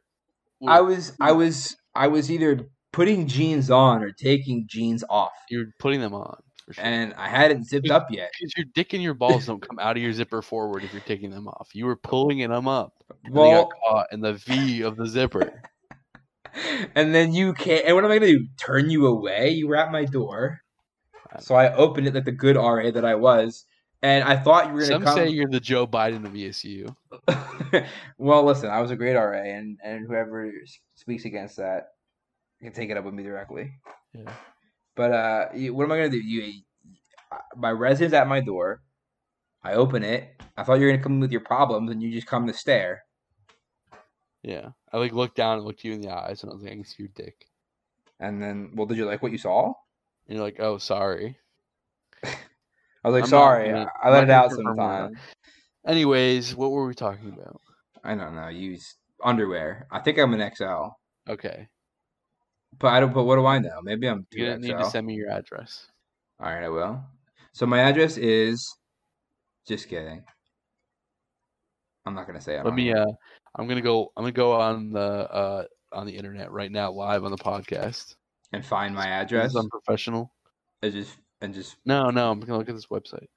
[SPEAKER 2] were
[SPEAKER 1] I was I was I was either putting jeans on or taking jeans off,
[SPEAKER 2] you're putting them on. For sure.
[SPEAKER 1] and I hadn't zipped up yet.
[SPEAKER 2] Because your dick and your balls don't come out of your zipper forward if you're taking them off. You were pulling it them up. And they
[SPEAKER 1] Well,
[SPEAKER 2] got caught in the V of the zipper.
[SPEAKER 1] and then you can't. And what am I gonna do? Turn you away? You were at my door, so I opened it like the good RA that I was, and I thought you were gonna
[SPEAKER 2] Some
[SPEAKER 1] come.
[SPEAKER 2] say you're the Joe Biden of E ESU.
[SPEAKER 1] well, listen, I was a great RA, and and whoever s- speaks against that can take it up with me directly.
[SPEAKER 2] Yeah.
[SPEAKER 1] But uh, you- what am I gonna do? You, uh, my residence at my door. I open it. I thought you were gonna come with your problems, and you just come to stare.
[SPEAKER 2] Yeah. I like looked down and looked you in the eyes and I was like, I can see your dick.
[SPEAKER 1] And then, well, did you like what you saw?
[SPEAKER 2] And you're like, oh, sorry.
[SPEAKER 1] I was like,
[SPEAKER 2] I'm not
[SPEAKER 1] sorry,
[SPEAKER 2] gonna-
[SPEAKER 1] I I
[SPEAKER 2] I'm
[SPEAKER 1] let
[SPEAKER 2] not
[SPEAKER 1] it
[SPEAKER 2] gonna
[SPEAKER 1] out
[SPEAKER 2] confirm or
[SPEAKER 1] sometime.
[SPEAKER 2] Anyways, what were we talking about?
[SPEAKER 1] I don't know. Use underwear. I think I'm an XL,
[SPEAKER 2] Okay.
[SPEAKER 1] but I don't. But what do I know? Maybe I'm
[SPEAKER 2] You didn't need
[SPEAKER 1] 2XL.
[SPEAKER 2] to send me your address.
[SPEAKER 1] All right, I will. So my address is. Just kidding. I'm not gonna say. I
[SPEAKER 2] Let
[SPEAKER 1] don't
[SPEAKER 2] me.
[SPEAKER 1] know.
[SPEAKER 2] Uh, I'm gonna go. I'm gonna go on the uh, on the internet right now, live on the podcast.
[SPEAKER 1] and find my
[SPEAKER 2] This
[SPEAKER 1] address.
[SPEAKER 2] is unprofessional.
[SPEAKER 1] I just and just
[SPEAKER 2] No, no. I'm gonna look at this website.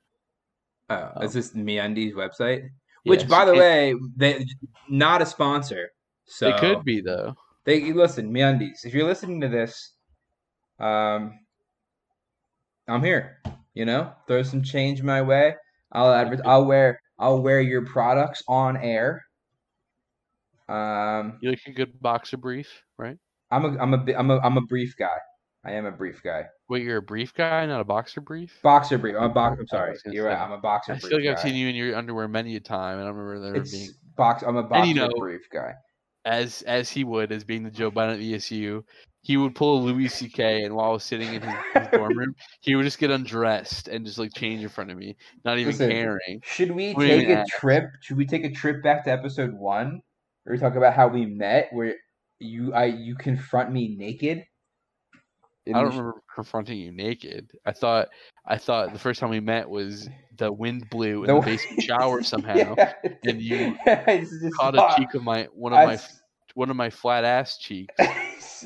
[SPEAKER 1] oh,
[SPEAKER 2] Oh.
[SPEAKER 1] it's just MeUndies website. Which,
[SPEAKER 2] Yes,
[SPEAKER 1] by the
[SPEAKER 2] it-
[SPEAKER 1] way, they not a sponsor. So
[SPEAKER 2] it could be though.
[SPEAKER 1] They listen, MeUndies. If you're listening to this, um, I'm here. You know, throw some change my way. I'll adver- I'll wear I'll wear your products on air. Um,
[SPEAKER 2] You like a good boxer brief, right?
[SPEAKER 1] I'm a I'm a bi- I'm a I'm a brief guy. I am a brief guy.
[SPEAKER 2] Wait, you're a brief guy, not a boxer brief.
[SPEAKER 1] Boxer brief. I'm a box.
[SPEAKER 2] I
[SPEAKER 1] I'm sorry.
[SPEAKER 2] was gonna
[SPEAKER 1] You're right.
[SPEAKER 2] say.
[SPEAKER 1] I'm a boxer.
[SPEAKER 2] I
[SPEAKER 1] brief
[SPEAKER 2] feel like I've
[SPEAKER 1] guy.
[SPEAKER 2] seen you in your underwear many a time, and I remember there
[SPEAKER 1] It's
[SPEAKER 2] being
[SPEAKER 1] box. I'm a boxer
[SPEAKER 2] you know-
[SPEAKER 1] brief guy.
[SPEAKER 2] as as he would as being the Joe Biden at ESU. He would pull a Louis C.K. and while I was sitting in his, his dorm room, he would just get undressed and just like change in front of me, not even
[SPEAKER 1] Listen,
[SPEAKER 2] caring.
[SPEAKER 1] Should we
[SPEAKER 2] What do you
[SPEAKER 1] take
[SPEAKER 2] mean,
[SPEAKER 1] a
[SPEAKER 2] ass?
[SPEAKER 1] trip? Should we take a trip back to episode one? Where we talk about how we met, where you I you confront me naked. In
[SPEAKER 2] I
[SPEAKER 1] the
[SPEAKER 2] don't
[SPEAKER 1] sh-
[SPEAKER 2] remember confronting you naked. I thought I thought the first time we met was the wind blew
[SPEAKER 1] The
[SPEAKER 2] in the,
[SPEAKER 1] wind-
[SPEAKER 2] basement shower somehow.
[SPEAKER 1] Yeah.
[SPEAKER 2] and you
[SPEAKER 1] I just- just
[SPEAKER 2] Caught
[SPEAKER 1] saw-
[SPEAKER 2] a cheek of my one of
[SPEAKER 1] I
[SPEAKER 2] my
[SPEAKER 1] s-
[SPEAKER 2] one of my flat ass cheeks.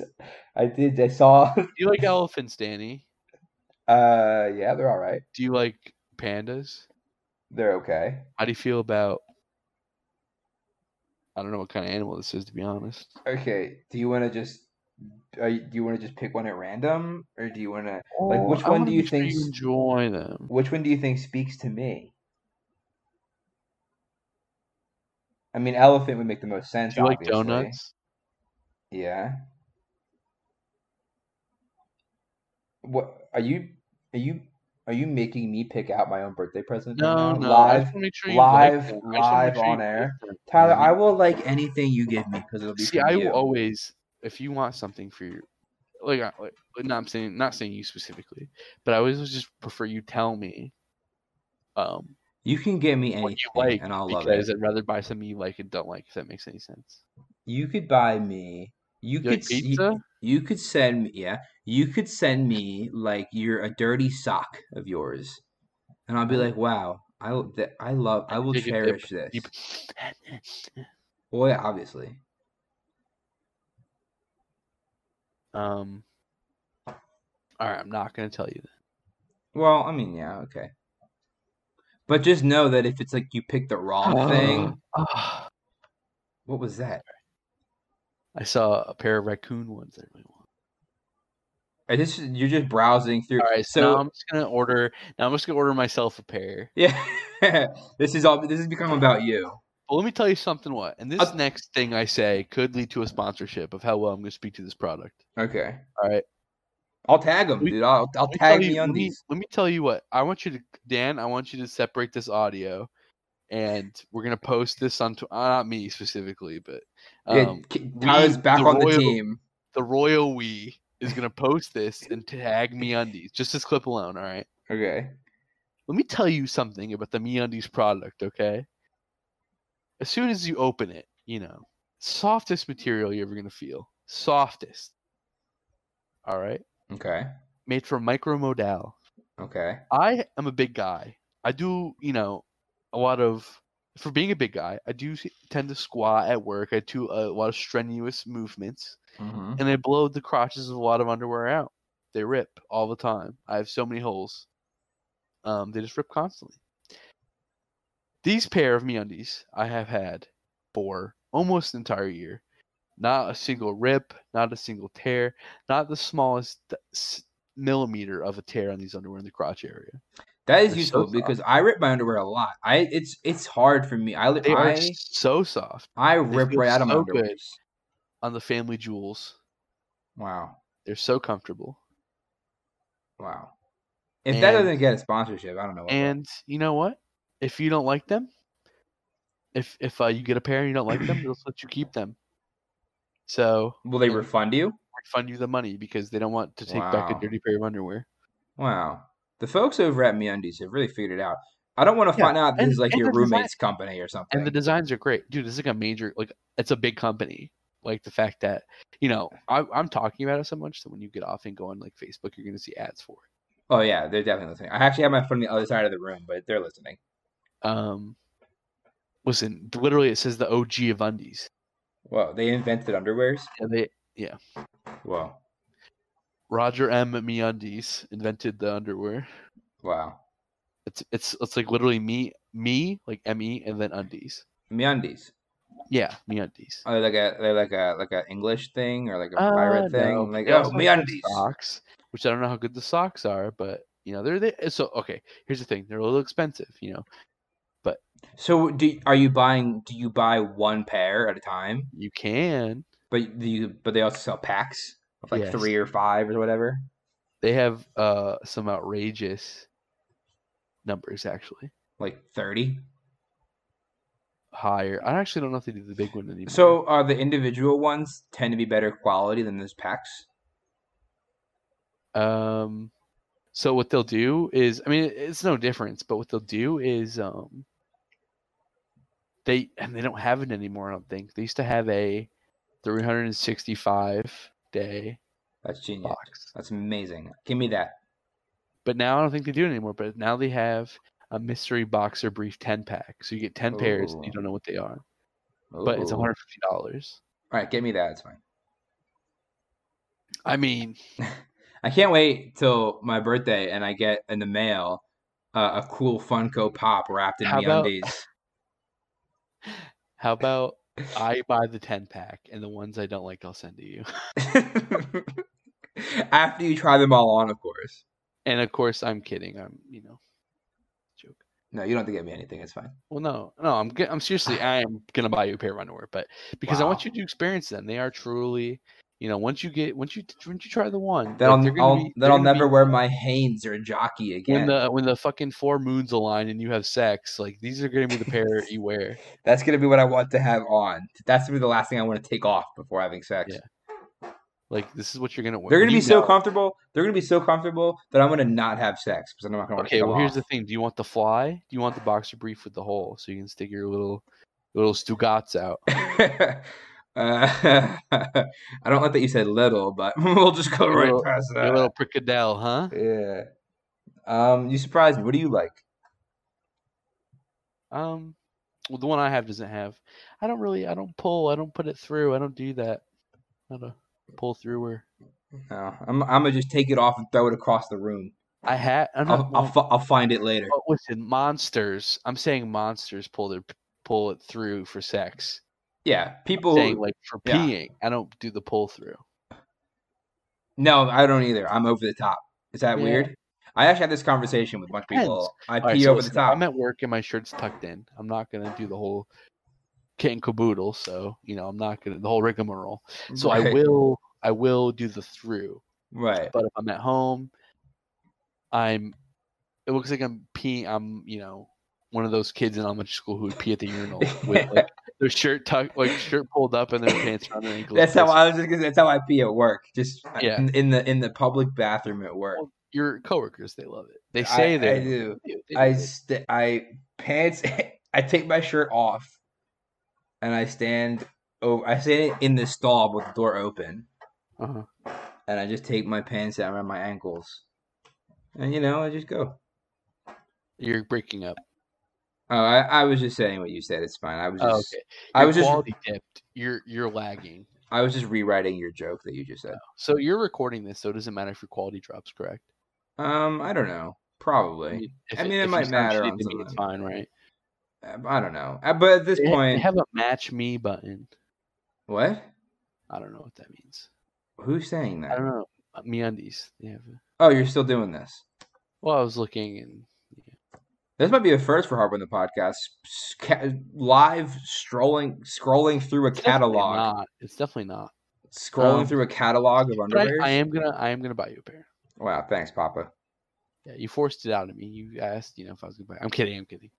[SPEAKER 1] I did. I saw.
[SPEAKER 2] Do you like elephants, Danny?
[SPEAKER 1] Uh, yeah, they're all right.
[SPEAKER 2] Do you like pandas?
[SPEAKER 1] They're okay.
[SPEAKER 2] How do you feel about? I don't know what kind of animal this is, to be honest.
[SPEAKER 1] Okay. Do you want to just? Are you, do you want to just pick one at random, or do you want to? Like, which
[SPEAKER 2] Oh, I
[SPEAKER 1] one do
[SPEAKER 2] wanna
[SPEAKER 1] you
[SPEAKER 2] make sure
[SPEAKER 1] think's-
[SPEAKER 2] enjoy them?
[SPEAKER 1] Which one do you think speaks to me? I mean, elephant would make the most sense.
[SPEAKER 2] Do you like
[SPEAKER 1] obviously.
[SPEAKER 2] donuts?
[SPEAKER 1] Yeah. What are you? Are you? Are you making me pick out my own birthday present? right
[SPEAKER 2] No,
[SPEAKER 1] now?
[SPEAKER 2] no. I
[SPEAKER 1] Live,
[SPEAKER 2] just wanna make sure you like
[SPEAKER 1] live-
[SPEAKER 2] them. I just wanna make
[SPEAKER 1] live
[SPEAKER 2] sure you
[SPEAKER 1] on
[SPEAKER 2] like
[SPEAKER 1] air.
[SPEAKER 2] them,
[SPEAKER 1] Tyler.
[SPEAKER 2] man.
[SPEAKER 1] I will like anything you give me because it'll be.
[SPEAKER 2] see.
[SPEAKER 1] from
[SPEAKER 2] I
[SPEAKER 1] you.
[SPEAKER 2] will always, if you want something for your, like, I- like, no, I'm saying not saying you specifically, but I always would just prefer you tell me, um,
[SPEAKER 1] You can get me anything,
[SPEAKER 2] what you like,
[SPEAKER 1] and I'll love
[SPEAKER 2] because
[SPEAKER 1] it.
[SPEAKER 2] I'd rather buy something you like and don't like. If that makes any sense.
[SPEAKER 1] You could buy me. You
[SPEAKER 2] You
[SPEAKER 1] could
[SPEAKER 2] like
[SPEAKER 1] s- you-
[SPEAKER 2] pizza?
[SPEAKER 1] You, could send me. Yeah, you could send me like you're a dirty sock of yours, and I'll be like, wow, I l- th- I love. I will
[SPEAKER 2] Take a Oh. dip,
[SPEAKER 1] cherish this.
[SPEAKER 2] Deep-
[SPEAKER 1] Well, yeah, obviously.
[SPEAKER 2] um. All right, I'm not gonna tell you.
[SPEAKER 1] Well, I mean, yeah, okay. But just know that if it's like you pick the wrong thing,
[SPEAKER 2] Ah,
[SPEAKER 1] what was that?
[SPEAKER 2] I saw a pair of raccoon ones. that I really want.
[SPEAKER 1] I just Uh, you're just browsing through.
[SPEAKER 2] All right, so, now
[SPEAKER 1] so
[SPEAKER 2] I'm just gonna order. Now I'm just gonna order myself a pair.
[SPEAKER 1] yeah, this is all. This has become about you.
[SPEAKER 2] But let me tell you something. What and this
[SPEAKER 1] Uh,
[SPEAKER 2] next thing I say could lead to a sponsorship of how well I'm gonna speak to this product.
[SPEAKER 1] Okay,
[SPEAKER 2] All right,
[SPEAKER 1] I'll tag them,
[SPEAKER 2] We-
[SPEAKER 1] dude. I'll I'll
[SPEAKER 2] Let me tell
[SPEAKER 1] tag
[SPEAKER 2] you-
[SPEAKER 1] me on
[SPEAKER 2] let me-
[SPEAKER 1] these.
[SPEAKER 2] Let me tell you what I want you to, Dan. I want you to separate this audio, and we're gonna post this on tw- uh, not me specifically, but
[SPEAKER 1] Yeah,
[SPEAKER 2] um,
[SPEAKER 1] K-
[SPEAKER 2] we-
[SPEAKER 1] Tyler's back
[SPEAKER 2] the
[SPEAKER 1] on the
[SPEAKER 2] royal-
[SPEAKER 1] team.
[SPEAKER 2] the royal we is gonna post this and tag me undies just this clip alone. All right.
[SPEAKER 1] Okay.
[SPEAKER 2] let me tell you something about the MeUndies product, okay? As soon as you open it, you know, softest material you're ever gonna feel, softest. All right,
[SPEAKER 1] Okay.
[SPEAKER 2] made from micromodal.
[SPEAKER 1] Okay.
[SPEAKER 2] I am a big guy. I do, you know, a lot of for being a big guy. I do s- tend to squat at work. I do a lot of strenuous movements,
[SPEAKER 1] hmm
[SPEAKER 2] and I blow the crotches of a lot of underwear out. They rip all the time. I have so many holes. Um, they just rip constantly. These pair of MeUndies I have had for almost an entire year. Not a single rip, not a single tear, not the smallest s- millimeter of a tear on these underwear in the crotch area.
[SPEAKER 1] That is
[SPEAKER 2] They're so
[SPEAKER 1] useful
[SPEAKER 2] soft.
[SPEAKER 1] because I rip my underwear a lot. I it's it's hard for me. I li-
[SPEAKER 2] They are
[SPEAKER 1] I,
[SPEAKER 2] so soft
[SPEAKER 1] I
[SPEAKER 2] they
[SPEAKER 1] rip
[SPEAKER 2] feel
[SPEAKER 1] right out of my
[SPEAKER 2] so good.
[SPEAKER 1] underwear.
[SPEAKER 2] on the family jewels.
[SPEAKER 1] Wow.
[SPEAKER 2] They're so comfortable.
[SPEAKER 1] Wow. If that
[SPEAKER 2] And-
[SPEAKER 1] doesn't get a sponsorship, I don't know. What will.
[SPEAKER 2] And you know what? If you don't like them, if if uh, you get a pair and you don't like them, they'll just let you keep them. So
[SPEAKER 1] will they refund you?
[SPEAKER 2] refund you the money because they don't want to take back
[SPEAKER 1] Wow.
[SPEAKER 2] a dirty pair of underwear.
[SPEAKER 1] Wow. The folks over at MeUndies have really figured it out. I don't want to
[SPEAKER 2] Yeah,
[SPEAKER 1] find out this
[SPEAKER 2] and-
[SPEAKER 1] is like
[SPEAKER 2] and
[SPEAKER 1] your
[SPEAKER 2] the design-
[SPEAKER 1] roommate's company or something.
[SPEAKER 2] And the designs are great, dude. This is like a major, like it's a big company. Like the fact that you know I, I'm talking about it so much that when you get off and go on like Facebook, you're gonna see ads for it.
[SPEAKER 1] oh yeah, they're definitely listening. I actually have my phone on the other side of the room, but they're listening.
[SPEAKER 2] Um, Listen, literally, it says the OG of undies.
[SPEAKER 1] Wow, they invented underwears.
[SPEAKER 2] And they
[SPEAKER 1] Wow,
[SPEAKER 2] Roger M. MeUndies invented the underwear.
[SPEAKER 1] wow.
[SPEAKER 2] It's it's it's like literally me me like M E and then undies.
[SPEAKER 1] MeUndies.
[SPEAKER 2] Yeah, MeUndies.
[SPEAKER 1] Are they Oh, like a they're like a like a English thing or like a pirate thing?
[SPEAKER 2] Uh, no,
[SPEAKER 1] Like
[SPEAKER 2] they
[SPEAKER 1] oh,
[SPEAKER 2] also have
[SPEAKER 1] MeUndies.
[SPEAKER 2] socks, which I don't know how good the socks are, but you know they're they, so okay. Here's the thing: they're a little expensive, you know.
[SPEAKER 1] So do are you buying? Do you buy one pair at a time?
[SPEAKER 2] You can.
[SPEAKER 1] But do you but they also sell packs of like
[SPEAKER 2] Yes.
[SPEAKER 1] three or five or whatever.
[SPEAKER 2] They have uh some outrageous numbers actually.
[SPEAKER 1] Like thirty.
[SPEAKER 2] Higher. I actually don't know if they do the big one anymore.
[SPEAKER 1] So are the individual ones tend to be better quality than those packs?
[SPEAKER 2] Um, so what they'll do is, I mean, it- it's no difference, but what they'll do is, um, they and they don't have it anymore. I don't think they used to have a 365 day
[SPEAKER 1] That's genius.
[SPEAKER 2] box,
[SPEAKER 1] That's amazing. Give me that.
[SPEAKER 2] but now I don't think they do it anymore. But now they have a mystery boxer brief 10 pack, so you get 10 pairs. And you
[SPEAKER 1] Ooh.
[SPEAKER 2] don't know what they are, but it's
[SPEAKER 1] Ooh.
[SPEAKER 2] 150 dollars.
[SPEAKER 1] All right, give me that. It's fine.
[SPEAKER 2] I mean,
[SPEAKER 1] I can't wait till my birthday and I get in the mail uh, a cool Funko Pop wrapped in
[SPEAKER 2] How about-
[SPEAKER 1] MeUndies.
[SPEAKER 2] how about I buy the 10 pack and the ones I don't like, I'll send to you.
[SPEAKER 1] After you try them all on, of course.
[SPEAKER 2] And of course, I'm kidding. I'm, you know, joke.
[SPEAKER 1] No, you don't have to get me anything. It's fine.
[SPEAKER 2] Well, no, no, I'm g- I'm seriously, I am gonna buy you a pair of underwear, but because I want
[SPEAKER 1] Wow.
[SPEAKER 2] you to experience them, they are truly, you know, once you get once you once you try the one,
[SPEAKER 1] Then
[SPEAKER 2] like, they're
[SPEAKER 1] I'll,
[SPEAKER 2] gonna
[SPEAKER 1] I'll
[SPEAKER 2] be-
[SPEAKER 1] then
[SPEAKER 2] they're
[SPEAKER 1] I'll
[SPEAKER 2] gonna be-
[SPEAKER 1] never wear my Hanes or jockey
[SPEAKER 2] when
[SPEAKER 1] again.
[SPEAKER 2] the when the fucking four moons align and you have sex, like these are gonna be the pair you wear.
[SPEAKER 1] That's gonna be what I want to have on. That's gonna be the last thing I want to take off before having sex.
[SPEAKER 2] Yeah. Like this is what you're gonna wear.
[SPEAKER 1] They're gonna
[SPEAKER 2] You
[SPEAKER 1] be so
[SPEAKER 2] know.
[SPEAKER 1] comfortable. They're gonna be so comfortable that I'm gonna not have sex because I'm not gonna want to
[SPEAKER 2] Okay,
[SPEAKER 1] take them
[SPEAKER 2] well here's the
[SPEAKER 1] off.
[SPEAKER 2] thing: Do you want the fly? Do you want the boxer brief with the hole so you can stick your little little stugats out?
[SPEAKER 1] uh, I don't like that you said little, but we'll just go
[SPEAKER 2] Your
[SPEAKER 1] right
[SPEAKER 2] little-
[SPEAKER 1] past that.
[SPEAKER 2] Your little prickadell, huh?
[SPEAKER 1] Yeah. Um, you surprised me. What do you like?
[SPEAKER 2] Um, well, the one I have doesn't have. I don't really. I don't pull. I don't put it through. I don't do that. Not a pull through or
[SPEAKER 1] No, I'm I'm gonna just take it off and throw it across the room.
[SPEAKER 2] I had. I'm not.
[SPEAKER 1] I'll I'll, fi- I'll find it later.
[SPEAKER 2] oh, listen, monsters. I'm saying monsters pull their pull it through for sex.
[SPEAKER 1] Yeah, people.
[SPEAKER 2] saying like for
[SPEAKER 1] yeah.
[SPEAKER 2] peeing. I don't do the pull through.
[SPEAKER 1] No, I don't either. I'm over the top. Is that
[SPEAKER 2] Yeah.
[SPEAKER 1] weird? I actually had this conversation with a bunch of
[SPEAKER 2] Depends.
[SPEAKER 1] people. I pee
[SPEAKER 2] All right, so
[SPEAKER 1] over
[SPEAKER 2] listen,
[SPEAKER 1] the top.
[SPEAKER 2] I'm at work and my shirt's tucked in. I'm not gonna do the whole kit and caboodle. So you know, I'm not gonna the whole rigmarole. So I
[SPEAKER 1] Right,
[SPEAKER 2] will. I will do the through.
[SPEAKER 1] Right.
[SPEAKER 2] but if I'm at home, I'm. It looks like I'm peeing. I'm you know one of those kids in elementary school who would pee at the urinal with like, their shirt tucked, like shirt pulled up, and their pants around their ankles.
[SPEAKER 1] That's how
[SPEAKER 2] pissed.
[SPEAKER 1] I was just. Gonna, that's how I pee at work. Just uh,
[SPEAKER 2] Yeah.
[SPEAKER 1] in, in the in the public bathroom at work.
[SPEAKER 2] Well, Your coworkers, they love it. They
[SPEAKER 1] I-
[SPEAKER 2] say
[SPEAKER 1] I
[SPEAKER 2] they.
[SPEAKER 1] do.
[SPEAKER 2] They do. They
[SPEAKER 1] I
[SPEAKER 2] do.
[SPEAKER 1] st- I pants. I take my shirt off, and I stand over. I stand in the stall with the door open,
[SPEAKER 2] Uh-huh.
[SPEAKER 1] and I just take my pants down around my ankles, and you know I just go.
[SPEAKER 2] You're breaking up.
[SPEAKER 1] Oh, I, I was just saying what you said. It's fine. I was just
[SPEAKER 2] Oh, okay.
[SPEAKER 1] I
[SPEAKER 2] Your
[SPEAKER 1] was just-
[SPEAKER 2] quality dipped. You're you're lagging.
[SPEAKER 1] I was just rewriting your joke that you just said.
[SPEAKER 2] So you're recording this, so it doesn't matter if your quality drops. Correct.
[SPEAKER 1] Um, I don't know.
[SPEAKER 2] I
[SPEAKER 1] Probably.
[SPEAKER 2] mean, if
[SPEAKER 1] I mean, it
[SPEAKER 2] if you
[SPEAKER 1] might
[SPEAKER 2] sound
[SPEAKER 1] matter
[SPEAKER 2] shitty
[SPEAKER 1] on
[SPEAKER 2] to me, It's
[SPEAKER 1] something.
[SPEAKER 2] fine, right?
[SPEAKER 1] Uh, I don't know. Uh, But at this
[SPEAKER 2] They ha- they
[SPEAKER 1] point,
[SPEAKER 2] have a match me button.
[SPEAKER 1] what?
[SPEAKER 2] I don't know what that means.
[SPEAKER 1] Who's saying
[SPEAKER 2] I
[SPEAKER 1] that?
[SPEAKER 2] don't know. Uh, MeUndies. They have. a-
[SPEAKER 1] Oh, you're still doing this.
[SPEAKER 2] Well, I was looking, and
[SPEAKER 1] This might be a first for Harper in the podcast. S- ca- live strolling, scrolling through a
[SPEAKER 2] it's definitely
[SPEAKER 1] catalog,
[SPEAKER 2] not- It's definitely not.
[SPEAKER 1] scrolling
[SPEAKER 2] Um,
[SPEAKER 1] through a catalog of
[SPEAKER 2] But I,
[SPEAKER 1] underwears.
[SPEAKER 2] I am gonna, I am gonna buy you a pair.
[SPEAKER 1] Wow, thanks, Papa.
[SPEAKER 2] Yeah, you forced it out of me. You asked, you know, if I was gonna buy. I'm kidding. I'm kidding.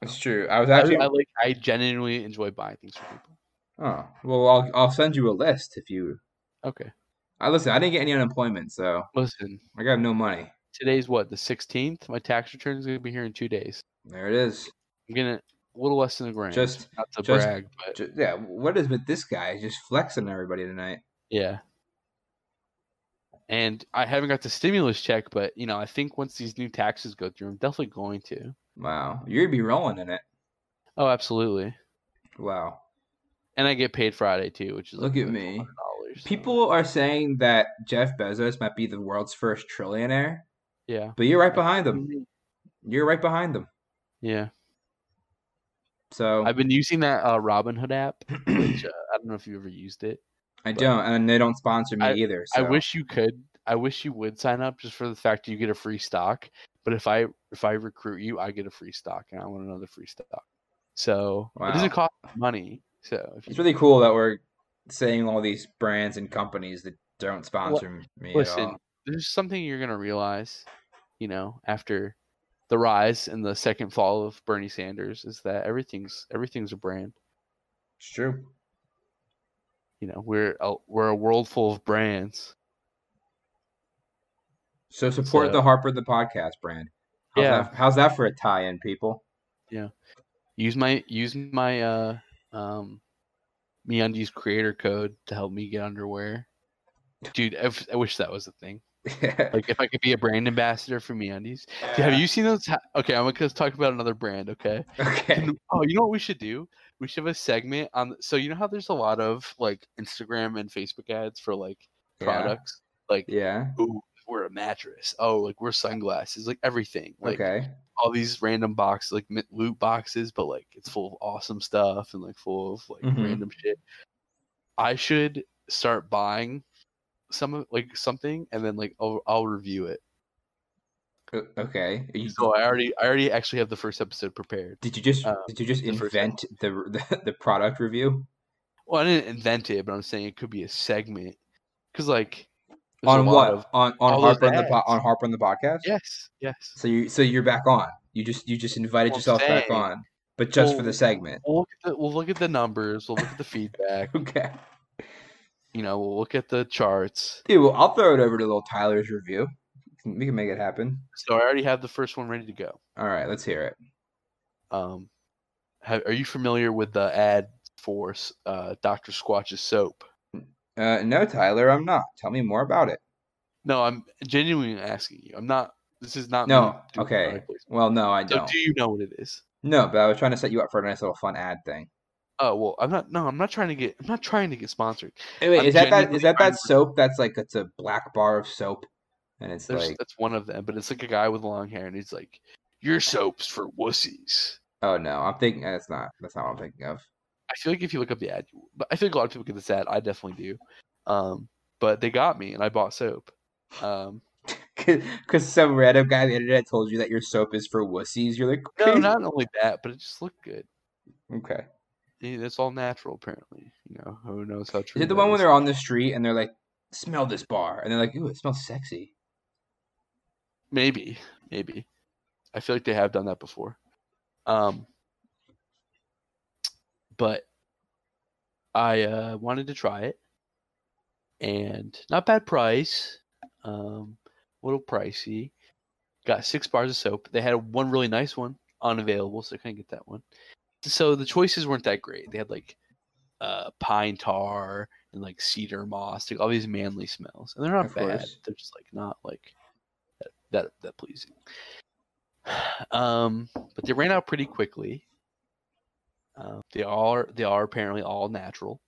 [SPEAKER 1] That's true. I was
[SPEAKER 2] I,
[SPEAKER 1] actually.
[SPEAKER 2] I like. I genuinely enjoy buying things for people.
[SPEAKER 1] oh well, I'll I'll send you a list if you.
[SPEAKER 2] Okay.
[SPEAKER 1] I listen. I didn't get any unemployment, so
[SPEAKER 2] Listen,
[SPEAKER 1] I got no money.
[SPEAKER 2] today's what the 16th. My tax return is gonna be here in two days.
[SPEAKER 1] There it is.
[SPEAKER 2] I'm gonna a little less than a grand.
[SPEAKER 1] Just
[SPEAKER 2] not to
[SPEAKER 1] just-
[SPEAKER 2] brag, but
[SPEAKER 1] Ju- yeah, what is with this guy? He's Just flexing everybody tonight.
[SPEAKER 2] yeah. And I haven't got the stimulus check, but you know, I think once these new taxes go through, I'm definitely going to.
[SPEAKER 1] Wow, you'd be rolling in it.
[SPEAKER 2] Oh, absolutely.
[SPEAKER 1] Wow.
[SPEAKER 2] And I get paid Friday too, which is
[SPEAKER 1] Look
[SPEAKER 2] like
[SPEAKER 1] at me.
[SPEAKER 2] $100, so-
[SPEAKER 1] People are saying that Jeff Bezos might be the world's first trillionaire,
[SPEAKER 2] Yeah.
[SPEAKER 1] but you're right behind them. You're right behind them.
[SPEAKER 2] Yeah.
[SPEAKER 1] So
[SPEAKER 2] I've been using that uh, Robinhood app, which uh, I don't know if you ever used it.
[SPEAKER 1] I don't, and they don't sponsor me
[SPEAKER 2] I-
[SPEAKER 1] either.
[SPEAKER 2] I
[SPEAKER 1] so-
[SPEAKER 2] wish you could. I wish you would sign up just for the fact that you get a free stock. But if I if I recruit you, I get a free stock, and I want another free stock. So it doesn't
[SPEAKER 1] Wow.
[SPEAKER 2] cost money. So if you
[SPEAKER 1] it's really cool that we're saying all these brands and companies that don't sponsor me. at
[SPEAKER 2] listen,
[SPEAKER 1] all.
[SPEAKER 2] there's something you're gonna realize, you know, after the rise and the second fall of Bernie Sanders is that everything's everything's a brand.
[SPEAKER 1] it's true.
[SPEAKER 2] You know, we're a, we're a world full of brands.
[SPEAKER 1] So support
[SPEAKER 2] So-
[SPEAKER 1] the Harper the podcast brand. How's
[SPEAKER 2] uh, Yeah.
[SPEAKER 1] that, how's that for a tie-in, people?
[SPEAKER 2] Use my use my uh um MeUndies creator code to help me get underwear. Dude, I, f- I wish that was a thing. Like if I could be a brand ambassador for MeUndies. Dude, have you seen those? ha- Okay, I'm gonna talk about another brand. Okay.
[SPEAKER 1] okay.
[SPEAKER 2] Can- Oh, you know what we should do? We should have a segment on. So you know how there's a lot of like Instagram and Facebook ads for like
[SPEAKER 1] Yeah.
[SPEAKER 2] products, like
[SPEAKER 1] Yeah.
[SPEAKER 2] ooh, we're a mattress. Oh, like we're sunglasses, like everything, like
[SPEAKER 1] okay.
[SPEAKER 2] all these random boxes, like mi- loot boxes, but like it's full of awesome stuff and like full of like
[SPEAKER 1] Mhm.
[SPEAKER 2] random shit. I should start buying some of like something and then like I'll, I'll review it.
[SPEAKER 1] O- Okay. You-
[SPEAKER 2] So I already I already actually have the first episode prepared.
[SPEAKER 1] did you just
[SPEAKER 2] uh,
[SPEAKER 1] did you just
[SPEAKER 2] the first
[SPEAKER 1] invent the, the the product review
[SPEAKER 2] Well, I didn't invent it, but I'm saying it could be a segment because, like, there's a
[SPEAKER 1] on
[SPEAKER 2] lot
[SPEAKER 1] what
[SPEAKER 2] of-
[SPEAKER 1] on on
[SPEAKER 2] all those
[SPEAKER 1] Harper on the po-
[SPEAKER 2] ads.
[SPEAKER 1] on Harper on the podcast?
[SPEAKER 2] yes, yes.
[SPEAKER 1] So you so you're back on. You just you just invited
[SPEAKER 2] Well, Oh.
[SPEAKER 1] yourself back
[SPEAKER 2] dang.
[SPEAKER 1] on, but just for the
[SPEAKER 2] Well,
[SPEAKER 1] segment.
[SPEAKER 2] We'll look, at the, we'll look at the numbers. We'll look at the feedback.
[SPEAKER 1] Okay.
[SPEAKER 2] You know, we'll look at the charts.
[SPEAKER 1] Dude, well, I'll throw it over to little Tyler's review. We can make it happen.
[SPEAKER 2] So I already have the first one ready to go.
[SPEAKER 1] All right, let's hear it.
[SPEAKER 2] Um, have, are you familiar with the ad for s- uh, Doctor Squatch's soap?
[SPEAKER 1] Uh, no, Tyler, I'm not. Tell me more about it.
[SPEAKER 2] No, I'm genuinely asking you. I'm not. This is not me
[SPEAKER 1] No,
[SPEAKER 2] doing
[SPEAKER 1] okay.
[SPEAKER 2] product placement.
[SPEAKER 1] Well, no, I
[SPEAKER 2] So
[SPEAKER 1] don't.
[SPEAKER 2] do you know what it is?
[SPEAKER 1] No, but I was trying to set you up for a nice little fun ad thing.
[SPEAKER 2] Oh well, I'm not. No, I'm not trying to get. I'm not trying to get sponsored.
[SPEAKER 1] Hey, wait,
[SPEAKER 2] I'm
[SPEAKER 1] is that that
[SPEAKER 2] genuinely
[SPEAKER 1] is that
[SPEAKER 2] trying
[SPEAKER 1] that
[SPEAKER 2] to-
[SPEAKER 1] soap that's like it's a black bar of soap, and it's
[SPEAKER 2] There's,
[SPEAKER 1] like
[SPEAKER 2] that's one of them, but it's like a guy with long hair, and he's like, "Your soap's for wussies."
[SPEAKER 1] oh no, I'm thinking that's not that's not what I'm thinking of.
[SPEAKER 2] I feel like if you look up the ad, you- but I think a lot of people get this ad. I definitely do. Um, but they got me, and I bought soap. Um,
[SPEAKER 1] Because some random guy on the internet told you that your soap is for wussies. You're like,
[SPEAKER 2] no,
[SPEAKER 1] "Okay."
[SPEAKER 2] not only that, but it just looked good.
[SPEAKER 1] okay.
[SPEAKER 2] Yeah, It's all natural, apparently. You know, who knows how true.
[SPEAKER 1] Is it the
[SPEAKER 2] that
[SPEAKER 1] one when
[SPEAKER 2] is.
[SPEAKER 1] they're on the street and they're like, smell this bar, and they're like, ooh, it smells sexy.
[SPEAKER 2] Maybe, maybe. I feel like they have done that before. Um, but I uh, wanted to try it, and not bad price. Um, a little pricey. Got six bars of soap. They had one really nice one unavailable, so I couldn't get that one. So the choices weren't that great. They had like uh, pine tar and like cedar moss, like all these manly smells, and they're not
[SPEAKER 1] Of
[SPEAKER 2] bad.
[SPEAKER 1] course.
[SPEAKER 2] They're just like not like that that pleasing. Um, but they ran out pretty quickly. Um, they are they are apparently all natural.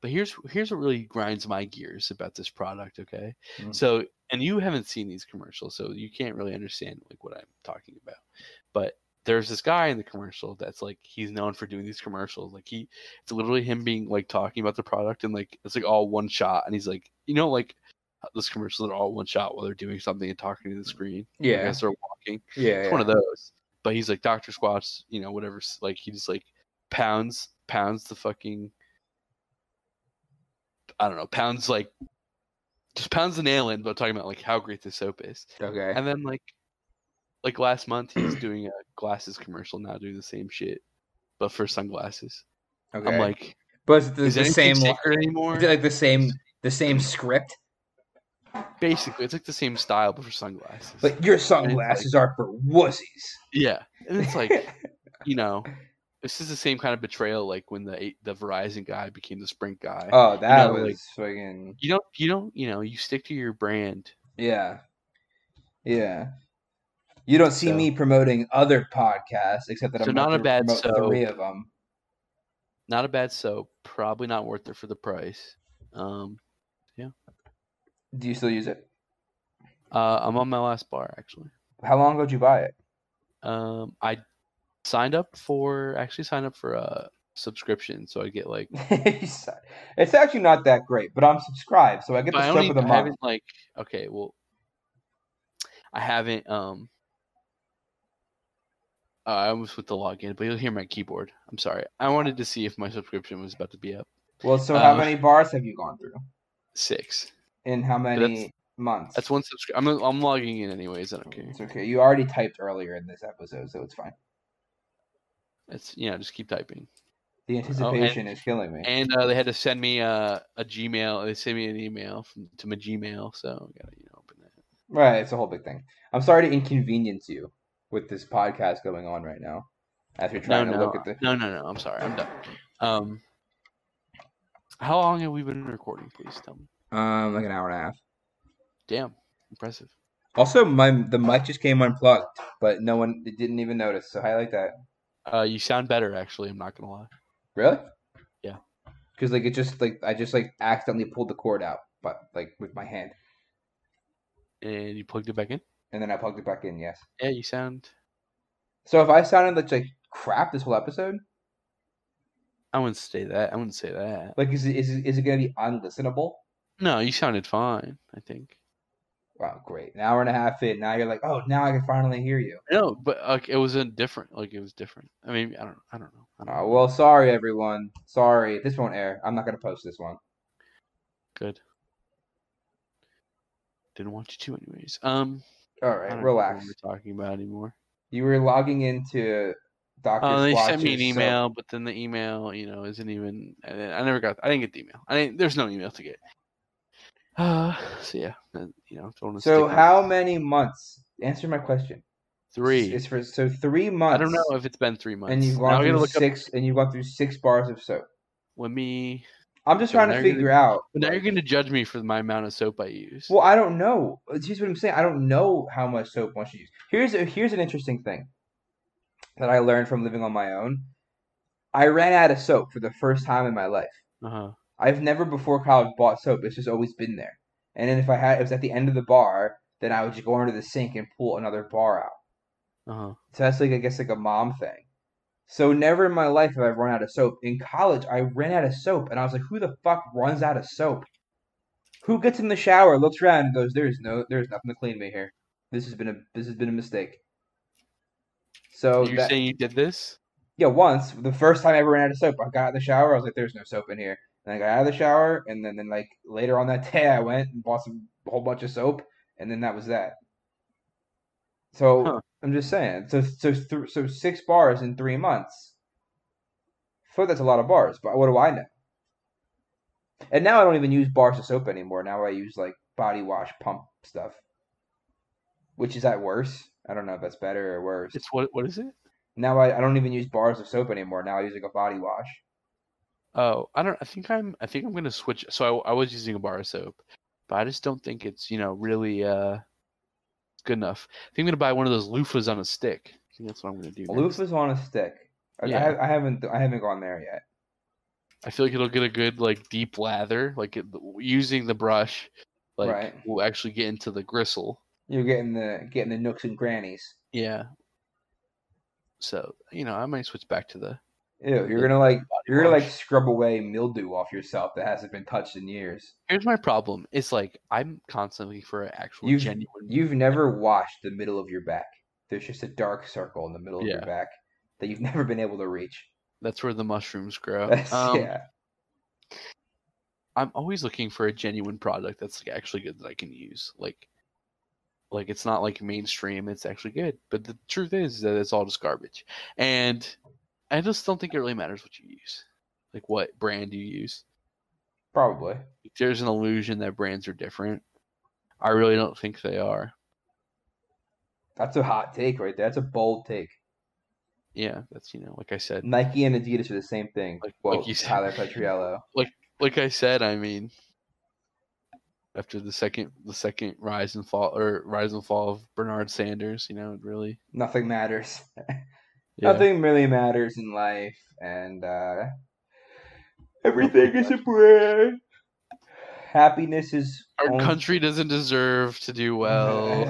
[SPEAKER 2] But here's here's what really grinds my gears about this product. Okay,
[SPEAKER 1] Mm.
[SPEAKER 2] so and you haven't seen these commercials, so you can't really understand like what I'm talking about. But there's this guy in the commercial that's like he's known for doing these commercials. Like he, it's literally him being like talking about the product and like it's like all one shot, and he's like, you know, like those commercials are all one shot while they're doing something and talking to the screen. like,
[SPEAKER 1] Yeah,
[SPEAKER 2] as they're walking.
[SPEAKER 1] yeah,
[SPEAKER 2] It's
[SPEAKER 1] yeah.
[SPEAKER 2] one of those. But he's like Doctor Squatch, you know, whatever. s- Like he just like pounds, pounds the fucking, I don't know, pounds like, just pounds the nail in. But talking about like how great this soap is,
[SPEAKER 1] Okay.
[SPEAKER 2] and then like, like last month he's doing a glasses commercial now, doing the same shit, but for sunglasses.
[SPEAKER 1] okay.
[SPEAKER 2] I'm like,
[SPEAKER 1] but it's the,
[SPEAKER 2] is
[SPEAKER 1] the
[SPEAKER 2] the
[SPEAKER 1] same, li-
[SPEAKER 2] sacred anymore?
[SPEAKER 1] is it like the same, the same script.
[SPEAKER 2] Basically, it's like the same style but for sunglasses.
[SPEAKER 1] Like your sunglasses are for wussies.
[SPEAKER 2] yeah, and it's like. you know, this is the same kind of betrayal like when the A- the Verizon guy became the Sprint guy.
[SPEAKER 1] oh, that
[SPEAKER 2] know,
[SPEAKER 1] was
[SPEAKER 2] like-
[SPEAKER 1] fucking
[SPEAKER 2] you don't, you don't, you know, you stick to your brand.
[SPEAKER 1] yeah, yeah. You don't see
[SPEAKER 2] So-
[SPEAKER 1] me promoting other podcasts except that
[SPEAKER 2] So
[SPEAKER 1] I'm
[SPEAKER 2] not
[SPEAKER 1] going
[SPEAKER 2] a
[SPEAKER 1] to
[SPEAKER 2] bad
[SPEAKER 1] promote
[SPEAKER 2] so.
[SPEAKER 1] three of them.
[SPEAKER 2] Not a bad soap. Probably not worth it for the price. Um,
[SPEAKER 1] Do you still use it?
[SPEAKER 2] uh, I'm on my last bar actually.
[SPEAKER 1] How long ago did you buy it?
[SPEAKER 2] Um, I signed up for actually signed up for a subscription, so I get like
[SPEAKER 1] it's actually not that great, but I'm subscribed, so I get
[SPEAKER 2] But
[SPEAKER 1] the
[SPEAKER 2] I
[SPEAKER 1] stuff
[SPEAKER 2] only-
[SPEAKER 1] of the
[SPEAKER 2] I
[SPEAKER 1] month.
[SPEAKER 2] haven't like okay, well, I haven't. Um, uh, I almost went to log in, but you'll hear my keyboard. I'm sorry. I wanted to see if my subscription was about to be up
[SPEAKER 1] Well, so how
[SPEAKER 2] uh,
[SPEAKER 1] many bars have you gone through?
[SPEAKER 2] six.
[SPEAKER 1] In how
[SPEAKER 2] that's-
[SPEAKER 1] many months?
[SPEAKER 2] That's one subscription. I'm I'm logging in anyways. I don't care.
[SPEAKER 1] It's okay. You already typed earlier in this episode, so it's fine.
[SPEAKER 2] It's you know just keep typing. Oh,
[SPEAKER 1] The anticipation is killing me.
[SPEAKER 2] And uh, they had to send me uh, a Gmail. They sent me an email from, to my Gmail, so I gotta you know open that.
[SPEAKER 1] right, it's a whole big thing. I'm sorry to inconvenience you with this podcast going on right now. As you're
[SPEAKER 2] No,
[SPEAKER 1] trying to
[SPEAKER 2] no,
[SPEAKER 1] look at the
[SPEAKER 2] no, no, no. I'm sorry. I'm done. Um, how long have we been recording? Please tell me.
[SPEAKER 1] um like an hour and a half.
[SPEAKER 2] Damn, impressive.
[SPEAKER 1] Also, my the mic just came unplugged, but no one it didn't even notice. So highlight that.
[SPEAKER 2] Uh, you sound better actually. I'm not gonna lie.
[SPEAKER 1] Really?
[SPEAKER 2] Yeah.
[SPEAKER 1] Because like it just like I just like accidentally pulled the cord out, but like with my hand,
[SPEAKER 2] And you plugged it back in.
[SPEAKER 1] and then I plugged it back in. Yes.
[SPEAKER 2] Yeah, you sound.
[SPEAKER 1] So if I sounded like like crap this whole episode,
[SPEAKER 2] I wouldn't say that. I wouldn't say that.
[SPEAKER 1] like is it, is it, is it gonna be unlistenable?
[SPEAKER 2] No, you sounded fine. I think.
[SPEAKER 1] Wow, great! An hour and a half in. Now you're like, oh, now I can finally hear you.
[SPEAKER 2] No, but like it was a different. Like it was different. I mean, I don't. I don't know. I don't
[SPEAKER 1] Uh,
[SPEAKER 2] know.
[SPEAKER 1] well, sorry everyone. Sorry, this won't air. I'm not gonna post this one.
[SPEAKER 2] Good. Didn't want you to, anyways. Um,
[SPEAKER 1] All
[SPEAKER 2] I
[SPEAKER 1] right,
[SPEAKER 2] don't know what
[SPEAKER 1] relax.
[SPEAKER 2] we're talking about anymore.
[SPEAKER 1] You were logging into Doctor.
[SPEAKER 2] Oh, they sent me an email, but then the email, you know, isn't even. I I never got. I didn't get the email. I didn't. There's no email to get. Uh, so yeah, uh, you know, don't wanna
[SPEAKER 1] So
[SPEAKER 2] stick on-
[SPEAKER 1] how many months? Answer my question.
[SPEAKER 2] three?
[SPEAKER 1] It's for so three months.
[SPEAKER 2] I don't know if it's been three months.
[SPEAKER 1] And you've
[SPEAKER 2] Now I
[SPEAKER 1] gone
[SPEAKER 2] gotta
[SPEAKER 1] through
[SPEAKER 2] look up.
[SPEAKER 1] six, and you've gone through six bars of soap.
[SPEAKER 2] Let me.
[SPEAKER 1] I'm just
[SPEAKER 2] So
[SPEAKER 1] trying
[SPEAKER 2] now
[SPEAKER 1] to
[SPEAKER 2] you're gonna-
[SPEAKER 1] figure out.
[SPEAKER 2] But now you're
[SPEAKER 1] like-
[SPEAKER 2] gonna judge me for my amount of soap I use.
[SPEAKER 1] Well, I don't know. It's just what I'm saying. I don't know how much soap one should use. Here's a, here's an interesting thing that I learned from living on my own. I ran out of soap for the first time in my life.
[SPEAKER 2] Uh huh.
[SPEAKER 1] I've never before college bought soap. It's just always been there. And then if I had, it was at the end of the bar. Then I would just go under the sink and pull another bar out.
[SPEAKER 2] Uh huh.
[SPEAKER 1] So that's like I guess like a mom thing. So never in my life have I run out of soap. In college, I ran out of soap, and I was like, "Who the fuck runs out of soap? Who gets in the shower, looks around, and goes, "There's no, there's nothing to clean me here. This has been a, this has been a mistake." So
[SPEAKER 2] you're
[SPEAKER 1] that,
[SPEAKER 2] saying you did this?
[SPEAKER 1] yeah, once the first time I ever ran out of soap, I got out of the shower. I was like, "There's no soap in here." And I got out of the shower, and then then like later on that day, I went and bought some a whole bunch of soap, and then that was that. So
[SPEAKER 2] Huh.
[SPEAKER 1] I'm just saying, so so th- so six bars in three months. So that's a lot of bars, but what do I know? And now I don't even use bars of soap anymore. Now I use like body wash pump stuff, which is that worse? I don't know if that's better or worse.
[SPEAKER 2] It's what? What is it?
[SPEAKER 1] Now I, I don't even use bars of soap anymore. Now I use like a body wash.
[SPEAKER 2] Oh, I don't. I think I'm. I think I'm gonna switch. So I, I was using a bar of soap, but I just don't think it's you know really uh good enough. I think I'm gonna buy one of those loofahs on a stick. I think that's what I'm gonna do. next.
[SPEAKER 1] Loofah's on a stick. I,
[SPEAKER 2] Yeah.
[SPEAKER 1] I, ha- I haven't I haven't gone there yet.
[SPEAKER 2] I feel like it'll get a good like deep lather. Like it, using the brush, like
[SPEAKER 1] Right.
[SPEAKER 2] will actually get into the gristle.
[SPEAKER 1] You're getting the getting the nooks and grannies.
[SPEAKER 2] Yeah. So you know I might switch back to the.
[SPEAKER 1] Ew, you're
[SPEAKER 2] the
[SPEAKER 1] gonna like
[SPEAKER 2] body
[SPEAKER 1] you're gonna like
[SPEAKER 2] wash.
[SPEAKER 1] scrub away mildew off yourself that hasn't been touched in years.
[SPEAKER 2] Here's my problem. It's like I'm constantly for an actual
[SPEAKER 1] You've-
[SPEAKER 2] genuine.
[SPEAKER 1] You've never washed the middle of your back. There's just a dark circle in the middle of your
[SPEAKER 2] Yeah.
[SPEAKER 1] back that you've never been able to reach.
[SPEAKER 2] that's where the mushrooms grow.
[SPEAKER 1] That's-
[SPEAKER 2] Um,
[SPEAKER 1] yeah.
[SPEAKER 2] I'm always looking for a genuine product that's like actually good that I can use. Like, like it's not like mainstream; it's actually good. But the truth is that it's all just garbage, and I just don't think it really matters what you use, like what brand you use.
[SPEAKER 1] Probably.
[SPEAKER 2] There's an illusion that brands are different. I really don't think they are.
[SPEAKER 1] That's a hot take right there. That's a bold take.
[SPEAKER 2] Yeah, that's you know, like I said,
[SPEAKER 1] Nike and Adidas are the same thing.
[SPEAKER 2] Like- like
[SPEAKER 1] Well,
[SPEAKER 2] you said.
[SPEAKER 1] Tyler Petriello.
[SPEAKER 2] like I said, I mean, after the second the second rise and fall or rise and fall of Bernard Sanders. You know, it really.
[SPEAKER 1] Nothing matters.
[SPEAKER 2] Yeah.
[SPEAKER 1] Nothing really matters in life, and uh, everything is a prayer. Happiness is
[SPEAKER 2] Our
[SPEAKER 1] only-
[SPEAKER 2] country doesn't deserve to do well.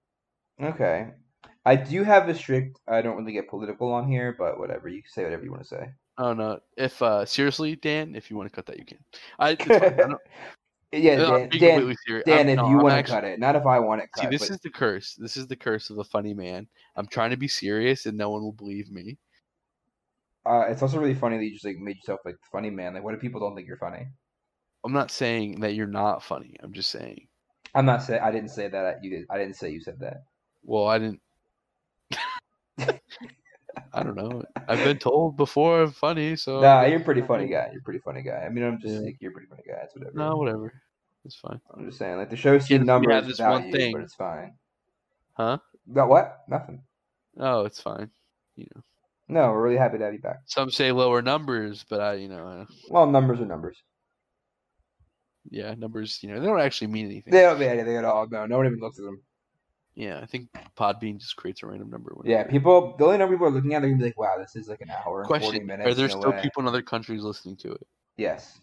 [SPEAKER 1] okay. I do have a strict. I don't really get political on here, but whatever. You can say whatever you want to say.
[SPEAKER 2] Oh no! If uh, seriously, Dan, if you want to cut that, you can. I, it's fine. I don't,
[SPEAKER 1] yeah,
[SPEAKER 2] I'm
[SPEAKER 1] Dan.
[SPEAKER 2] being
[SPEAKER 1] Dan,
[SPEAKER 2] completely serious.
[SPEAKER 1] Dan
[SPEAKER 2] I'm-
[SPEAKER 1] if
[SPEAKER 2] no,
[SPEAKER 1] you
[SPEAKER 2] I'm
[SPEAKER 1] want to
[SPEAKER 2] actually-
[SPEAKER 1] cut it, not if I want it
[SPEAKER 2] See,
[SPEAKER 1] cut.
[SPEAKER 2] this
[SPEAKER 1] but-
[SPEAKER 2] is the curse. This is the curse of a funny man. I'm trying to be serious, and no one will believe me.
[SPEAKER 1] Uh, it's also really funny that you just like made yourself like the funny man. Like, what if people don't think you're funny?
[SPEAKER 2] I'm not saying that you're not funny. I'm just saying.
[SPEAKER 1] I'm not saying I didn't say that. You did. I didn't say you said that.
[SPEAKER 2] Well, I didn't. I don't know. I've been told before I'm funny, so I
[SPEAKER 1] nah,
[SPEAKER 2] guess-
[SPEAKER 1] you're a pretty funny guy. You're a pretty funny guy. I mean, I'm just
[SPEAKER 2] Yeah.
[SPEAKER 1] like you're a pretty funny guy. It's whatever.
[SPEAKER 2] No, whatever. It's fine.
[SPEAKER 1] I'm just saying like the show's
[SPEAKER 2] Kid,
[SPEAKER 1] seen
[SPEAKER 2] we
[SPEAKER 1] numbers
[SPEAKER 2] have this
[SPEAKER 1] without
[SPEAKER 2] one
[SPEAKER 1] you,
[SPEAKER 2] thing.
[SPEAKER 1] but it's fine.
[SPEAKER 2] Huh?
[SPEAKER 1] That what? Nothing.
[SPEAKER 2] Oh, it's fine.
[SPEAKER 1] No, we're really happy to have you back.
[SPEAKER 2] Some say lower numbers, but I, you know, uh,
[SPEAKER 1] Well, numbers are numbers.
[SPEAKER 2] yeah, numbers. You know, they don't actually mean anything.
[SPEAKER 1] They don't mean anything at all. No, no one even looks at them.
[SPEAKER 2] Yeah, I think Podbean just creates a random number.
[SPEAKER 1] Yeah,
[SPEAKER 2] whenever-
[SPEAKER 1] people. The only number people are looking at, they're gonna be like, "Wow, this is like an hour and forty
[SPEAKER 2] Question:
[SPEAKER 1] minutes."
[SPEAKER 2] Are there
[SPEAKER 1] no
[SPEAKER 2] still
[SPEAKER 1] way."
[SPEAKER 2] people in other countries listening to it?
[SPEAKER 1] Yes,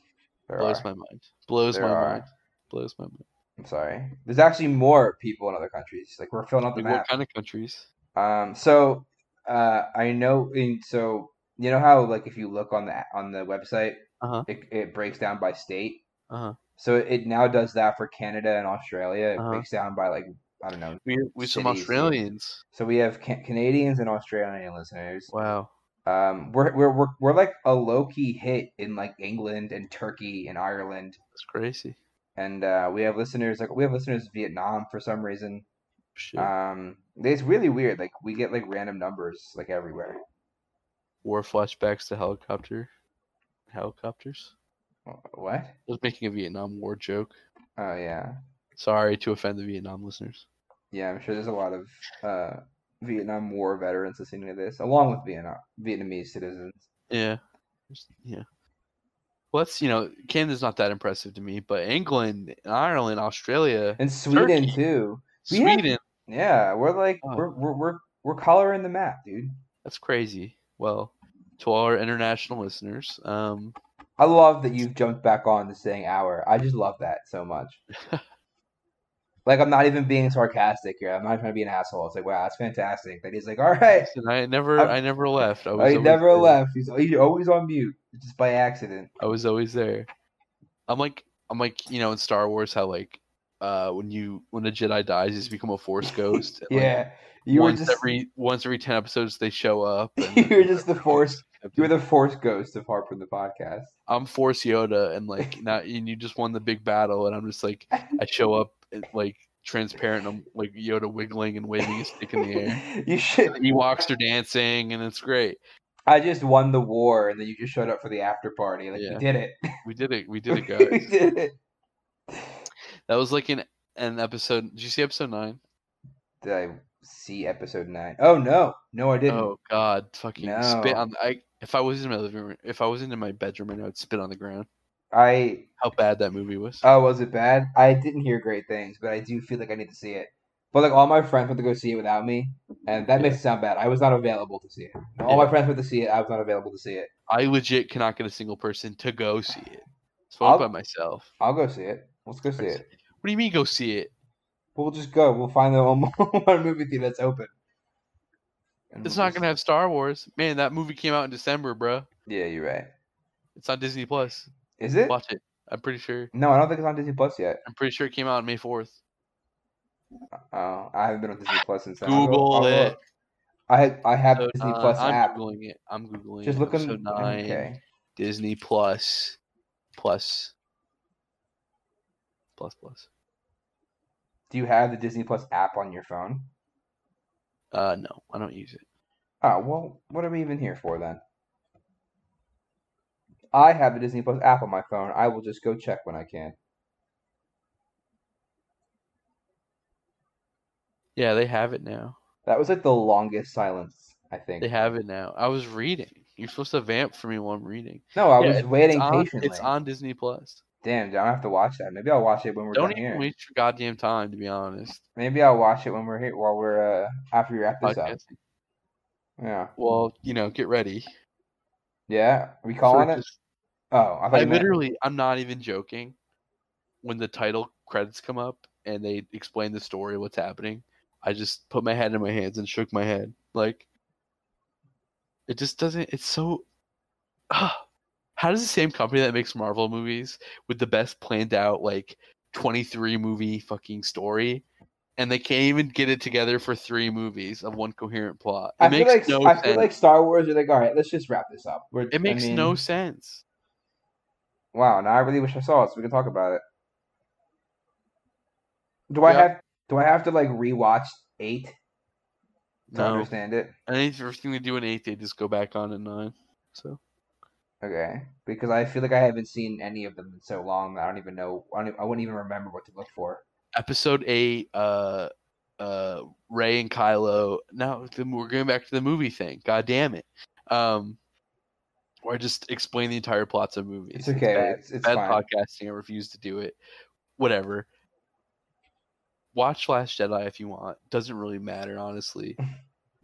[SPEAKER 1] there
[SPEAKER 2] Blows
[SPEAKER 1] are.
[SPEAKER 2] my mind. Blows
[SPEAKER 1] There
[SPEAKER 2] my
[SPEAKER 1] are.
[SPEAKER 2] mind. Blows my mind.
[SPEAKER 1] I'm sorry. There's actually more people in other countries. Like we're filling up the
[SPEAKER 2] Like,
[SPEAKER 1] map.
[SPEAKER 2] what kind of countries?
[SPEAKER 1] Um, so uh, I know. In, so you know how like if you look on the on the website,
[SPEAKER 2] Uh-huh.
[SPEAKER 1] it, it breaks down by state.
[SPEAKER 2] Uh huh.
[SPEAKER 1] So it now does that for Canada and Australia. It
[SPEAKER 2] Uh-huh.
[SPEAKER 1] breaks down by like I don't know.
[SPEAKER 2] We we some
[SPEAKER 1] Cities, yeah.
[SPEAKER 2] Australians.
[SPEAKER 1] So we have can- Canadians and Australian listeners.
[SPEAKER 2] Wow.
[SPEAKER 1] Um, we're we're we're, we're like a low key hit in like England and Turkey and Ireland,
[SPEAKER 2] That's crazy.
[SPEAKER 1] and uh, we have listeners like we have listeners in Vietnam for some reason.
[SPEAKER 2] Shit.
[SPEAKER 1] Um, it's really weird. Like we get like random numbers like everywhere.
[SPEAKER 2] War flashbacks to helicopter. Helicopters.
[SPEAKER 1] Wh- What?
[SPEAKER 2] I was making a Vietnam War joke.
[SPEAKER 1] Oh yeah,
[SPEAKER 2] Sorry to offend the Vietnam listeners.
[SPEAKER 1] yeah. I'm sure there's a lot of uh, Vietnam War veterans listening to this, along with Vietnam Vietnamese citizens.
[SPEAKER 2] Yeah. Just- Yeah. Well, that's you know, Canada's not that impressive to me, but England, Ireland, Australia,
[SPEAKER 1] And Sweden
[SPEAKER 2] Turkey.
[SPEAKER 1] too. We have-
[SPEAKER 2] Sweden.
[SPEAKER 1] Yeah, we're like
[SPEAKER 2] Oh.
[SPEAKER 1] we're we're we're we're coloring the map, dude.
[SPEAKER 2] That's crazy. Well, to all our international listeners, um,
[SPEAKER 1] I love that you've jumped back on to saying hour. I just love that so much. like I'm not even being sarcastic here. I'm not trying to be an asshole. It's like wow, that's fantastic. That he's like, all right,
[SPEAKER 2] listen, I never,
[SPEAKER 1] I'm-
[SPEAKER 2] i never left. I was
[SPEAKER 1] I
[SPEAKER 2] always
[SPEAKER 1] never
[SPEAKER 2] there.
[SPEAKER 1] left. He's he's always on mute, just by accident.
[SPEAKER 2] I was always there. I'm like, I'm like, you know, in Star Wars, how like, uh, when you when a Jedi dies, he's become a Force ghost. and, like,
[SPEAKER 1] Yeah, you were
[SPEAKER 2] once
[SPEAKER 1] just
[SPEAKER 2] every once every ten episodes, they show up.
[SPEAKER 1] You were just the Force- you were
[SPEAKER 2] the.
[SPEAKER 1] the force ghost of Harper in the podcast.
[SPEAKER 2] I'm Force Yoda, and like now, and you just won the big battle, and I'm just like, I show up and, like transparent. And I'm like Yoda wiggling and waving his stick in the air.
[SPEAKER 1] you should.
[SPEAKER 2] The Ewoks are dancing, and it's great.
[SPEAKER 1] I just won the war, and then you just showed up for the after party. Like
[SPEAKER 2] Yeah.
[SPEAKER 1] you did it.
[SPEAKER 2] We did it. We did it,
[SPEAKER 1] we
[SPEAKER 2] guys.
[SPEAKER 1] did it.
[SPEAKER 2] that was like an an episode. Did you see episode nine?
[SPEAKER 1] Did I see episode nine? Oh no, no, I didn't.
[SPEAKER 2] Oh God, fucking spit
[SPEAKER 1] No.
[SPEAKER 2] on. I if I was in my living room, if I was in my bedroom, and I would spit on the ground.
[SPEAKER 1] I
[SPEAKER 2] How bad that movie was.
[SPEAKER 1] oh, was it bad? I didn't hear great things, but I do feel like I need to see it. But like all my friends went to go see it without me, and that makes it sound bad. I was not available to see it. All my friends went to see it. I was not available to see it.
[SPEAKER 2] I legit cannot get a single person to go see it. So I'm
[SPEAKER 1] I'll-
[SPEAKER 2] by myself.
[SPEAKER 1] I'll go see it. Let's go see it.
[SPEAKER 2] What do you mean go see it?
[SPEAKER 1] We'll just go. We'll find the one one movie theater that's open. And
[SPEAKER 2] It's
[SPEAKER 1] we'll
[SPEAKER 2] not
[SPEAKER 1] just-
[SPEAKER 2] gonna have Star Wars. Man, that movie came out in December, bruh.
[SPEAKER 1] Yeah, you're right.
[SPEAKER 2] It's on Disney Plus.
[SPEAKER 1] Is it?
[SPEAKER 2] Watch it. I'm pretty sure.
[SPEAKER 1] No, I don't think it's on Disney Plus yet.
[SPEAKER 2] I'm pretty sure it came out on May 4th.
[SPEAKER 1] Oh, I haven't been on Disney Plus since. then. I'll go-
[SPEAKER 2] Google
[SPEAKER 1] I'll go
[SPEAKER 2] it.
[SPEAKER 1] look. I I have
[SPEAKER 2] Episode
[SPEAKER 1] Disney
[SPEAKER 2] nine-
[SPEAKER 1] Plus
[SPEAKER 2] I'm
[SPEAKER 1] app.
[SPEAKER 2] googling it. I'm googling.
[SPEAKER 1] Just
[SPEAKER 2] it.
[SPEAKER 1] look
[SPEAKER 2] Episode
[SPEAKER 1] in.
[SPEAKER 2] nine.
[SPEAKER 1] Okay.
[SPEAKER 2] Disney Plus. Plus. Plus plus.
[SPEAKER 1] Do you have the Disney Plus app on your phone?
[SPEAKER 2] Uh, no, I don't use it.
[SPEAKER 1] Oh, well, what are we even here for then? I have the Disney Plus app on my phone. I will just go check when I can.
[SPEAKER 2] Yeah, they have it now.
[SPEAKER 1] That was like the longest silence, I think.
[SPEAKER 2] They have it now. I was reading. You're supposed to vamp for me while I'm reading.
[SPEAKER 1] No, I
[SPEAKER 2] Yeah,
[SPEAKER 1] was waiting
[SPEAKER 2] It's on,
[SPEAKER 1] patiently.
[SPEAKER 2] it's on Disney Plus.
[SPEAKER 1] Damn, dude, I'm gonna have to watch that. Maybe I'll watch it when we're
[SPEAKER 2] Don't
[SPEAKER 1] done
[SPEAKER 2] even
[SPEAKER 1] here.
[SPEAKER 2] reach for goddamn time, to be honest.
[SPEAKER 1] Maybe I'll watch it when we're here while we're uh after we wrap this up.
[SPEAKER 2] Podcasting.
[SPEAKER 1] Yeah.
[SPEAKER 2] Well, you know, get ready.
[SPEAKER 1] Yeah. Are we calling
[SPEAKER 2] for
[SPEAKER 1] it?
[SPEAKER 2] just-
[SPEAKER 1] Oh, I thought
[SPEAKER 2] I
[SPEAKER 1] you meant-
[SPEAKER 2] literally, I'm not even joking. When the title credits come up and they explain the story, what's happening, I just put my head in my hands and shook my head. Like, it just doesn't. It's so. how does the same company that makes Marvel movies with the best planned out like 23 movie fucking story, and they can't even get it together for three movies of one coherent plot? It
[SPEAKER 1] I feel
[SPEAKER 2] makes
[SPEAKER 1] like
[SPEAKER 2] no
[SPEAKER 1] I
[SPEAKER 2] sense.
[SPEAKER 1] feel like Star Wars. You're like, all right, let's just wrap this up. We're, I
[SPEAKER 2] it makes
[SPEAKER 1] mean,
[SPEAKER 2] no sense.
[SPEAKER 1] Wow, now I really wish I saw it so we could talk about it. Do I
[SPEAKER 2] Yeah.
[SPEAKER 1] have do I have to like rewatch eight to
[SPEAKER 2] No.
[SPEAKER 1] understand it?
[SPEAKER 2] And then everything they do in eight, they just go back on in nine. So
[SPEAKER 1] Okay, because I feel like I haven't seen any of them in so long. that I don't even know. I, don't, I wouldn't even remember what to look for.
[SPEAKER 2] episode eight, uh, uh, Ray and Kylo. Now the- we're going back to the movie thing. God damn it. Um, or just explain the entire plots of movies.
[SPEAKER 1] It's okay.
[SPEAKER 2] bad,
[SPEAKER 1] It's it's
[SPEAKER 2] bad
[SPEAKER 1] fine.
[SPEAKER 2] podcasting. I refuse to do it. Whatever. Watch Last Jedi if you want. Doesn't really matter, honestly.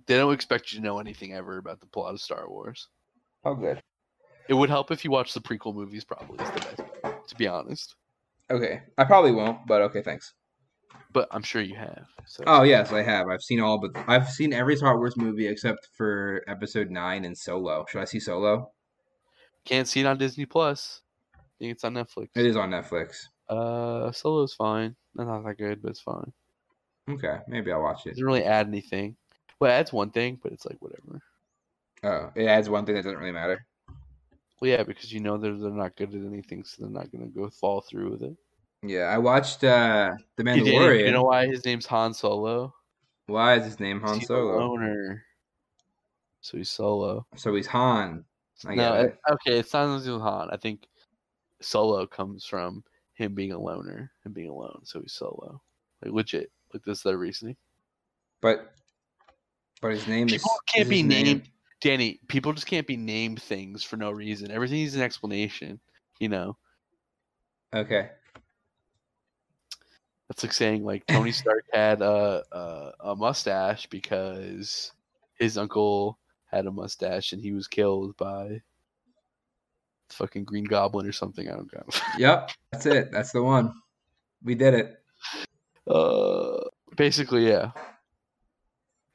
[SPEAKER 2] they don't expect you to know anything ever about the plot of Star Wars.
[SPEAKER 1] Oh, good.
[SPEAKER 2] It would help if you watched the prequel movies. Probably is the best. way, To be honest.
[SPEAKER 1] Okay, I probably won't, but okay, thanks.
[SPEAKER 2] but I'm sure you have. So
[SPEAKER 1] Oh yes, I have. I've seen all but I've seen every Star Wars movie except for Episode Nine and Solo. Should I see Solo?
[SPEAKER 2] can't see it on Disney Plus. I think it's on Netflix.
[SPEAKER 1] It is on Netflix.
[SPEAKER 2] Uh, Solo's fine. That's not that good, but it's fine.
[SPEAKER 1] Okay, maybe I'll watch
[SPEAKER 2] It
[SPEAKER 1] it.
[SPEAKER 2] doesn't really add anything. Well, it adds one thing, but it's like whatever.
[SPEAKER 1] Oh, it adds one thing that doesn't really matter.
[SPEAKER 2] Well, yeah, because you know they're they're not good at anything, so they're not gonna go fall through with it.
[SPEAKER 1] Yeah, I watched uh The
[SPEAKER 2] You didn't-
[SPEAKER 1] Mandalorian.
[SPEAKER 2] You, know why his name's Han Solo?
[SPEAKER 1] Why is his name
[SPEAKER 2] 'Cause
[SPEAKER 1] Han
[SPEAKER 2] he's
[SPEAKER 1] Solo?
[SPEAKER 2] a loner. So he's solo.
[SPEAKER 1] So he's Han. I
[SPEAKER 2] no,
[SPEAKER 1] get
[SPEAKER 2] it-
[SPEAKER 1] it.
[SPEAKER 2] okay, it's not something with Han. I think solo comes from him being a loner, him being alone, so he's solo. Like legit. Like this is their reasoning.
[SPEAKER 1] But but his name is
[SPEAKER 2] People can't
[SPEAKER 1] is
[SPEAKER 2] be
[SPEAKER 1] his name-
[SPEAKER 2] named. Danny, people just can't be named things for no reason. Everything needs an explanation. You know,
[SPEAKER 1] Okay.
[SPEAKER 2] that's like saying like Tony Stark had a a, a mustache because his uncle had a mustache and he was killed by fucking Green Goblin or something. I don't know.
[SPEAKER 1] Yep. That's it. That's the one. We did it.
[SPEAKER 2] Uh, basically, yeah.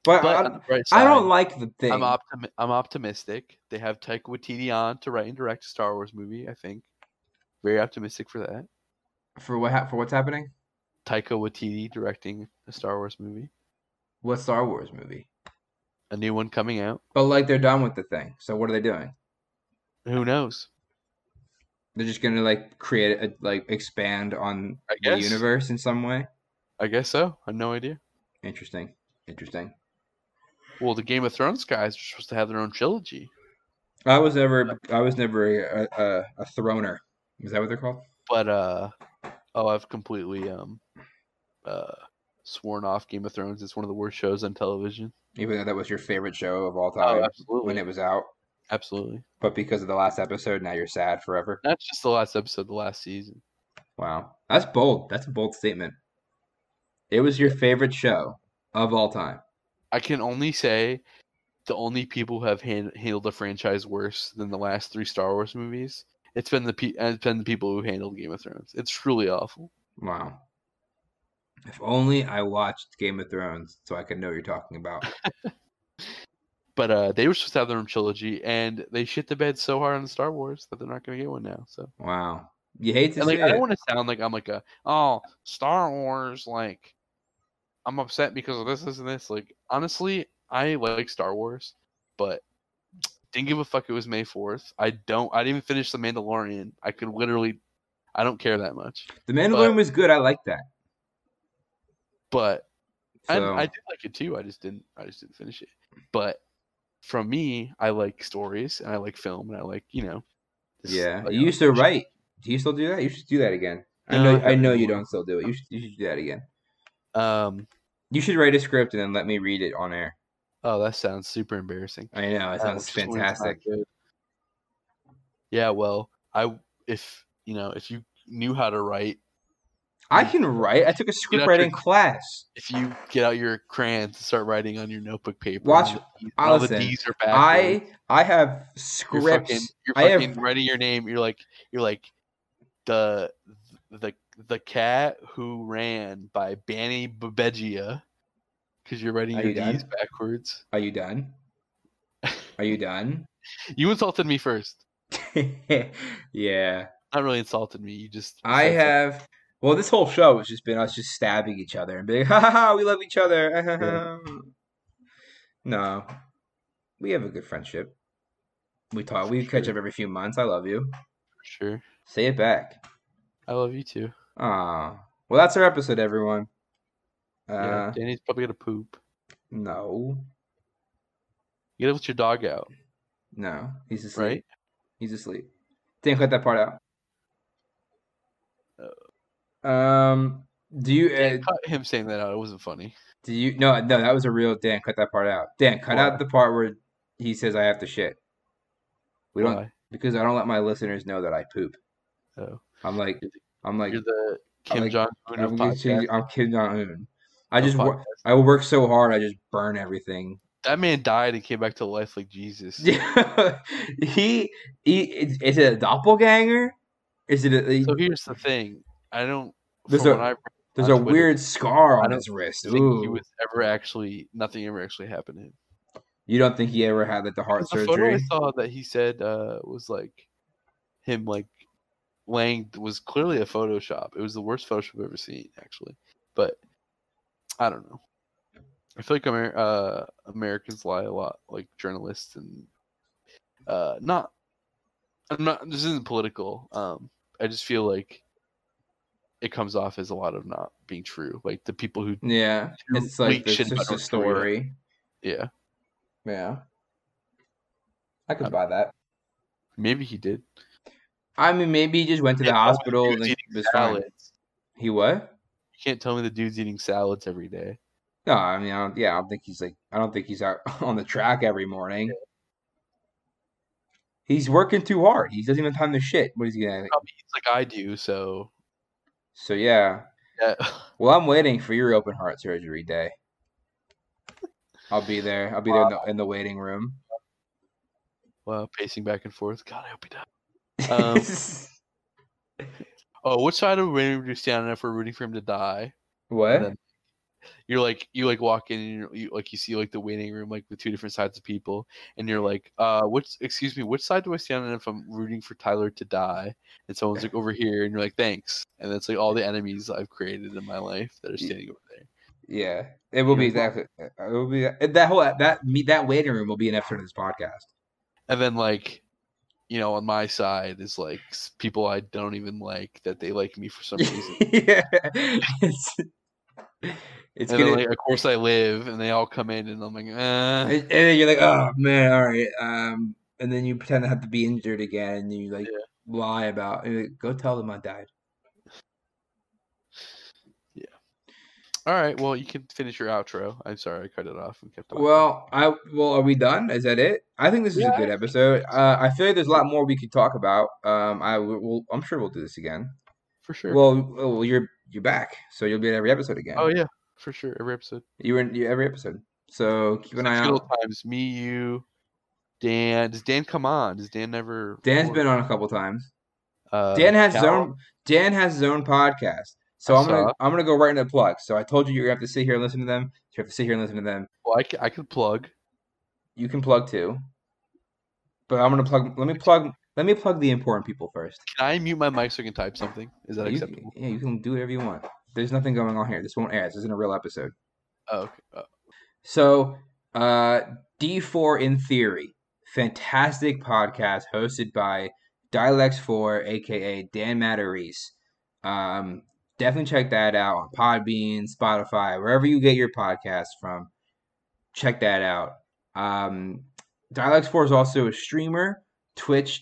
[SPEAKER 1] But, I,
[SPEAKER 2] But on the bright
[SPEAKER 1] I don't
[SPEAKER 2] side,
[SPEAKER 1] like the thing.
[SPEAKER 2] I'm optimi- I'm optimistic. They have Taika Waititi on to write and direct a Star Wars movie. I think very optimistic for that.
[SPEAKER 1] for what hap- for what's happening?
[SPEAKER 2] Taika Waititi directing a Star Wars movie,
[SPEAKER 1] What Star Wars movie?
[SPEAKER 2] a new one coming out.
[SPEAKER 1] But like they're done with the thing. So what are they doing?
[SPEAKER 2] Who knows?
[SPEAKER 1] They're just gonna like create a, like expand on
[SPEAKER 2] I
[SPEAKER 1] the
[SPEAKER 2] guess.
[SPEAKER 1] universe in some way.
[SPEAKER 2] I guess so. I have no idea.
[SPEAKER 1] Interesting. Interesting.
[SPEAKER 2] Well, the Game of Thrones guys are supposed to have their own trilogy,
[SPEAKER 1] I was never I was never a, a, a throner. Is that what they're called?
[SPEAKER 2] but uh, oh, I've completely um, uh, sworn off Game of Thrones. It's one of the worst shows on television.
[SPEAKER 1] Even though that was your favorite show of all
[SPEAKER 2] Oh,
[SPEAKER 1] time when
[SPEAKER 2] absolutely,
[SPEAKER 1] it was out,
[SPEAKER 2] absolutely.
[SPEAKER 1] but because of the last episode, now you're sad forever.
[SPEAKER 2] Not just the last episode, the last season.
[SPEAKER 1] Wow, that's bold. That's a bold statement. It was your favorite show of all time.
[SPEAKER 2] I can only say the only people who have hand, handled the franchise worse than the last three Star Wars movies. It's been the pe- it's been the people who handled Game of Thrones. It's truly awful.
[SPEAKER 1] Wow. If only I watched Game of Thrones so I could know what you're talking about.
[SPEAKER 2] But uh, they were supposed to have their own trilogy, and they shit the bed so hard on Star Wars that they're not going to get one now. So,
[SPEAKER 1] Wow. You hate to
[SPEAKER 2] and like,
[SPEAKER 1] see
[SPEAKER 2] I
[SPEAKER 1] it.
[SPEAKER 2] don't want to sound like I'm like a oh Star Wars like I'm upset because of this, this, and this. Like, honestly, I like Star Wars, but didn't give a fuck. It was May Fourth. I don't. I didn't even finish The Mandalorian. I could literally. I don't care that much.
[SPEAKER 1] the Mandalorian was good. I like that.
[SPEAKER 2] But
[SPEAKER 1] So,
[SPEAKER 2] I, I did like it too. I just didn't. I just didn't finish it. But from me, I like stories and I like film and I like you know. this-
[SPEAKER 1] yeah,
[SPEAKER 2] like, I
[SPEAKER 1] you used to
[SPEAKER 2] like-
[SPEAKER 1] write. Do you still do that? You should do that again. I
[SPEAKER 2] No, I
[SPEAKER 1] know. I
[SPEAKER 2] haven't
[SPEAKER 1] know
[SPEAKER 2] in a
[SPEAKER 1] you
[SPEAKER 2] while.
[SPEAKER 1] don't still do it. You should, you should do that again.
[SPEAKER 2] Um.
[SPEAKER 1] You should write a script and then let me read it on air.
[SPEAKER 2] Oh, that sounds super embarrassing.
[SPEAKER 1] I know it
[SPEAKER 2] Uh,
[SPEAKER 1] sounds
[SPEAKER 2] just when it's not
[SPEAKER 1] fantastic.
[SPEAKER 2] good. Yeah. Well, I w- if you know if you knew how to write,
[SPEAKER 1] I can write. I took a script writing
[SPEAKER 2] your-
[SPEAKER 1] class.
[SPEAKER 2] if you get out your crayons and start writing on your notebook paper,
[SPEAKER 1] Watch-
[SPEAKER 2] all the, all the
[SPEAKER 1] listen,
[SPEAKER 2] D's are backwards.
[SPEAKER 1] I I have
[SPEAKER 2] you're
[SPEAKER 1] scripts.
[SPEAKER 2] fucking, you're
[SPEAKER 1] I have-
[SPEAKER 2] fucking writing your name. You're like you're like the the the cat who ran by Banny Babegia because you're writing
[SPEAKER 1] Are
[SPEAKER 2] your
[SPEAKER 1] you done?
[SPEAKER 2] D's backwards.
[SPEAKER 1] Are you done? Are you done?
[SPEAKER 2] You insulted me first.
[SPEAKER 1] yeah,
[SPEAKER 2] Not really insulted me. You just
[SPEAKER 1] I
[SPEAKER 2] insulted-
[SPEAKER 1] have. Well, this whole show has just been us just stabbing each other and being, ha ha, ha we love each other. no, we have a good friendship. We talk. We catch up every few months. I love you.
[SPEAKER 2] sure.
[SPEAKER 1] Say it back.
[SPEAKER 2] I love you too.
[SPEAKER 1] Ah, well, that's our episode, everyone. Uh,
[SPEAKER 2] yeah, Danny's probably gonna poop.
[SPEAKER 1] no,
[SPEAKER 2] You gotta let your dog out,
[SPEAKER 1] no, he's asleep.
[SPEAKER 2] right?
[SPEAKER 1] He's asleep. Didn't cut that part out.
[SPEAKER 2] Uh.
[SPEAKER 1] Um, do you uh,
[SPEAKER 2] Cut him saying that out. It wasn't funny.
[SPEAKER 1] do you no no that was a real Dan cut that part out. Dan cut out
[SPEAKER 2] Why?
[SPEAKER 1] the part where he says I have to shit. We don't
[SPEAKER 2] Why?
[SPEAKER 1] because I don't let my listeners know that I poop.
[SPEAKER 2] Oh.
[SPEAKER 1] I'm like I'm like
[SPEAKER 2] You're the
[SPEAKER 1] I'm
[SPEAKER 2] Kim
[SPEAKER 1] like-
[SPEAKER 2] Jong Un of
[SPEAKER 1] I'm, gonna
[SPEAKER 2] podcast.
[SPEAKER 1] change, I'm Kim Jong Un. I
[SPEAKER 2] of
[SPEAKER 1] just wor-
[SPEAKER 2] podcast.
[SPEAKER 1] I work so hard I just burn everything.
[SPEAKER 2] that man died and came back to life like Jesus.
[SPEAKER 1] he he is, is it a doppelganger? Is it a,
[SPEAKER 2] So here's the thing. I don't.
[SPEAKER 1] There's
[SPEAKER 2] from
[SPEAKER 1] a-
[SPEAKER 2] what I've read,
[SPEAKER 1] there's
[SPEAKER 2] on
[SPEAKER 1] a
[SPEAKER 2] Twitter,
[SPEAKER 1] weird scar
[SPEAKER 2] I
[SPEAKER 1] on
[SPEAKER 2] don't
[SPEAKER 1] his wrist?
[SPEAKER 2] I think he
[SPEAKER 1] Ooh.
[SPEAKER 2] was ever actually nothing ever actually happened to him.
[SPEAKER 1] You don't think he ever had like the heart
[SPEAKER 2] 'Cause The photo I
[SPEAKER 1] surgery?
[SPEAKER 2] saw that he said uh, was like him like laying was clearly a Photoshop. It was the worst Photoshop I've ever seen, actually. But I don't know. I feel like Amer- uh, Americans lie a lot, like journalists and uh, not. I'm not. This isn't political. Um, I just feel like it comes off as a lot of not being true. Like the people who,
[SPEAKER 1] Yeah,
[SPEAKER 2] Two
[SPEAKER 1] it's like
[SPEAKER 2] weeks
[SPEAKER 1] it's
[SPEAKER 2] in
[SPEAKER 1] just a
[SPEAKER 2] North Korea.
[SPEAKER 1] story.
[SPEAKER 2] yeah,
[SPEAKER 1] Yeah, I could
[SPEAKER 2] Um,
[SPEAKER 1] buy that.
[SPEAKER 2] maybe he did.
[SPEAKER 1] I mean, maybe he just went to the
[SPEAKER 2] Yeah, all the
[SPEAKER 1] hospital and
[SPEAKER 2] dudes
[SPEAKER 1] then
[SPEAKER 2] eating
[SPEAKER 1] was fine.
[SPEAKER 2] Salads.
[SPEAKER 1] He what?
[SPEAKER 2] You can't tell me the dude's eating salads every day.
[SPEAKER 1] No, I mean, I don't, yeah, I don't think he's like, I don't think he's out on the track every morning. He's working too hard. He doesn't even have time to shit. What is he gonna?
[SPEAKER 2] Probably eats like I do, so
[SPEAKER 1] So yeah.
[SPEAKER 2] yeah.
[SPEAKER 1] Well, I'm waiting for your open heart surgery day. I'll be there. I'll be there in the, in the waiting room.
[SPEAKER 2] Well, pacing back and forth. God, I hope he does. Um, oh, which side of the room do you stand on if we're rooting for him to die?
[SPEAKER 1] what?
[SPEAKER 2] then- You're like you like walk in and you're, you like you see like the waiting room like with two different sides of people, and you're like, uh, which excuse me, which side do I stand on if I'm rooting for Tyler to die? And someone's like over here, and you're like, thanks, and that's like all the enemies I've created in my life that are
[SPEAKER 1] Ye-
[SPEAKER 2] standing over there.
[SPEAKER 1] Yeah, it will be
[SPEAKER 2] You know,
[SPEAKER 1] exactly. It will be that whole that me that waiting room will be an episode of this podcast.
[SPEAKER 2] and then like you know on my side is like s- people i don't even like that they like me for some reason
[SPEAKER 1] yeah, it's, it's
[SPEAKER 2] and then,
[SPEAKER 1] gonna.
[SPEAKER 2] like of course i live and they all come in and i'm like eh.
[SPEAKER 1] and and then you're like, oh man, all right. Um, and then you pretend to have to be injured again, and you like
[SPEAKER 2] Yeah.
[SPEAKER 1] lie about. And you're like, Go tell them I died.
[SPEAKER 2] all right well you can finish your outro i'm sorry i cut it off and kept talking.
[SPEAKER 1] Well, I well, are we done? Is that it? I think this is
[SPEAKER 2] Yeah,
[SPEAKER 1] a good episode. Uh, I feel like there's a lot more we could talk about. Um, I will. I'm sure we'll do this again.
[SPEAKER 2] for sure
[SPEAKER 1] Well, well, you're you're back, so you'll be in every episode again.
[SPEAKER 2] oh yeah for sure every episode
[SPEAKER 1] You were in you, every episode. So keep an eye
[SPEAKER 2] Six little
[SPEAKER 1] out.
[SPEAKER 2] times me you dan does dan come on does dan never
[SPEAKER 1] Dan's
[SPEAKER 2] record?
[SPEAKER 1] been on a couple times.
[SPEAKER 2] uh,
[SPEAKER 1] Dan has his
[SPEAKER 2] Cal-
[SPEAKER 1] own Dan has his own podcast. So
[SPEAKER 2] I
[SPEAKER 1] I'm gonna
[SPEAKER 2] saw.
[SPEAKER 1] I'm gonna go right into the plug. So I told you you have to sit here and listen to them. You have to sit here and listen to them.
[SPEAKER 2] well, I, c- I could plug
[SPEAKER 1] You can plug too. But I'm gonna plug let me plug let me plug the important people first.
[SPEAKER 2] can i mute my mic so i can type something is that
[SPEAKER 1] You,
[SPEAKER 2] acceptable
[SPEAKER 1] yeah, you can do whatever you want. There's nothing going on here. This won't air. This isn't a real episode.
[SPEAKER 2] oh, okay. Uh,
[SPEAKER 1] So, uh, D4 in Theory, fantastic podcast hosted by Dialects4, aka Dan Matarese. Um, definitely check that out on Podbean, Spotify, wherever you get your podcasts from. Check that out. Um, Dialects4 is also a streamer,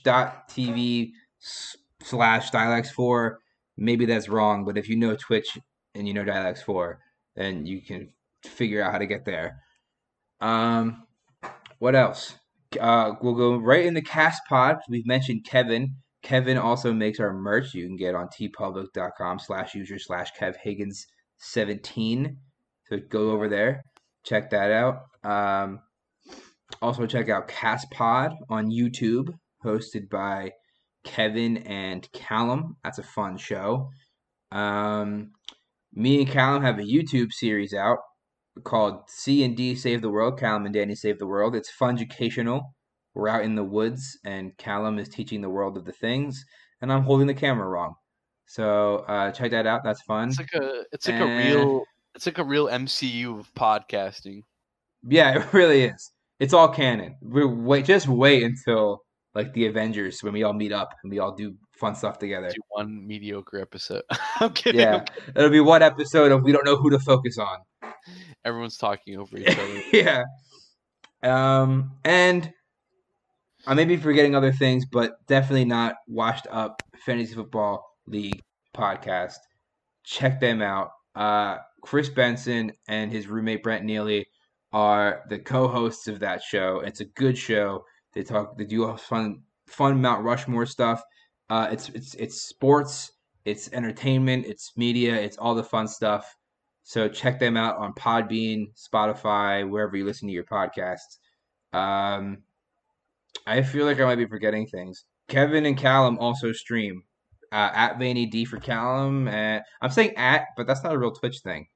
[SPEAKER 1] twitch.tv s- slash Dialects4. Maybe that's wrong, but if you know Twitch and you know Dialects4, then you can figure out how to get there. Um, what else? Uh, we'll go right into Cast Pod. We've mentioned Kevin. Kevin also makes our merch you can get on tpublic.com slash user slash Kev Higgins 17. So go over there, check that out. Um, also check out Cast Pod on YouTube, hosted by Kevin and Callum. That's a fun show. Um, me and Callum have a YouTube series out called C and D Save the World. Callum and Danny Save the World. It's fun educational. We're out in the woods, and Callum is teaching the world of the things, and I'm holding the camera wrong. So uh, check that out. That's fun.
[SPEAKER 2] It's like a it's like
[SPEAKER 1] And-
[SPEAKER 2] a real it's like a real MCU of podcasting.
[SPEAKER 1] Yeah, it really is. It's all canon. We wait, just wait until like the Avengers when we all meet up and we all do fun stuff together.
[SPEAKER 2] Do one mediocre episode. I'm kidding. I'm
[SPEAKER 1] Yeah, it'll be one episode of we don't know who to focus on.
[SPEAKER 2] Everyone's talking over each other.
[SPEAKER 1] yeah. Um, and I may be forgetting other things, but definitely not washed up fantasy football league podcast. Check them out. Uh, Chris Benson and his roommate Brent Neely are the co-hosts of that show. It's a good show. They talk. They do all fun, fun Mount Rushmore stuff. Uh, it's it's it's sports. It's entertainment. It's media. It's all the fun stuff. So check them out on Podbean, Spotify, wherever you listen to your podcasts. Um, I feel like I might be forgetting things. Kevin and Callum also stream uh, at Vanny D for Callum. And I'm saying at, but that's not a real Twitch thing.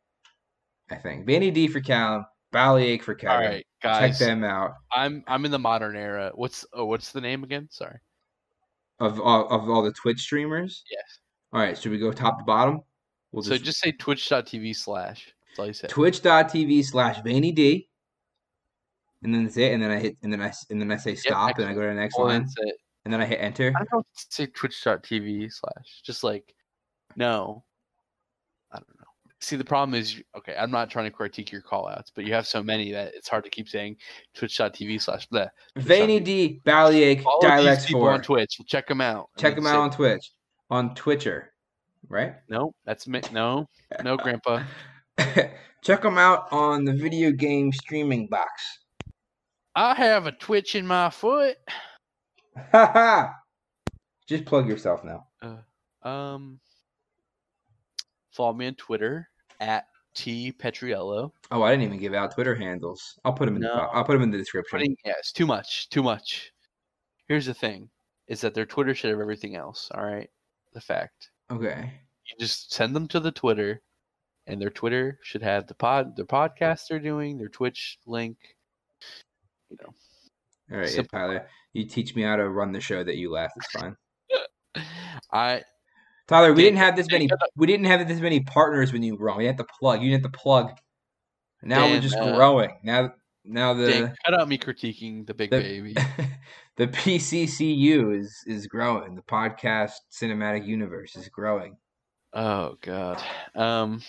[SPEAKER 1] I think Vanny D for Callum, Ballyache for
[SPEAKER 2] All
[SPEAKER 1] Kevin.
[SPEAKER 2] right, guys.
[SPEAKER 1] Check them out
[SPEAKER 2] I'm I'm in the modern era. What's oh, what's the name again? Sorry.
[SPEAKER 1] of all, of all the Twitch streamers.
[SPEAKER 2] Yes.
[SPEAKER 1] All right, should we go top to bottom? We'll
[SPEAKER 2] so just say twitch.tv slash. That's all you said.
[SPEAKER 1] twitch.tv slash Vanny D. And then that's it. And then I hit and then I s- and then I say stop and I go to the next
[SPEAKER 2] Or
[SPEAKER 1] line.
[SPEAKER 2] that's it.
[SPEAKER 1] And then I hit enter.
[SPEAKER 2] I don't say twitch.tv slash. Just like, no. I don't know. See, the problem is, you- okay, I'm not trying to critique your call outs, but you have so many that it's hard to keep saying twitch.tv slash. bleh.
[SPEAKER 1] Vanny D, Ballyache,
[SPEAKER 2] Follow these
[SPEAKER 1] Dialects
[SPEAKER 2] people
[SPEAKER 1] 4.
[SPEAKER 2] on Twitch. Check them out. and
[SPEAKER 1] Check
[SPEAKER 2] then
[SPEAKER 1] them out
[SPEAKER 2] say,
[SPEAKER 1] on Twitch. On Twitcher, right?
[SPEAKER 2] No, that's me. No, no, grandpa.
[SPEAKER 1] Check them out on the video game streaming box.
[SPEAKER 2] I have a twitch in my foot.
[SPEAKER 1] Haha! Just plug yourself now.
[SPEAKER 2] Um, follow me on Twitter at T Petriello.
[SPEAKER 1] Oh, I didn't even give out Twitter handles. I'll put them in. The,
[SPEAKER 2] No.
[SPEAKER 1] I'll put them in the description.
[SPEAKER 2] Putting yes, too much, too much. Here's the thing: is that their Twitter should have everything else. All right, the fact.
[SPEAKER 1] Okay.
[SPEAKER 2] You just send them to the Twitter, and their Twitter should have the pod, their podcast they're doing, their Twitch link.
[SPEAKER 1] All right, yeah,
[SPEAKER 2] Simple.
[SPEAKER 1] Tyler. You teach me how to run the show that you left. It's fine.
[SPEAKER 2] I
[SPEAKER 1] Tyler, we
[SPEAKER 2] Dude,
[SPEAKER 1] didn't have this
[SPEAKER 2] Dan,
[SPEAKER 1] many.
[SPEAKER 2] shut
[SPEAKER 1] We didn't have this many partners when you were wrong. We had to plug. You didn't have to plug. Now we're
[SPEAKER 2] Dan,
[SPEAKER 1] just
[SPEAKER 2] uh,
[SPEAKER 1] growing. Now, now
[SPEAKER 2] dang,
[SPEAKER 1] the
[SPEAKER 2] cut out me critiquing the big
[SPEAKER 1] the-
[SPEAKER 2] baby.
[SPEAKER 1] the PCCU is is growing. The podcast cinematic universe is growing.
[SPEAKER 2] Oh God. Um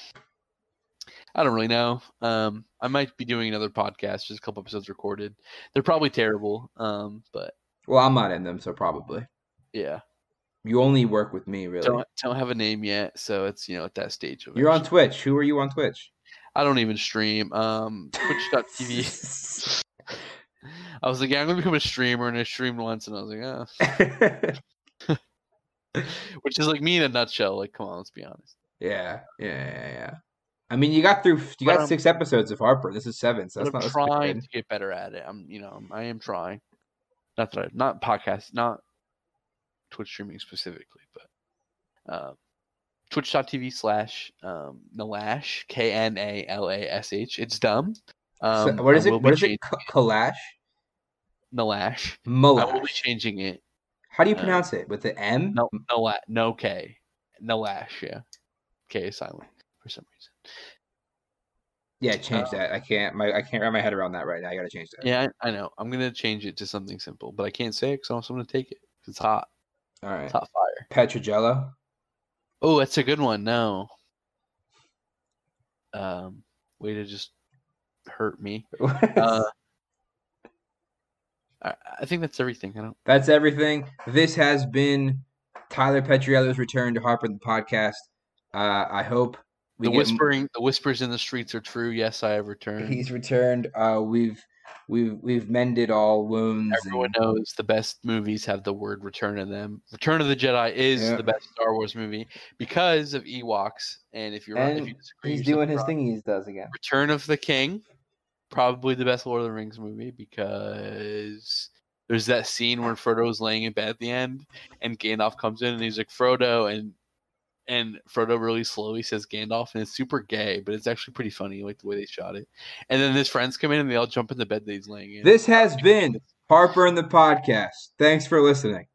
[SPEAKER 2] I don't really know. Um I might be doing another podcast, just a couple episodes recorded. They're probably terrible. Um, but
[SPEAKER 1] Well, I'm not in them, so probably
[SPEAKER 2] yeah.
[SPEAKER 1] you only work with me, really.
[SPEAKER 2] Don't don't have a name yet, so it's you know at that stage of
[SPEAKER 1] You're on
[SPEAKER 2] actually-
[SPEAKER 1] Twitch. Who are you on Twitch?
[SPEAKER 2] I don't even stream. Um twitch.tv. I was like, yeah, I'm gonna become a streamer and I streamed once and I was like, oh. Which is like me in a nutshell, like come on, let's be honest.
[SPEAKER 1] yeah, yeah, yeah, yeah. I mean, you got through. You
[SPEAKER 2] But
[SPEAKER 1] got
[SPEAKER 2] I'm-
[SPEAKER 1] six episodes of Harper. This is seven, so that's not
[SPEAKER 2] But I'm
[SPEAKER 1] that's not
[SPEAKER 2] trying
[SPEAKER 1] bad.
[SPEAKER 2] to get better at it. I'm, you know, I'm- I am trying. Not that I, not podcast, not Twitch streaming specifically, but um, twitch.tv slash um, Nalash, K N A L A S H. It's dumb.
[SPEAKER 1] So
[SPEAKER 2] Um,
[SPEAKER 1] what
[SPEAKER 2] I
[SPEAKER 1] is it?
[SPEAKER 2] will be
[SPEAKER 1] What is
[SPEAKER 2] chang-
[SPEAKER 1] it? Ka- Kalash.
[SPEAKER 2] Nalash. I will
[SPEAKER 1] Mulash.
[SPEAKER 2] be changing it.
[SPEAKER 1] How do you
[SPEAKER 2] uh,
[SPEAKER 1] pronounce it? With the M?
[SPEAKER 2] No, no, no K. Nalash, yeah. K is silent for some reason.
[SPEAKER 1] Yeah, change that. I can't. My I can't wrap my head around that right now. I gotta change that.
[SPEAKER 2] Yeah, I, I know. I'm going to change it to something simple, but I can't say it because I also want to take it. 'cause It's hot.
[SPEAKER 1] All right.
[SPEAKER 2] It's hot fire.
[SPEAKER 1] Petrogello.
[SPEAKER 2] Oh, that's a good one. No. Um, way to just hurt me. Uh, I, I think that's everything. I don't.
[SPEAKER 1] That's everything. This has been Tyler Petriello's return to Harper the podcast. Uh, I hope we
[SPEAKER 2] The
[SPEAKER 1] get m-
[SPEAKER 2] whispering, the whispers in the streets are true. Yes, I have returned.
[SPEAKER 1] He's returned. Uh, we've We've we've mended all wounds. and-
[SPEAKER 2] Everyone knows the best movies have the word return in them. Return of the Jedi is
[SPEAKER 1] Yeah.
[SPEAKER 2] the best Star Wrars movie because of Ewoks. And if you're
[SPEAKER 1] And
[SPEAKER 2] if you disagree,
[SPEAKER 1] He's
[SPEAKER 2] you're
[SPEAKER 1] doing his
[SPEAKER 2] wrong.
[SPEAKER 1] thing. He does again.
[SPEAKER 2] Return of the King, probably the best Lord of the Rings movie because there's that scene where Frodo's laying in bed at the end, and Gandalf comes in and he's like Frodo, and and Frodo really slowly says Gandalf, and it's super gay, but it's actually pretty funny, like the way they shot it. And then his friends come in and they all jump in the bed that he's laying in.
[SPEAKER 1] This has been Harper and the podcast. Thanks for listening.